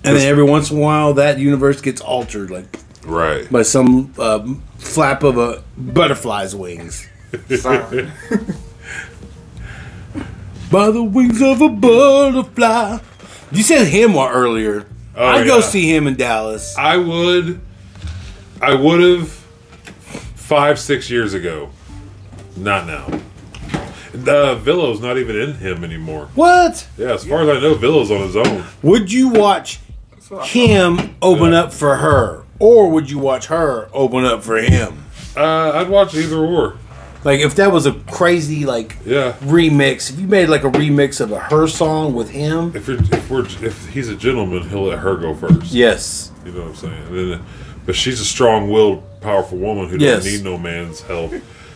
and then every once in a while that universe gets altered like
Right.
by some um, flap of a butterfly's wings
Sorry.
By the wings of a butterfly. You said him one earlier.
Oh,
I'd go
yeah.
see him in Dallas.
I would, I would have five, six years ago. Not now. Uh, Villo's not even in him anymore.
What?
Yeah, as far as I know, Villo's on his own.
Would you watch him open
Yeah.
up for her? Or would you watch her open up for him?
Uh, I'd watch either or.
Like if that was a crazy like
Yeah.
remix, if you made like a remix of a her song with him.
If you're, if we're, if he's a gentleman, he'll let her go first.
Yes.
You know what I'm saying? And then, but she's a strong-willed, powerful woman who
Yes.
doesn't need no man's help,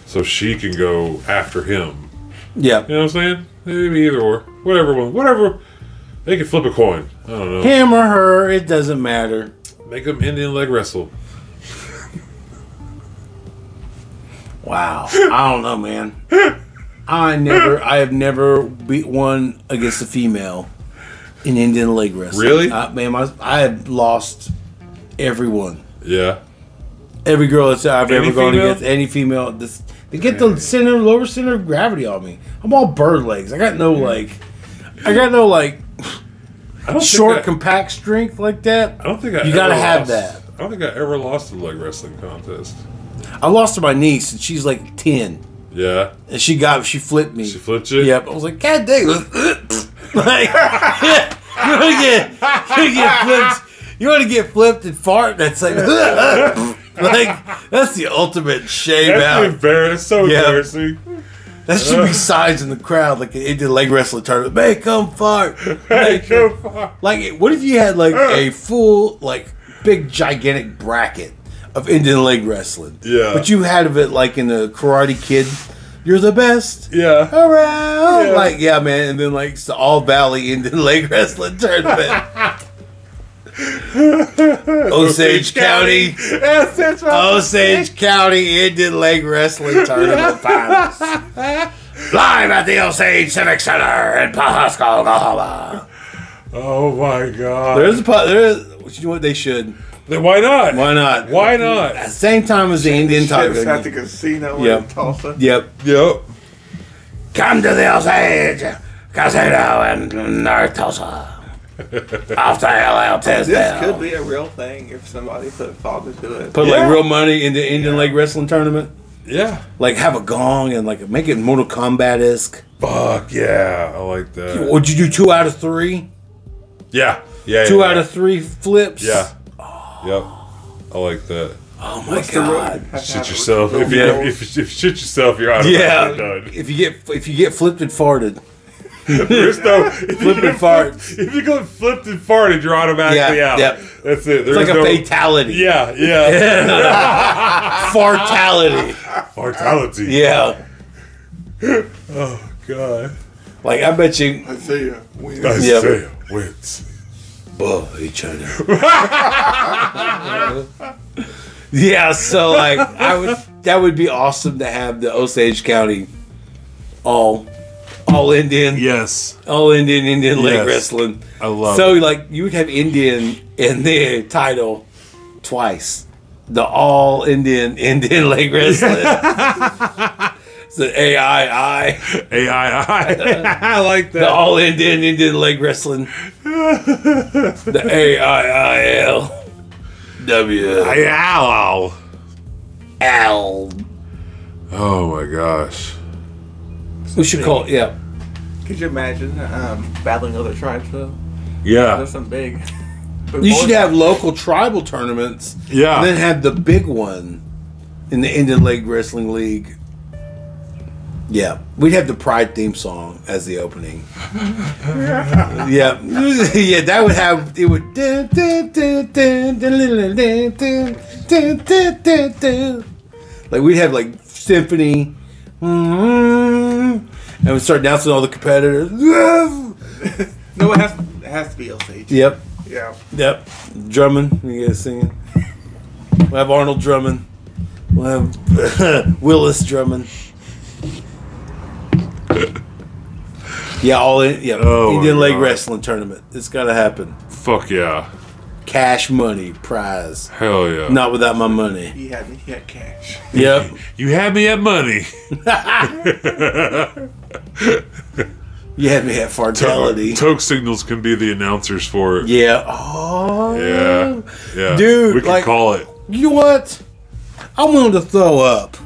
so she can go after him.
Yeah.
You know what I'm saying? Maybe either or, whatever one, whatever. They could flip a coin. I don't know.
Him or her, it doesn't matter.
Make them Indian leg wrestle.
Wow. I don't know, man. I never, I have never beat one against a female in Indian leg wrestling.
Really?
I, man, my, I have lost everyone.
Yeah.
Every girl that's I've
Any
ever gone
female?
against, any female. This, they get the center, lower center of gravity on me. I'm all bird legs. I got no like, I got no like
I don't
short,
Think
compact strength like
I,
that.
I don't think I.
You
ever
gotta have
lost-
that.
I don't think I ever lost a leg wrestling contest.
I lost to my niece, and she's like ten,
Yeah.
and she got, she flipped me.
She flipped you.
Yep. I was like, God dang. like, you want to get, you wanna get flipped. You want to get flipped and fart? That's like, like that's the ultimate shame
That's
out.
embarrassing. So
Yeah.
embarrassing.
That should be signs in the crowd, like an Indian leg wrestling tournament. Hey, come fart!
Hey,
Like,
go far.
like, what if you had like a full, like big, gigantic bracket of Indian leg wrestling?
Yeah.
But you had of it like in the Karate Kid. You're the best
Yeah.
around.
Yeah.
Like, yeah, man. And then, like, it's the All Valley Indian Leg Wrestling Tournament. Osage County,
Yes, that's right.
Osage County Indian Leg Wrestling Tournament Finals. Live at the Osage Civic Center in Pawhuska, Oklahoma.
Oh my God.
There's a po- there is, you know what they should.
Then why not?
Why not?
Why not?
At the same time as the Indian
It's at the
Taco.
casino
Yep.
in Tulsa.
Yep.
Yep.
Come to the Osage Casino in North Tulsa. Off the hell out,
This could
Tesla.
be a real thing if somebody put thought to do it.
Put
Yeah.
like real money in the Indian Lake Wrestling Tournament.
Yeah.
Like have a gong and like make it Mortal Kombat esque.
Fuck yeah. I like that.
Would you do two out of three?
Yeah. Yeah.
Two
yeah,
out of three flips.
Yeah. Yep. I like that.
Oh my god.
Shit yourself. If you,
Yeah.
if, if you shit yourself, you're out of
Yeah.
done.
If you get if you get flipped and farted.
There's no if you
Flip and
get
fart.
flipped- If you get flipped and farted, you're automatically
Yeah,
out.
yep.
That's it. There's
It's like
no,
a fatality.
Yeah, yeah.
Fartality.
Fartality.
Yeah.
Oh god.
Like I bet you
Isaiah wins.
I
Yep.
say wins.
bull each other. yeah, so like I would that would be awesome to have the Osage County all all Indian
Yes.
all Oh, Indian Indian
Yes.
leg wrestling.
I love
so like you would have Indian in the title twice. The all Indian Indian leg wrestling. it's the AII.
AI. I like
The
that.
all Indian Indian leg wrestling. the A I I L W
Hey, ow, ow.
L.
Oh my gosh.
We should call it, yeah.
Could you imagine um, battling other tribes though?
Yeah.
That's some big.
You should have local tribal tournaments.
Yeah.
And then have the big one in the Indian Leg Wrestling League. Yeah. We'd have the Pride theme song as the opening. yeah. yeah, that would have it would like we'd have like symphony. Mm-hmm. And we'd start announcing all the competitors.
No, it has it has to be Osage.
Yep.
Yeah.
Yep. Drummond. You guys singing? We'll have Arnold Drummond. We'll have Willis Drummond. Yeah, all in. Yeah,
Oh, my
Indian Leg
God.
Wrestling Tournament. It's got to happen.
Fuck yeah.
Cash money prize.
Hell yeah.
Not without my money.
He had me. He had cash.
Yep.
You had me at money.
You had me at fartality.
Toke signals can be the announcers for it.
Yeah. Oh.
Yeah. Yeah.
Dude,
We can
like-
call it.
you know what? I wanted to throw up.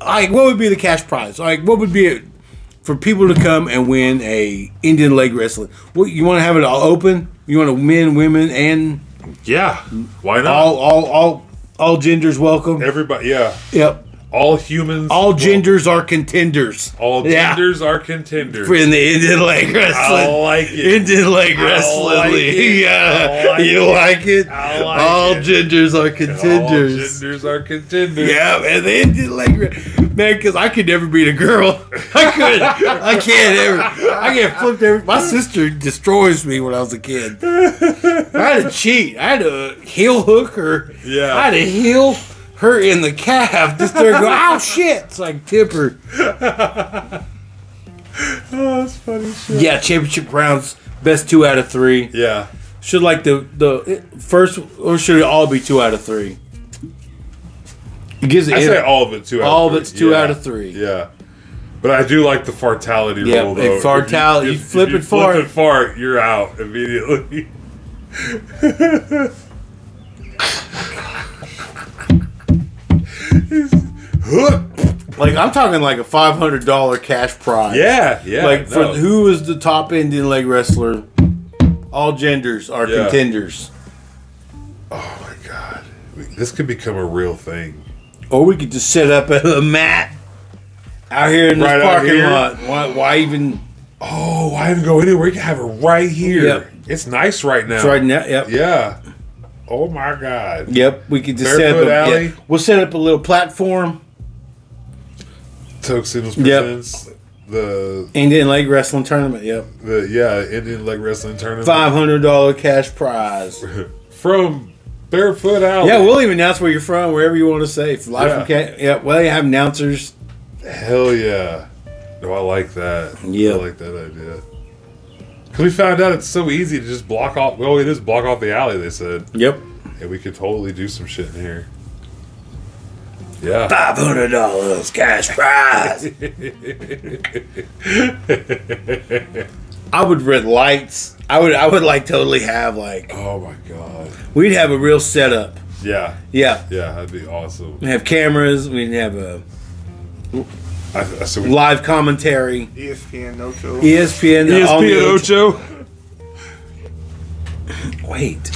Like, what would be the cash prize? Like, what would be it for people to come and win a Indian leg wrestling? What you want to have it all open? You want to men, women, and
Yeah. Why not?
all, all, all, all genders welcome.
Everybody. Yeah.
Yep,
All humans.
all genders are contenders.
All
Yeah.
genders are contenders.
in the Indian leg
I
wrestling.
like it.
Indian leg wrestling
Oh, like
league.
it. I like
Yeah, you
it.
like it?
I like
all
it.
genders are
All
contenders.
genders are contenders.
Yeah, man, they did like man, because I could never beat a girl. I could, I can't ever. I get flipped every. My sister destroys me when I was a kid. I had to cheat. I had to heel hook her.
Yeah.
I had to heel her in the calf. Just there, go. Oh shit! It's like tip her.
Oh, that's funny shit.
Yeah, championship rounds, best two out of three.
Yeah.
Should like the the first, or should it all be two out of three? It gives it
I say all of it two out
All
of
of
three.
it's two
Yeah.
out of three.
Yeah. But I do like the fartality
Yeah,
rule
a
though.
fartality- you flip
if you
and fart.
Flip and fart, you're out immediately.
Like I'm talking like a five hundred dollar cash prize.
yeah, yeah.
Like for
no.
who is the top Indian leg wrestler? All genders are
Yeah.
contenders.
Oh my god. This could become a real thing.
Or we could just set up a, mat out here in
Right
this
out
parking
here.
lot. Why, why even?
Oh, I didn't go anywhere. You can have it right here.
Yep.
It's nice right now.
It's right now. Yep.
Yeah. Oh my god.
Yep. We could just
Barefoot
set up. A,
alley.
yeah. We'll set up a little platform.
Toke Signals
Yep.
presents the
Indian leg wrestling tournament. Yep.
the yeah Indian leg wrestling tournament
Five hundred dollar cash prize.
from Barefoot Alley.
Yeah, we'll even announce where you're from, wherever you want to say. If live from
Yeah.
Ca- Oh. yeah, well, you have announcers.
hell yeah. No, I like that. I
Yeah.
like that idea. 'Cause we found out it's so easy to just block off. Well, it is block off the alley. They said,
Yep.
and we could totally do some shit in here. Yeah.
Five hundred dollars cash prize. I would red lights. I would I would like totally have like
Oh my god.
we'd have a real setup.
Yeah.
Yeah,
Yeah, that'd be awesome.
we'd have cameras. We'd have a
I, I- so we,
live commentary.
E
E
ESPN, no show.
ESPN. on the
ESPN Ocho.
Wait.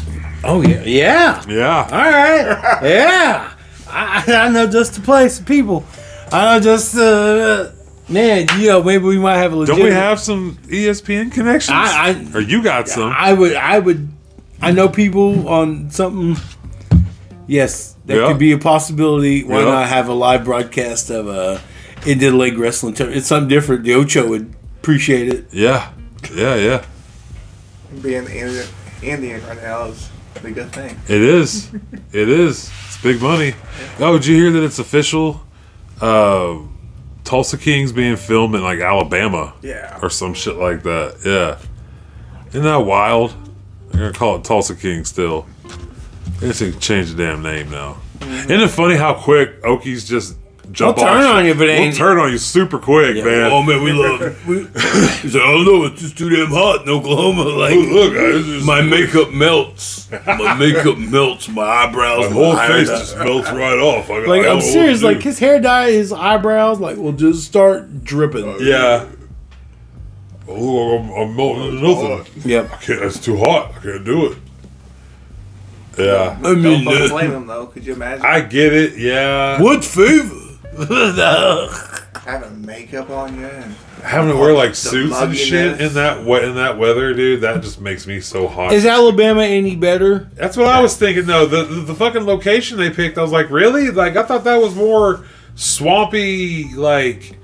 Oh yeah. Yeah.
Yeah.
All right. yeah. I, I know just the place, the people. I know just the uh, man. You know, maybe we might have a legit.
Don't we have some E ESPN connections?
I- I-
or you got some?
I would. I would. I know people on something. Yes, that
Yeah.
could be a possibility. Why
Yeah.
not have a live broadcast of a Indian leg wrestling tournament? It's something different. The Ocho would appreciate it.
yeah. Yeah. Yeah.
Being Indian, Indian right now is a good thing.
It is. it is. It's big money. Oh, did you hear that it's official? Uh, Tulsa King's being filmed in like Alabama.
Yeah.
Or some shit like that. Yeah. Isn't that wild? They're gonna call it Tulsa King still. They just need to change the damn name now. Isn't it funny how quick Okies just jump
Mm-hmm. We'll turn
off
on
shit?
you if it ain't-
We'll turn on you super quick, man.
Oh man, we love. We, he's like, I don't know, it's just too damn hot in Oklahoma. Like,
Oh, Look, guys, this-
my makeup melts. My makeup melts. My eyebrows.
my whole
my
face
eyes-
just melts right off. I, I
Like
don't know
I'm
what
serious.
to
Like
do.
his hair dye, his eyebrows, like will just start dripping.
yeah. Oh, I'm, I'm melting nothing.
Yep.
I can't. That's too hot. I can't do it. Yeah,
I mean,
Don't fucking
uh,
blame him though. Could you imagine
I get it. Yeah,
what fever?
having makeup on you? And
having to wear like
The
suits and shit
mugginess.
in that wet in that weather, dude. That just makes me so hot.
Is Alabama any better?
That's what I was thinking though. The, the the fucking location they picked, I was like, really? Like I thought that was more swampy, like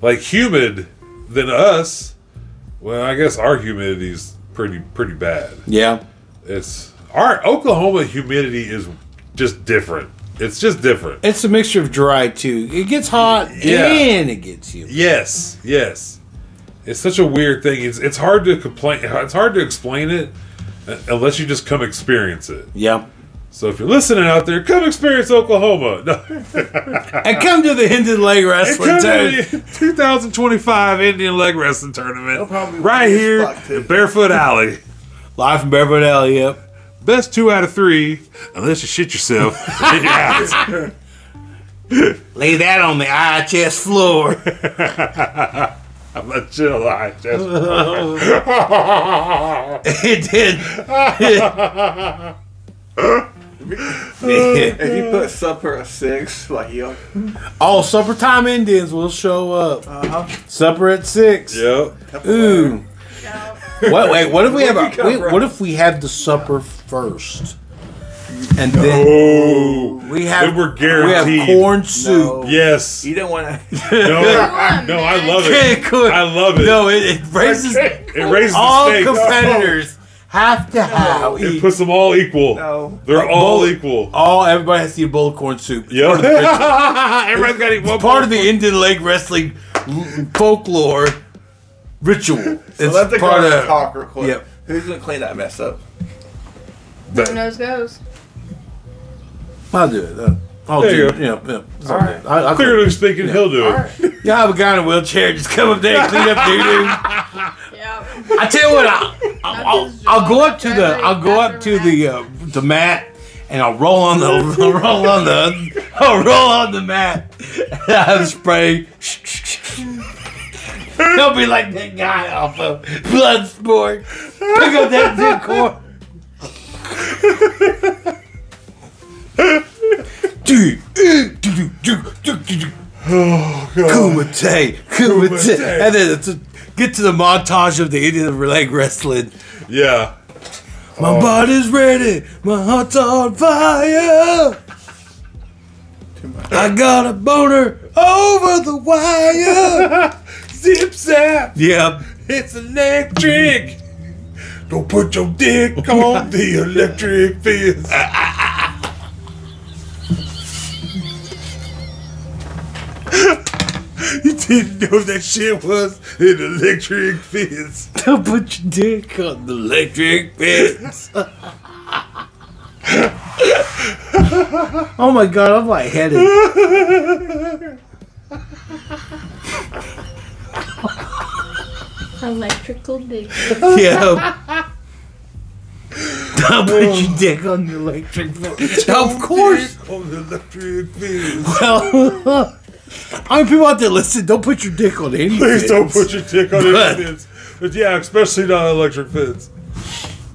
like humid than us. Well, I guess our humidity's pretty pretty bad.
Yeah.
It's our Oklahoma humidity is just different. It's just different.
It's a mixture of dry too. It gets hot
Yeah.
and it gets humid.
Yes, yes. It's such a weird thing. It's it's hard to complain. It's hard to explain it uh, unless you just come experience it.
Yeah.
So if you're listening out there, come experience Oklahoma. No.
And come to the Hinton Leg Wrestling
Come to
too.
the 2025 Indian Leg Wrestling Tournament
probably
right
win this
here
spot, too.
in Barefoot Alley.
Live from Beverly Alley. Yep.
Best two out of three, unless you shit yourself. Then you're out.
Lay that on the IHS floor.
I'm not chill. I just
it did.
if you put supper at six, like you,
All Oh, supper time Indians will show up.
uh huh.
Supper at six.
yep.
Ooh. What? Wait. What if we have?
Where'd you
A,
come
wait,
from?
what if we have the supper first, and then
Oh,
we have
then we're
we have
guaranteed.
corn soup.
No,
Yes.
you don't want to.
No, no, I love it.
Corn-
I love it.
No, it, it raises
It raises
all
the stakes.
competitors have to have
It
eat-
puts them all equal.
No.
They're
Like
all
both-
equal.
all. Everybody has to eat a bowl of corn soup. It's
Yep.
Part of the, ritual.
Everybody's got to eat one
It's part of the Indian leg wrestling l- folklore ritual.
So let the
part
guys
of-
talk real quick.
yep.
Who's gonna clean that mess up?
Who knows goes?
I'll do it. Uh, I'll
There
do
you go.
it. Yeah, yeah. It's
All
okay.
right.
I, I,
Clearly speaking, he'll do it.
Y'all have a guy in a wheelchair. Just come up there and clean up doo doo.
Yeah.
I tell you what, I'll, I'll, I'll go up to the I'll go up to the uh, the mat and I'll roll on the I'll roll on the I'll roll on the mat. And I'll spray. He'll be like that guy off of Bloodsport. Pick up that dude corn. Dude, eh, do, do, do, do, do, do. Kumite, Kumite.
Kumite.
And then it's a, get to the montage of the Indian leg wrestling.
Yeah.
My
Oh.
body's ready, my heart's on fire. I got a boner over the wire.
Zip zap.
yep.
It's electric. Don't put your dick on the electric fence. you didn't know that shit was an electric fence.
Don't put your dick on the electric fence. oh my god, I'm lightheaded.
Electrical dick.
Yeah. I'll put your dick on the electric bill. of course. Well, I mean, people out there listen, don't put your dick on anything.
Please don't put your dick on
But-
any fence. But yeah, especially not electric fence.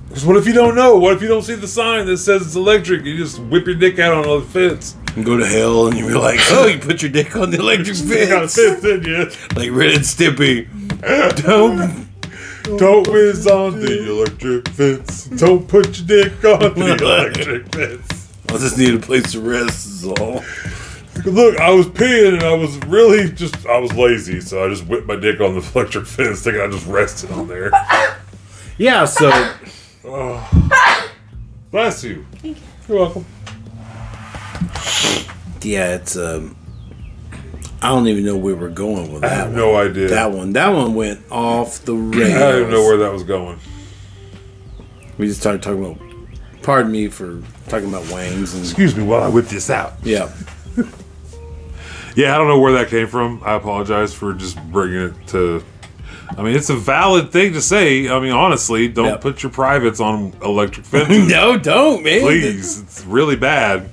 Because what if you don't know? What if you don't see the sign that says it's electric? You just whip your dick out on a fence.
Go to hell, and you'll be like, oh, you put your dick on the electric
You got a
fence.
fence, didn't you?
Like Red and Stimpy. Don't
Don't whiz on the electric fence. Don't put your dick on the electric fence.
I just need a place to rest is all.
Look, I was peeing and I was really just, I was lazy, so I just whipped my dick on the electric fence thinking I just rested on there.
Yeah, so
Bless you. You're welcome.
yeah, it's um I don't even know where we're going with
I
that
have
one.
no idea.
That one. That one went off the rails.
I don't even know where that was going.
we just started talking about pardon me for talking about wangs and
Excuse me while I whip this out.
yeah.
Yeah, I don't know where that came from. I apologize for just bringing it to. I mean, it's a valid thing to say. I mean, honestly, don't
Yep.
put your privates on electric fences.
no, don't, man.
Please, it's really bad.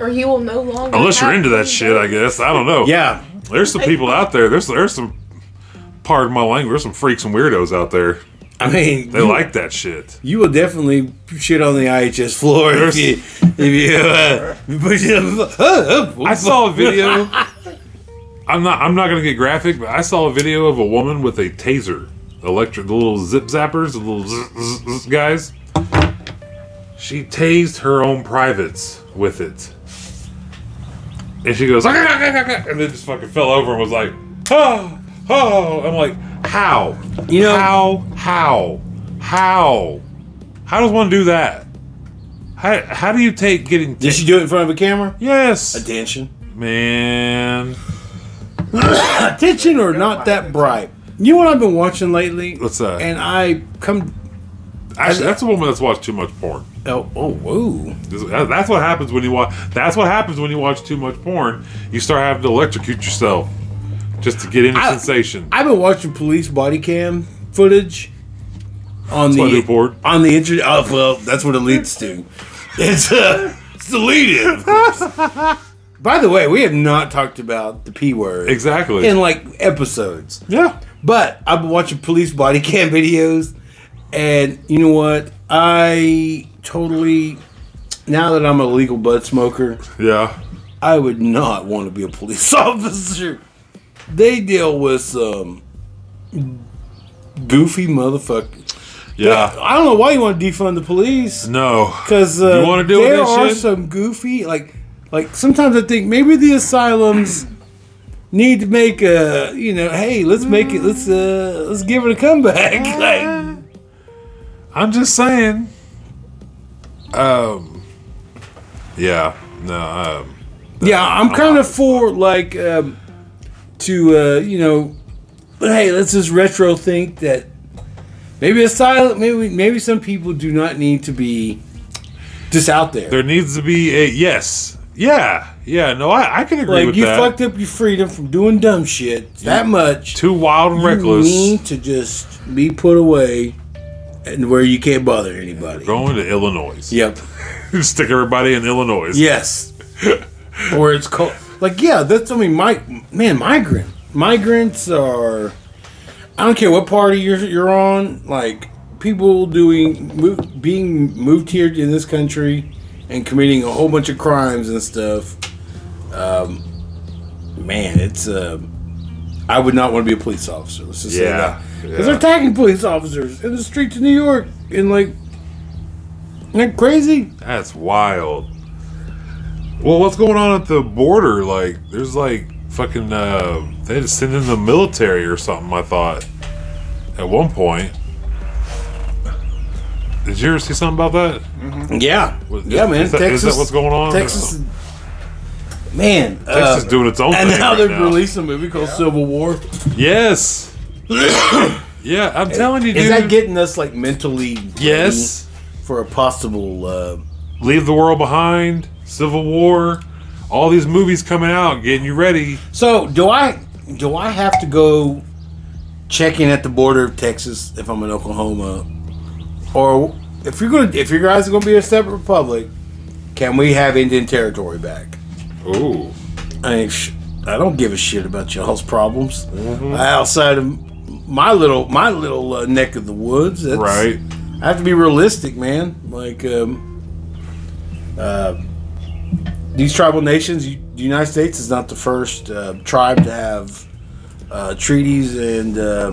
Or you will no longer.
Unless you're
have
into that
any
shit, I
dick.
guess. I don't know.
Yeah.
there's some people out there. There's there's some. Pardon my language. There's some freaks and weirdos out there.
I mean
They
you,
like that shit.
you will definitely shit on the IHS floor if
There's-
you if you uh, push it up. Oh, oh,
I saw a video. I'm not. I'm not gonna get graphic, but I saw a video of a woman with a taser, electric, the little zip zappers, the little zzz, zzz, zzz guys. She tased her own privates with it, and she goes, "Ah, ah, ah, ah, ah," and then just fucking fell over and was like, oh, oh. I'm like, how?
You know-
how? How? How? How does one do that? How, how do you take getting?
Did
ta-
she do it in front of a camera?
yes.
Attention.
Man,
Attention or not that bright. You know what I've been watching lately?
What's that?
And I come
actually, that's a woman that's watched too much porn.
oh, oh whoa.
This- that- That's what happens when you watch. That's what happens when you watch too much porn. You start having to electrocute yourself just to get any
I-
sensation.
I've been watching police body cam footage on
why I do
the
porn.
on the internet. Oh, well, that's what it leads to. It's uh, it's deleted. Of course. By the way, we have not talked about the p word
exactly.
in like episodes,
yeah.
but I've been watching police body cam videos, and you know what? I totally now that I'm a legal bud smoker,
Yeah.
I would not want to be a police officer. They deal with some goofy motherfuckers.
Yeah.
I don't know why you want to defund the police.
No.
Because uh,
You wanna deal with
there
that
are
shit?
some goofy like like sometimes I think maybe the asylums need to make a you know hey let's make it let's uh let's give it a comeback like
I'm just saying. Um. Yeah. No. Um.
yeah I'm kind of for like um, to uh you know but hey let's just retro think that maybe asylum maybe maybe some people do not need to be just out there
There needs to be a yes. Yeah. Yeah. No. I, I can agree
like
with
you
that.
fucked up your freedom from doing dumb shit that much
Too wild and reckless.
You need to just be put away and where you can't bother anybody.
Going to Illinois.
Yep.
Stick everybody in Illinois.
Yes. or it's cold. Like yeah, that's I mean, my man, migrant migrants are. I don't care what party you're you're on. Like people doing move, being moved here in this country and committing a whole bunch of crimes and stuff. Um, man, it's uh, I would not want to be a police officer. Let's just say
Yeah.
that. Because they're attacking police officers in the streets of New York and like, isn't that crazy?
That's wild. Well, what's going on at the border? Like, there's like fucking uh, they had to send in the military or something. I thought at one point. Did you ever see something about that?
Yeah,
Was-
yeah, man.
Is that,
Texas,
is that what's going on?
Texas, man.
Texas
uh,
doing its own
and
thing.
now
right
they've
now.
released a movie called Civil War.
Yes. yeah, I'm telling you, dude.
Is that getting us like mentally
yes.
ready for a possible? Uh,
Leave the world behind. Civil War. All these movies coming out, getting you ready.
so do I? Do I have to go checking at the border of Texas if I'm in Oklahoma, or if you're gonna if you guys are gonna be a separate republic, can we have Indian territory back?
Ooh.
I ain't sh- I don't give a shit about y'all's problems outside of my little my little uh, neck of the woods. That's,
Right.
I have to be realistic, man. Like, um, uh, these tribal nations, you, the United States is not the first uh, tribe to have uh, treaties and uh,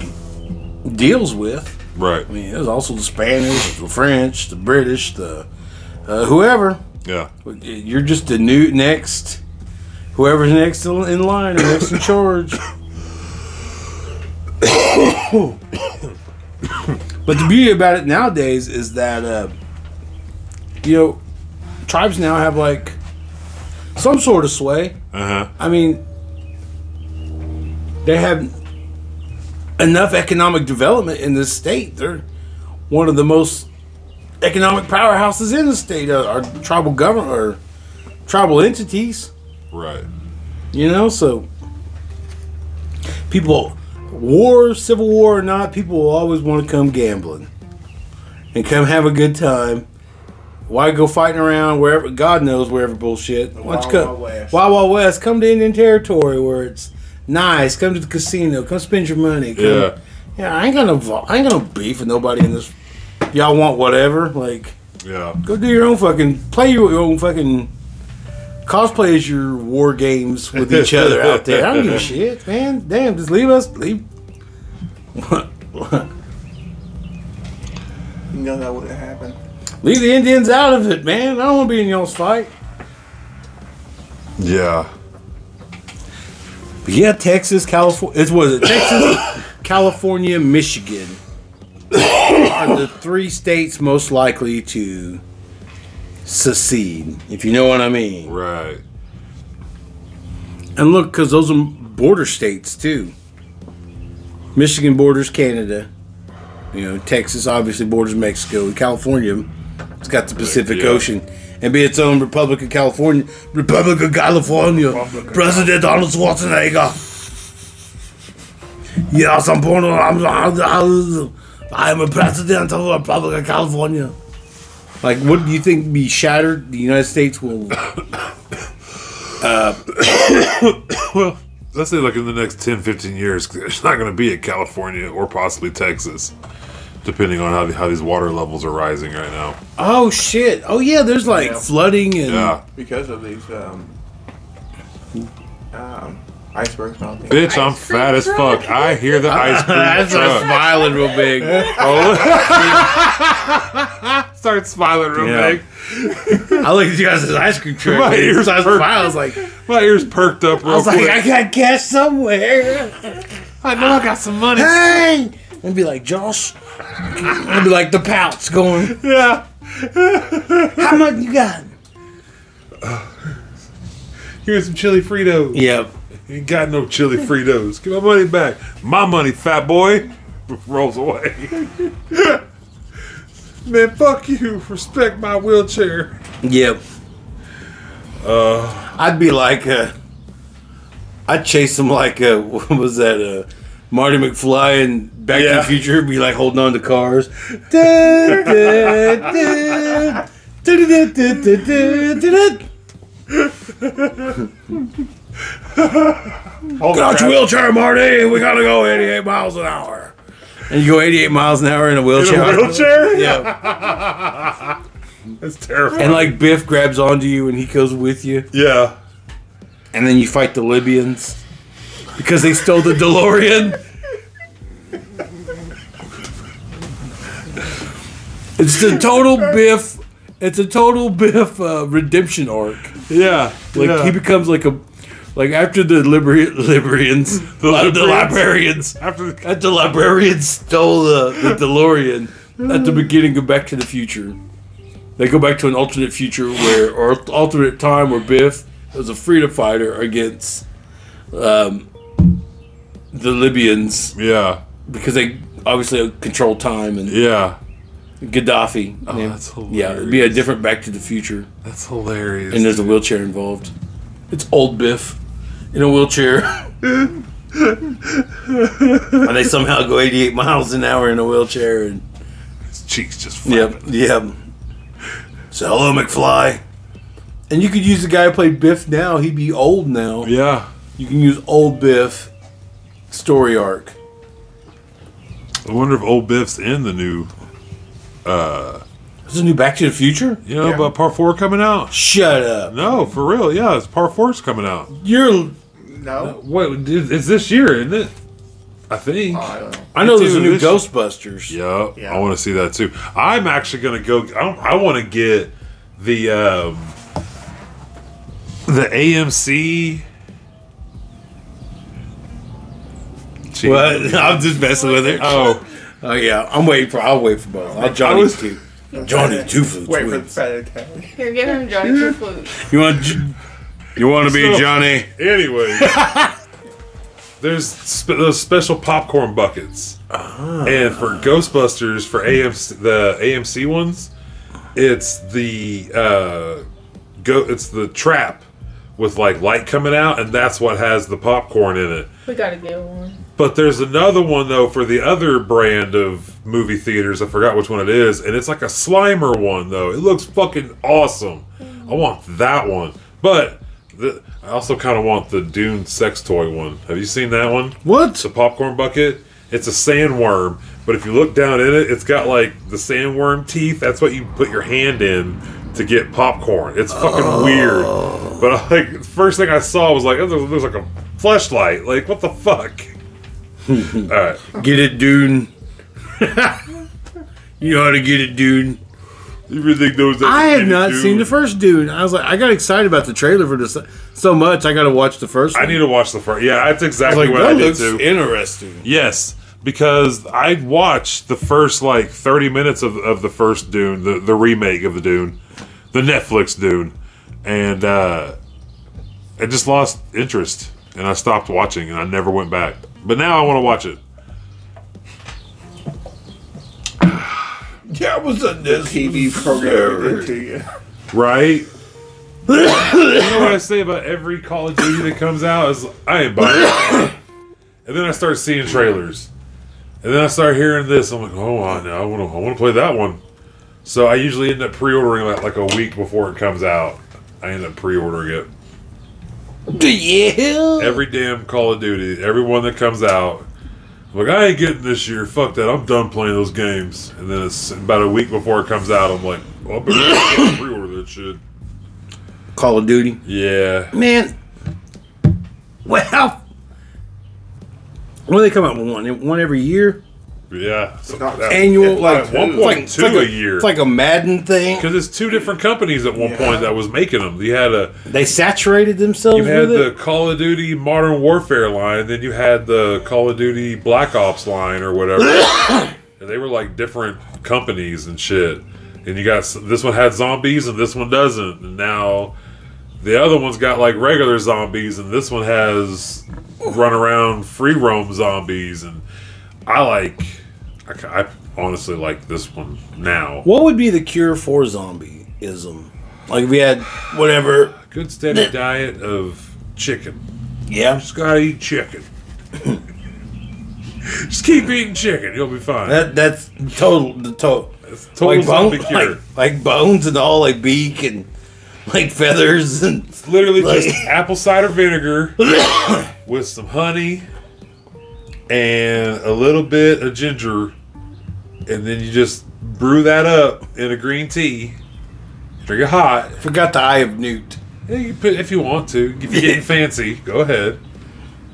deals with.
Right.
I mean, there's also the Spanish, the French, the British, the uh, whoever.
Yeah.
You're just the new next, whoever's next in line or next in charge. but the beauty about it nowadays is that, uh, you know, tribes now have like some sort of sway.
Uh huh.
I mean, they have enough economic development in this state. They're one of the most economic powerhouses in the state. uh, Our tribal government or tribal entities,
Right.
you know. So people, war, civil war or not, people will always want to come gambling and come have a good time. Why go fighting around wherever God knows wherever bullshit? Why don't you
Wild
come?
Wild West.
Wild Wild West. Come to Indian territory where it's nice. Come to the casino. Come spend your money. Come,
Yeah.
Yeah, I ain't gonna. vo- I ain't gonna beef with nobody in this. Y'all want whatever? Like,
Yeah.
go do your own fucking. Play your own fucking. Cosplay as your war games with each other out there. I don't give a shit, man. Damn, just leave us. Leave.
You know that would have happened.
Leave the Indians out of it, man. I don't want to be in y'all's fight.
Yeah.
But yeah, Texas, California. It was it Texas, California, Michigan are the three states most likely to secede, if you know what I mean.
Right.
And look, because those are border states too. Michigan borders Canada. You know, Texas obviously borders Mexico, and California, it's got the Pacific
Yeah.
Ocean, and be its own Republic of California, Republic of California, President Arnold Schwarzenegger. Yes, I'm born. I'm, I'm, I'm a president of the Republic of California. Like, what do you think be shattered? The United States will
Well, let's say like in the next 10, 15 years, 'cause there's not going to be a California or possibly Texas, depending on how, the, how these water levels are rising right now.
Oh shit! Oh yeah, there's like
Yeah.
flooding and
Yeah.
Because of these um, um, icebergs melting.
Bitch, I'm
Ice cream
fat as
truck.
fuck. I hear the ice cream
That's not
truck. Oh,
smiling real big.
Start smiling real
Yeah.
big.
I looked at you guys as ice cream truck.
My ears
so I was
perked.
smiling, I was like,
My ears perked up real
I was like,
quick.
I got cash somewhere.
I know I got some money.
Hey, and be like Josh. I'd be like the pouch going.
Yeah.
How much you got?
Here's some chili Fritos.
Yep.
You ain't got no chili Fritos. Give my money back. My money, fat boy. Rolls away. Man, fuck you. Respect my wheelchair.
Yep. Uh, I'd be like, uh, I'd chase him like, uh, what was that, uh, Marty McFly and Back to
Yeah.
the Future, be like holding on to cars. Da, da, da. Da, da, da, da, da, da, da.
Hold
Get out
crap.
your wheelchair, Marty. We gotta go 88 miles an hour. And you go 88 miles an hour in a
In
wheelchair.
a wheelchair?
Yeah.
That's terrifying.
And like Biff grabs onto you and he goes with you.
yeah.
and then you fight the Libyans because they stole the DeLorean. it's the total Biff. It's a total Biff uh, redemption arc.
Yeah.
Like
yeah.
he becomes like a, like after the Libri- Librians, the, li- the
Librians.
librarians,
after the,
after the librarians stole the, the DeLorean at the beginning of Back to the Future. They go back to an alternate future where, or alternate time where Biff was a freedom fighter against um, the Libyans
yeah.
because they obviously control time and
Yeah.
Gaddafi.
Oh,
yeah.
that's hilarious.
yeah, it'd be a different Back to the Future,
That's hilarious.
and there's a wheelchair involved. It's old Biff in a wheelchair.
Or they somehow go 88 miles an hour in a wheelchair. And,
His cheeks just
yep,
flapping.
yep. So hello, McFly.
And you could use the guy who played Biff now. He'd be old now.
Yeah.
You can use old Biff story arc.
I wonder if old Biff's in the new.
Is this new Back to the Future?
You know
Yeah.
about part four coming out?
Shut up.
No, for real. Yeah, it's part four's coming out.
You're.
No.
What? It's this year, isn't it? I think.
Oh, I don't know.
I know
Uh, It's
there's a
even
new
this-
Ghostbusters.
Yeah,
Yeah.
I want to see that too. I'm actually gonna go. I, I want to get the um, the AMC. Gee.
Well, I'm just messing with it.
Oh,
Oh yeah, I'm waiting for. I'll wait for both. I'll Johnny
was-
too.
Johnny Two Flutes.
Wait for the
wins.
fat attack.
Here, give him Johnny two flutes.
You want? J- You want to be
So-
Johnny?
anyway, there's sp- those special popcorn buckets, and for Ghostbusters, for AMC, the AMC ones, it's the uh, go. It's the trap with like light coming out, and that's what has the popcorn in it.
We gotta give him one.
But there's another one though for the other brand of movie theaters. I forgot which one it is, and it's like a Slimer one though. It looks fucking awesome. I want that one, but the, I also kind of want the Dune sex toy one. Have you seen that one? It's
What?
a popcorn bucket. It's a sandworm, but if you look down in it, it's got like the sandworm teeth. That's what you put your hand in to get popcorn. It's fucking weird. But like, the first thing I saw was like, oh, there's, there's like a flashlight. Like, what the fuck? All right.
Get it, dude. you know how to get it, dude.
You really think those?
I have not seen the first Dune. I was like, I got excited about the trailer for this so much. I got to watch the first.
I
one.
need to watch the first. Yeah, that's exactly
like
what I
that
did
looks
too.
interesting.
Yes, because I watched the first like 30 minutes of, of the first Dune, the, the remake of the Dune, the Netflix Dune, and uh, I just lost interest and I stopped watching and I never went back. But now I want to watch it.
That was a
TV program into you.
Right? you know what I say about every Call of Duty that comes out is I ain't buying it. And then I start seeing trailers. And then I start hearing this. I'm like, oh, I know. I want to. I want to play that one. So I usually end up pre-ordering that like a week before it comes out. I end up pre-ordering it.
Yeah.
Every damn Call of Duty, every one that comes out. I'm like, I ain't getting this year. Fuck that. I'm done playing those games. And then it's about a week before it comes out. I'm like, well, I better pre-order that shit.
Call of Duty.
Yeah.
Man. Well. When they come out with one, one every year,
Yeah, so
not
that-
annual,
It's
like
like
one
it's like-
point
it's
two
like
a year.
It's like a Madden thing.
because it's two different companies at one
Yeah.
point that was making them. You had a
They saturated themselves
you had
with
the
it.
Call of Duty Modern Warfare line, then you had the Call of Duty Black Ops line or whatever, and they were like different companies and shit. And you got s- this one had zombies and this one doesn't. And now the other one's got like regular zombies and this one has run around free roam zombies. And I like, I, ki- I honestly like this one now.
What would be the cure for zombieism? Like if we had whatever.
Good steady diet of chicken.
Yeah.
Just gotta eat chicken. Just keep eating chicken. You'll be fine.
That that's total the total.
It's total zombie
bone-
cure.
like, like bones and all, like beak and like feathers and
it's literally
like-
just apple cider vinegar with some honey and a little bit of ginger, and then you just brew that up in a green tea. Drink it hot.
forgot the eye of Newt.
Yeah, you put if you want to. If you're getting fancy, go ahead.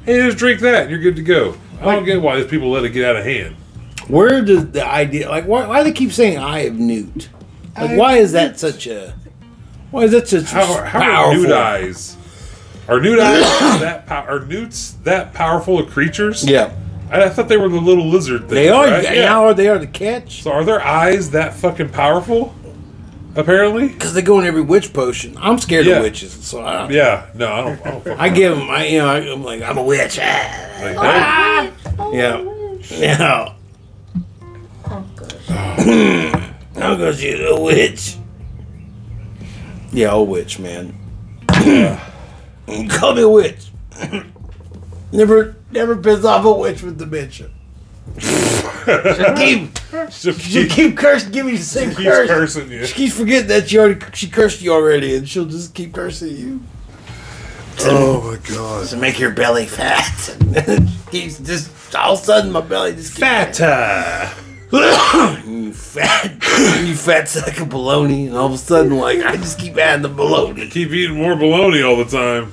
And just drink that. And you're good to go. I don't get why these people let it get out of hand.
Where does the idea like why why do they keep saying eye of Newt? Like why is that such a why is that such
How,
a
how are
powerful?
nude eyes? Are nude eyes that pow- are newts that powerful of creatures?
Yeah,
I, I thought they were the little lizard things.
they are.
right? Yeah.
Now are they are the catch
So are their eyes that fucking powerful? Apparently.
because they go in every witch potion. I'm scared
Yeah.
of witches, so I,
Yeah. No, I don't. I don't fucking
I give them. I you know I, I'm like I'm a witch. Ah.
like that.
Yeah, yeah. I'm gonna shoot a witch. Yeah, a witch, man. Call me a witch. Never, never piss off a witch with dementia. keep,
She,
she keep cursing. Give me the same
keeps
curse.
cursing you.
She keeps forgetting that she already she cursed you already, and she'll just keep cursing you.
Oh my god.
To make your belly fat.
Keeps just all of a sudden my belly just keeps
Fata.
you fat, you fat sack of bologna, and all of a sudden, like I just keep adding the bologna.
Keep eating more bologna all the time.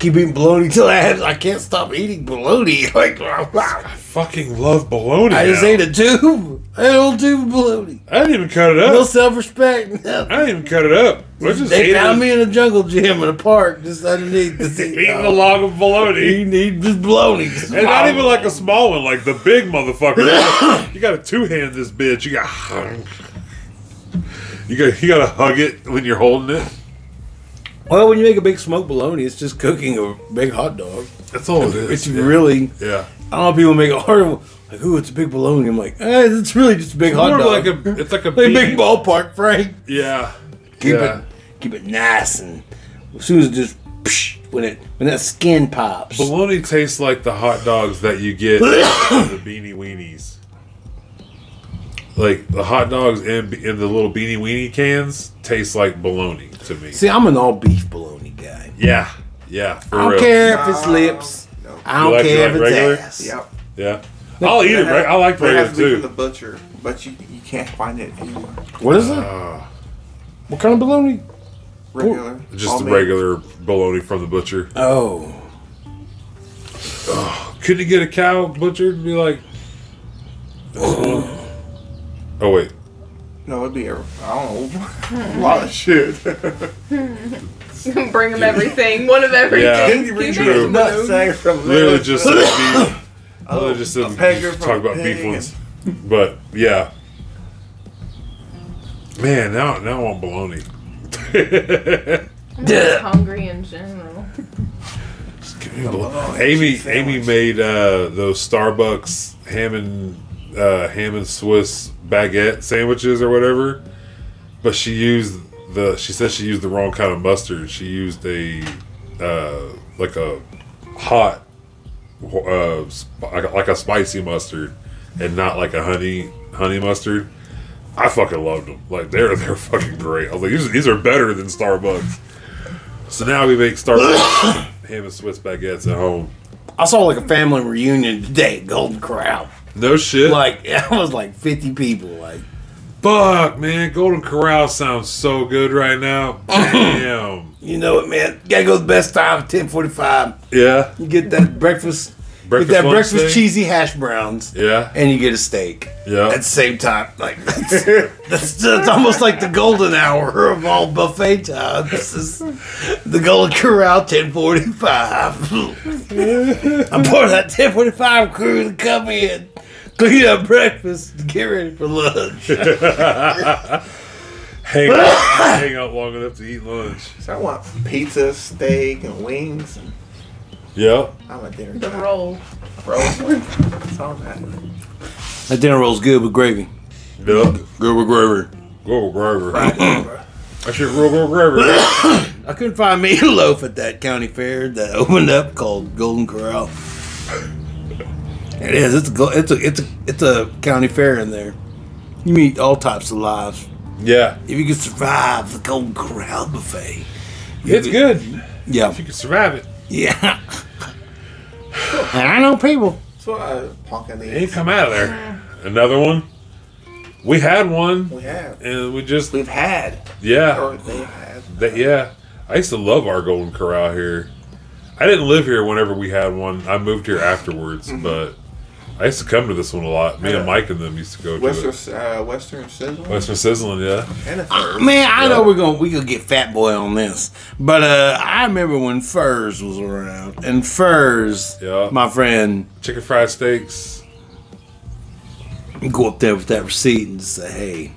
keep eating bologna till I have, I can't stop eating bologna. Like
I fucking love bologna.
I just
now.
ate a tube, I ate a whole tube of bologna.
I didn't even cut it
No
up.
self respect. No.
I didn't even cut it up. I just
They
ate
found
it.
me in a jungle gym in a park just underneath the sea.
eating a log of bologna.
You need just bologna.
And not even like a small one, like the big motherfucker. you got to two hand this bitch. You got. You got you got to hug it when you're holding it.
Well, when you make a big smoked bologna, it's just cooking a big hot dog.
That's all it is.
It's
yeah.
really
yeah.
I don't know if people make it harder. Like, ooh, it's a big bologna. I'm like, eh, it's really just a big hot
More
dog.
like a it's like a
Like a
bean.
big ballpark, Frank.
Yeah.
Keep
yeah.
it, keep it nice, and as soon as it just psh, when it when that skin pops,
Bologna tastes like the hot dogs that you get at the beanie weenies. Like the hot dogs in in the little beanie weenie cans taste like bologna to me.
see, I'm an all beef bologna guy.
Yeah. Yeah. For
I don't
real.
care if it's
No,
lips.
no.
I don't
You like- you
care
like
if it's
regular?
ass.
Yep.
Yeah. I'll eat it. Right? I like
It
regular
has to be from the
too.
butcher, but you, you can't find it anywhere.
What is it?
Uh,
What kind of bologna?
Regular.
just
all
the
meat.
regular bologna from the butcher.
Oh,
Couldn't you get a cow butchered and be like, oh wait,
No, it'd be a, I don't know, a lot of shit.
Bring him everything, one of everything.
Yeah.
Can you read
Can
your
you make
Nut sack from
literally
there.
just said beef.
Oh,
Literally just said
a pegger from
talk
a
about beef
pig
ones, but yeah. Man, now now I want bologna.
I'm just hungry in general.
bologna
Amy
cheese
Amy
sandwich.
made uh, those Starbucks ham and uh, ham and Swiss baguette sandwiches or whatever, but she used the she said she used the wrong kind of mustard. She used a uh, like a hot uh, sp- like a- like a spicy mustard and not like a honey honey mustard. I fucking loved them. Like they're they're fucking great. I was like these, these are better than Starbucks. So now we make Starbucks ham and Swiss baguettes at home.
I saw like a family reunion today, at Golden Corral.
No shit.
Like I was like 50 people. Like
Fuck, man. Golden Corral sounds so good right now. Damn.
you know what, man? Gotta go the best time, 10:45.
Yeah.
You get that breakfast,
Breakfast
get that
lunch
breakfast
steak?
cheesy hash browns,
Yeah.
and you get a steak at
Yeah.
the same time. Like that's, that's, that's almost like the golden hour of all buffet times. This is the Golden Corral, ten forty five. I'm pouring that ten forty five crew to come in, clean up breakfast, get ready for lunch.
Hang out, hang out long enough to eat lunch.
So I want pizza, steak, and wings. And
Yeah.
I'm a dinner
The
guy.
roll.
Bro, it's all that.
That dinner roll's good with gravy.
Yeah.
Good with gravy.
Go Grover. I should roll Go Grover.
I couldn't find me a loaf at that county fair that opened up called Golden Corral. It is. It's a go- it's a it's a it's a county fair in there. You meet all types of lives.
Yeah.
If you can survive the Golden Corral buffet,
It's good.
yeah,
If you can survive it.
yeah. and I know people.
So uh, pumpkin
It ain't
leaves.
come out of there. Another one? We had one.
We have.
And we just,
We've had.
yeah.
Or they've had.
That, yeah. I used to love our Golden Corral here. I didn't live here whenever we had one. I moved here afterwards, but I used to come to this one a lot. Me and Mike and them used to go to
Western,
it.
uh, Western Sizzling.
Western Sizzling, yeah.
And a third.
Man, I know we're gonna we gonna get Fat Boy on this, but uh, I remember when Furs was around, and Furs,
Yeah.
my friend,
Chicken fried steaks.
go up there with that receipt and just say, hey,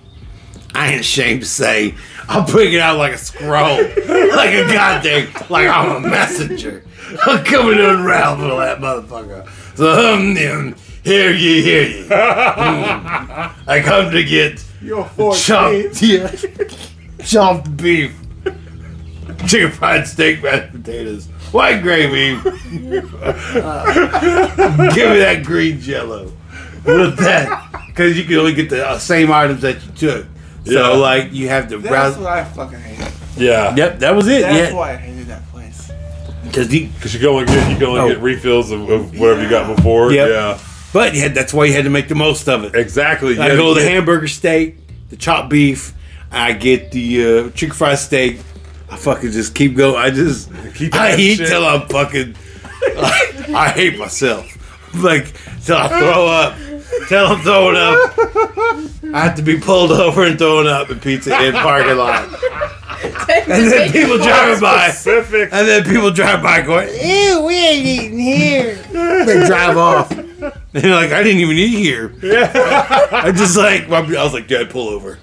I ain't ashamed to say I'm bringing out like a scroll, like a goddamn, like I'm a messenger. I'm coming to unravel that motherfucker. So hum them, hear ye, hear ye. Mm. I come to get
You're 14.
chopped, yeah, chopped beef, chicken fried steak, mashed potatoes, White gravy. Give me that green jello. With that. Because you can only get the uh, same items that you took. So,
Yeah.
like, you have to
That's
browse.
what I fucking hated.
Yeah.
Yep, that was it.
That's
yeah.
why I hated that place.
Because he.
Because you can only get, you can only
Oh.
get refills of, of whatever you got before.
Yep.
Yeah.
But yeah, that's why you had to make the most of it.
Exactly. You
I
had
go
to
the
get-
hamburger steak, the chopped beef. I get the uh, chicken fried steak. I fucking just keep going. I just
Keep
I
that
eat
shit.
till I'm fucking. I hate myself. Like till I throw up. Till I'm throwing up. I have to be pulled over and thrown up at Pizza Inn parking lot, and then people driving by,
Perfect.
and then people drive by going, "Ew, we ain't eating here." They drive off. And you're like, I didn't even eat here. I'm just like, I was like, Dad, pull over.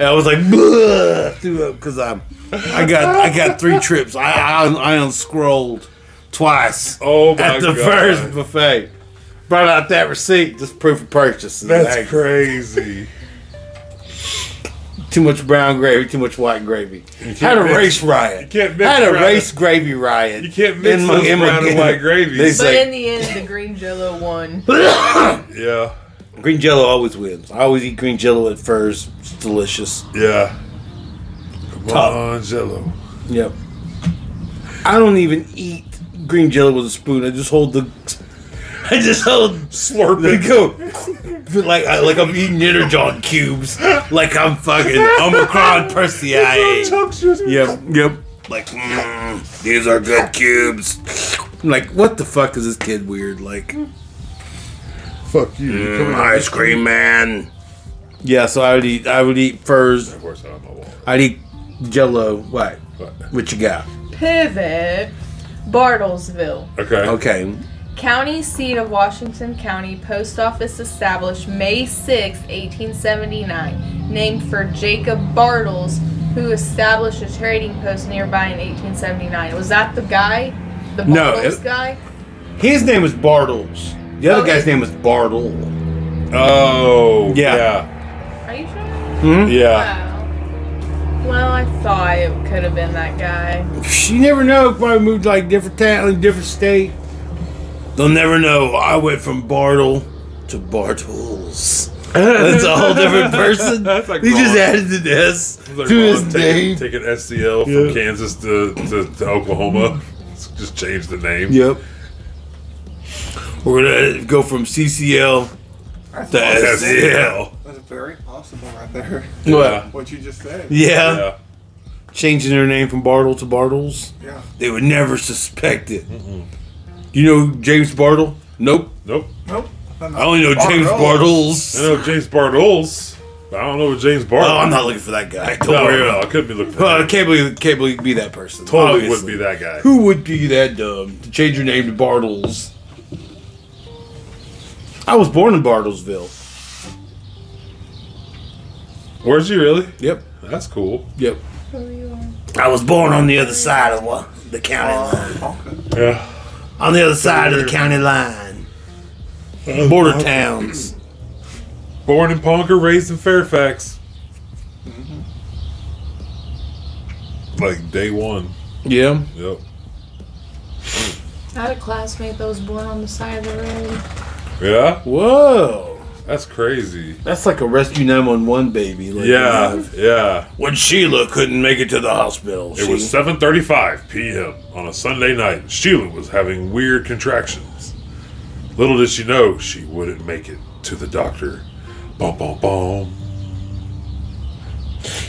And I was like, "Bleh," threw up because I'm, I got, I got three trips. I, I, I unscrolled twice
Oh my
at the
god.
first buffet. Brought out that receipt, just proof of purchase.
That's
Like,
crazy.
Too much brown gravy, too much white gravy. Had a
mix-
race riot.
you can't mix
Had a
brown-
race gravy riot.
You can't mix those brown and white gravies.
They
But
say
in the end, the green jello won.
Yeah.
green jello always wins. I always eat green jello at first. It's delicious.
Yeah. Come
Top.
on, Jello.
Yep. I don't even eat green jelly with a spoon. I just hold the. I just hold slurp it. Go like I, like I'm eating energon cubes. Like I'm fucking Omicron Persei. Yep. Yep. Like mm, these are good cubes. I'm like what the fuck is this kid weird? Like
Fuck you. Come on.
Mm, ice cream man. Yeah, so I would eat. I would eat first.
Of course, I'm on my wall.
I'd eat Jello. What?
But,
What you got?
Pivot. Bartlesville.
okay.
Okay.
County seat of Washington County post office established May 6, 1879, named for Jacob Bartles, who established a trading post nearby in 1879. Was that the guy? The Bartles
No, it-
guy?
His name was Bartles. The other
Okay.
guy's name was Bartle.
Oh.
Yeah.
Yeah.
Are you sure?
Yeah.
Uh.
Wow. Well, I thought it could have been that guy.
You never know. Probably moved to like different town, different state. They'll never know. I went from Bartle to Bartles. That's a whole different person.
That's like
he just
wrong.
added the S to
Like,
his
Ron,
name.
take, take an SCL from Kansas to, to, to Oklahoma. Just change the name.
Yep. We're gonna go from CCL
That's
to
possible.
Oh,
SCL.
That's very possible right there.
What?
What you just said.
Yeah.
Yeah.
Changing their name from Bartle to Bartles.
Yeah.
They would never suspect it. You know James Bartle? Nope.
Nope.
Nope. I'm
I
not-
only know James
Bartles.
Bartles.
I know James Bartles. but I don't know James Bartles.
Oh, I'm not looking for that guy. Don't
No,
worry
no,
about
I
it.
couldn't be looking for
Well, I
that.
can't believe, can't believe be that person.
Totally would
Obviously.
be that guy.
Who would be that dumb to change your name to Bartles? I was born in Bartlesville.
Where's you really?
Yep,
That's cool.
yep. I was born on the other side of what? The county line.
Okay.
Yeah.
On the other side of the county line. Border towns.
Born in Ponca, raised in Fairfax.
Mm-hmm.
Like day one.
Yeah.
Yep.
I had a classmate that was born on the side of the road.
Yeah?
Whoa.
That's crazy.
That's like a rescue 911 baby. Like
Yeah. Yeah.
When Sheila couldn't make it to the hospital,
It was 7:35 p.m. on a Sunday night. and Sheila was having weird contractions. Little did she know she wouldn't make it to the doctor. Bum bum bum.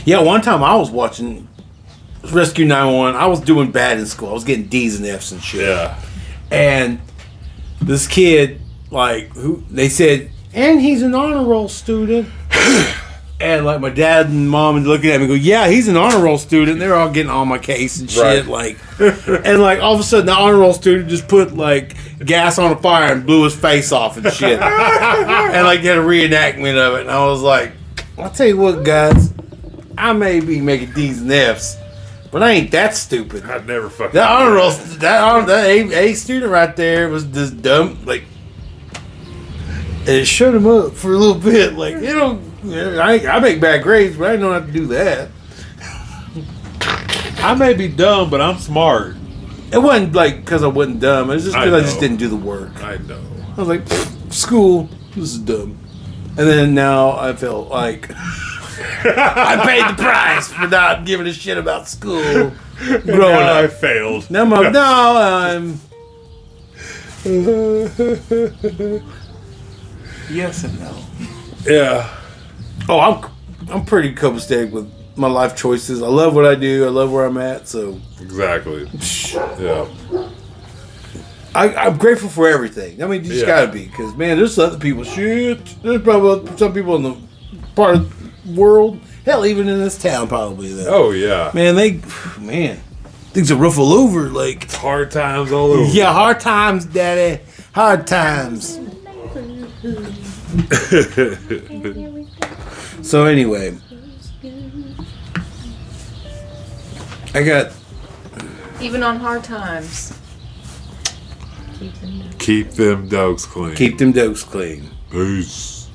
Yeah, one time I was watching Rescue 911. I was doing bad in school. I was getting D's and F's and shit.
Yeah.
And this kid, like, who they said, and he's an honor roll student. and like my dad and mom and looking at me, go, yeah, he's an honor roll student. They're all getting on my case and shit.
Right.
Like, and like all of a sudden, the honor roll student just put like gas on a fire and blew his face off and shit. and like did a reenactment of it. And I was like, I'll tell you what, guys, I may be making D's and F's, but I ain't that stupid.
I never fucking.
That honor roll, that honor, that A, A student right there was just dumb. Like, it showed him up for a little bit. Like, you know, I, I make bad grades, but I don't have to do that.
I may be dumb, but I'm smart.
It wasn't like because I wasn't dumb. It was just
I
because I, just
know.
didn't do the work.
I know.
I was like, "Pfft, school, this is dumb. And then now I feel like I paid the price for not giving a shit about school growing
Now Oh, I
up.
failed.
Now I'm like, no, I'm
Yes and no.
Yeah.
oh, I'm I'm pretty copacetic with my life choices. I love what I do. I love where I'm at. So
Exactly. Yeah.
I, I'm grateful for everything. I mean, you just
Yeah.
gotta be because man, there's other people. Shit, there's probably some people in the part of the world, hell, even in this town, probably though.
Oh yeah.
Man, they, man, things are rough all over. Like,
Hard times all over.
yeah, hard times, daddy. Hard times. so, anyway, I got,
Even on hard times. Keep them down.
Keep them dogs clean.
keep them dogs clean.
Peace.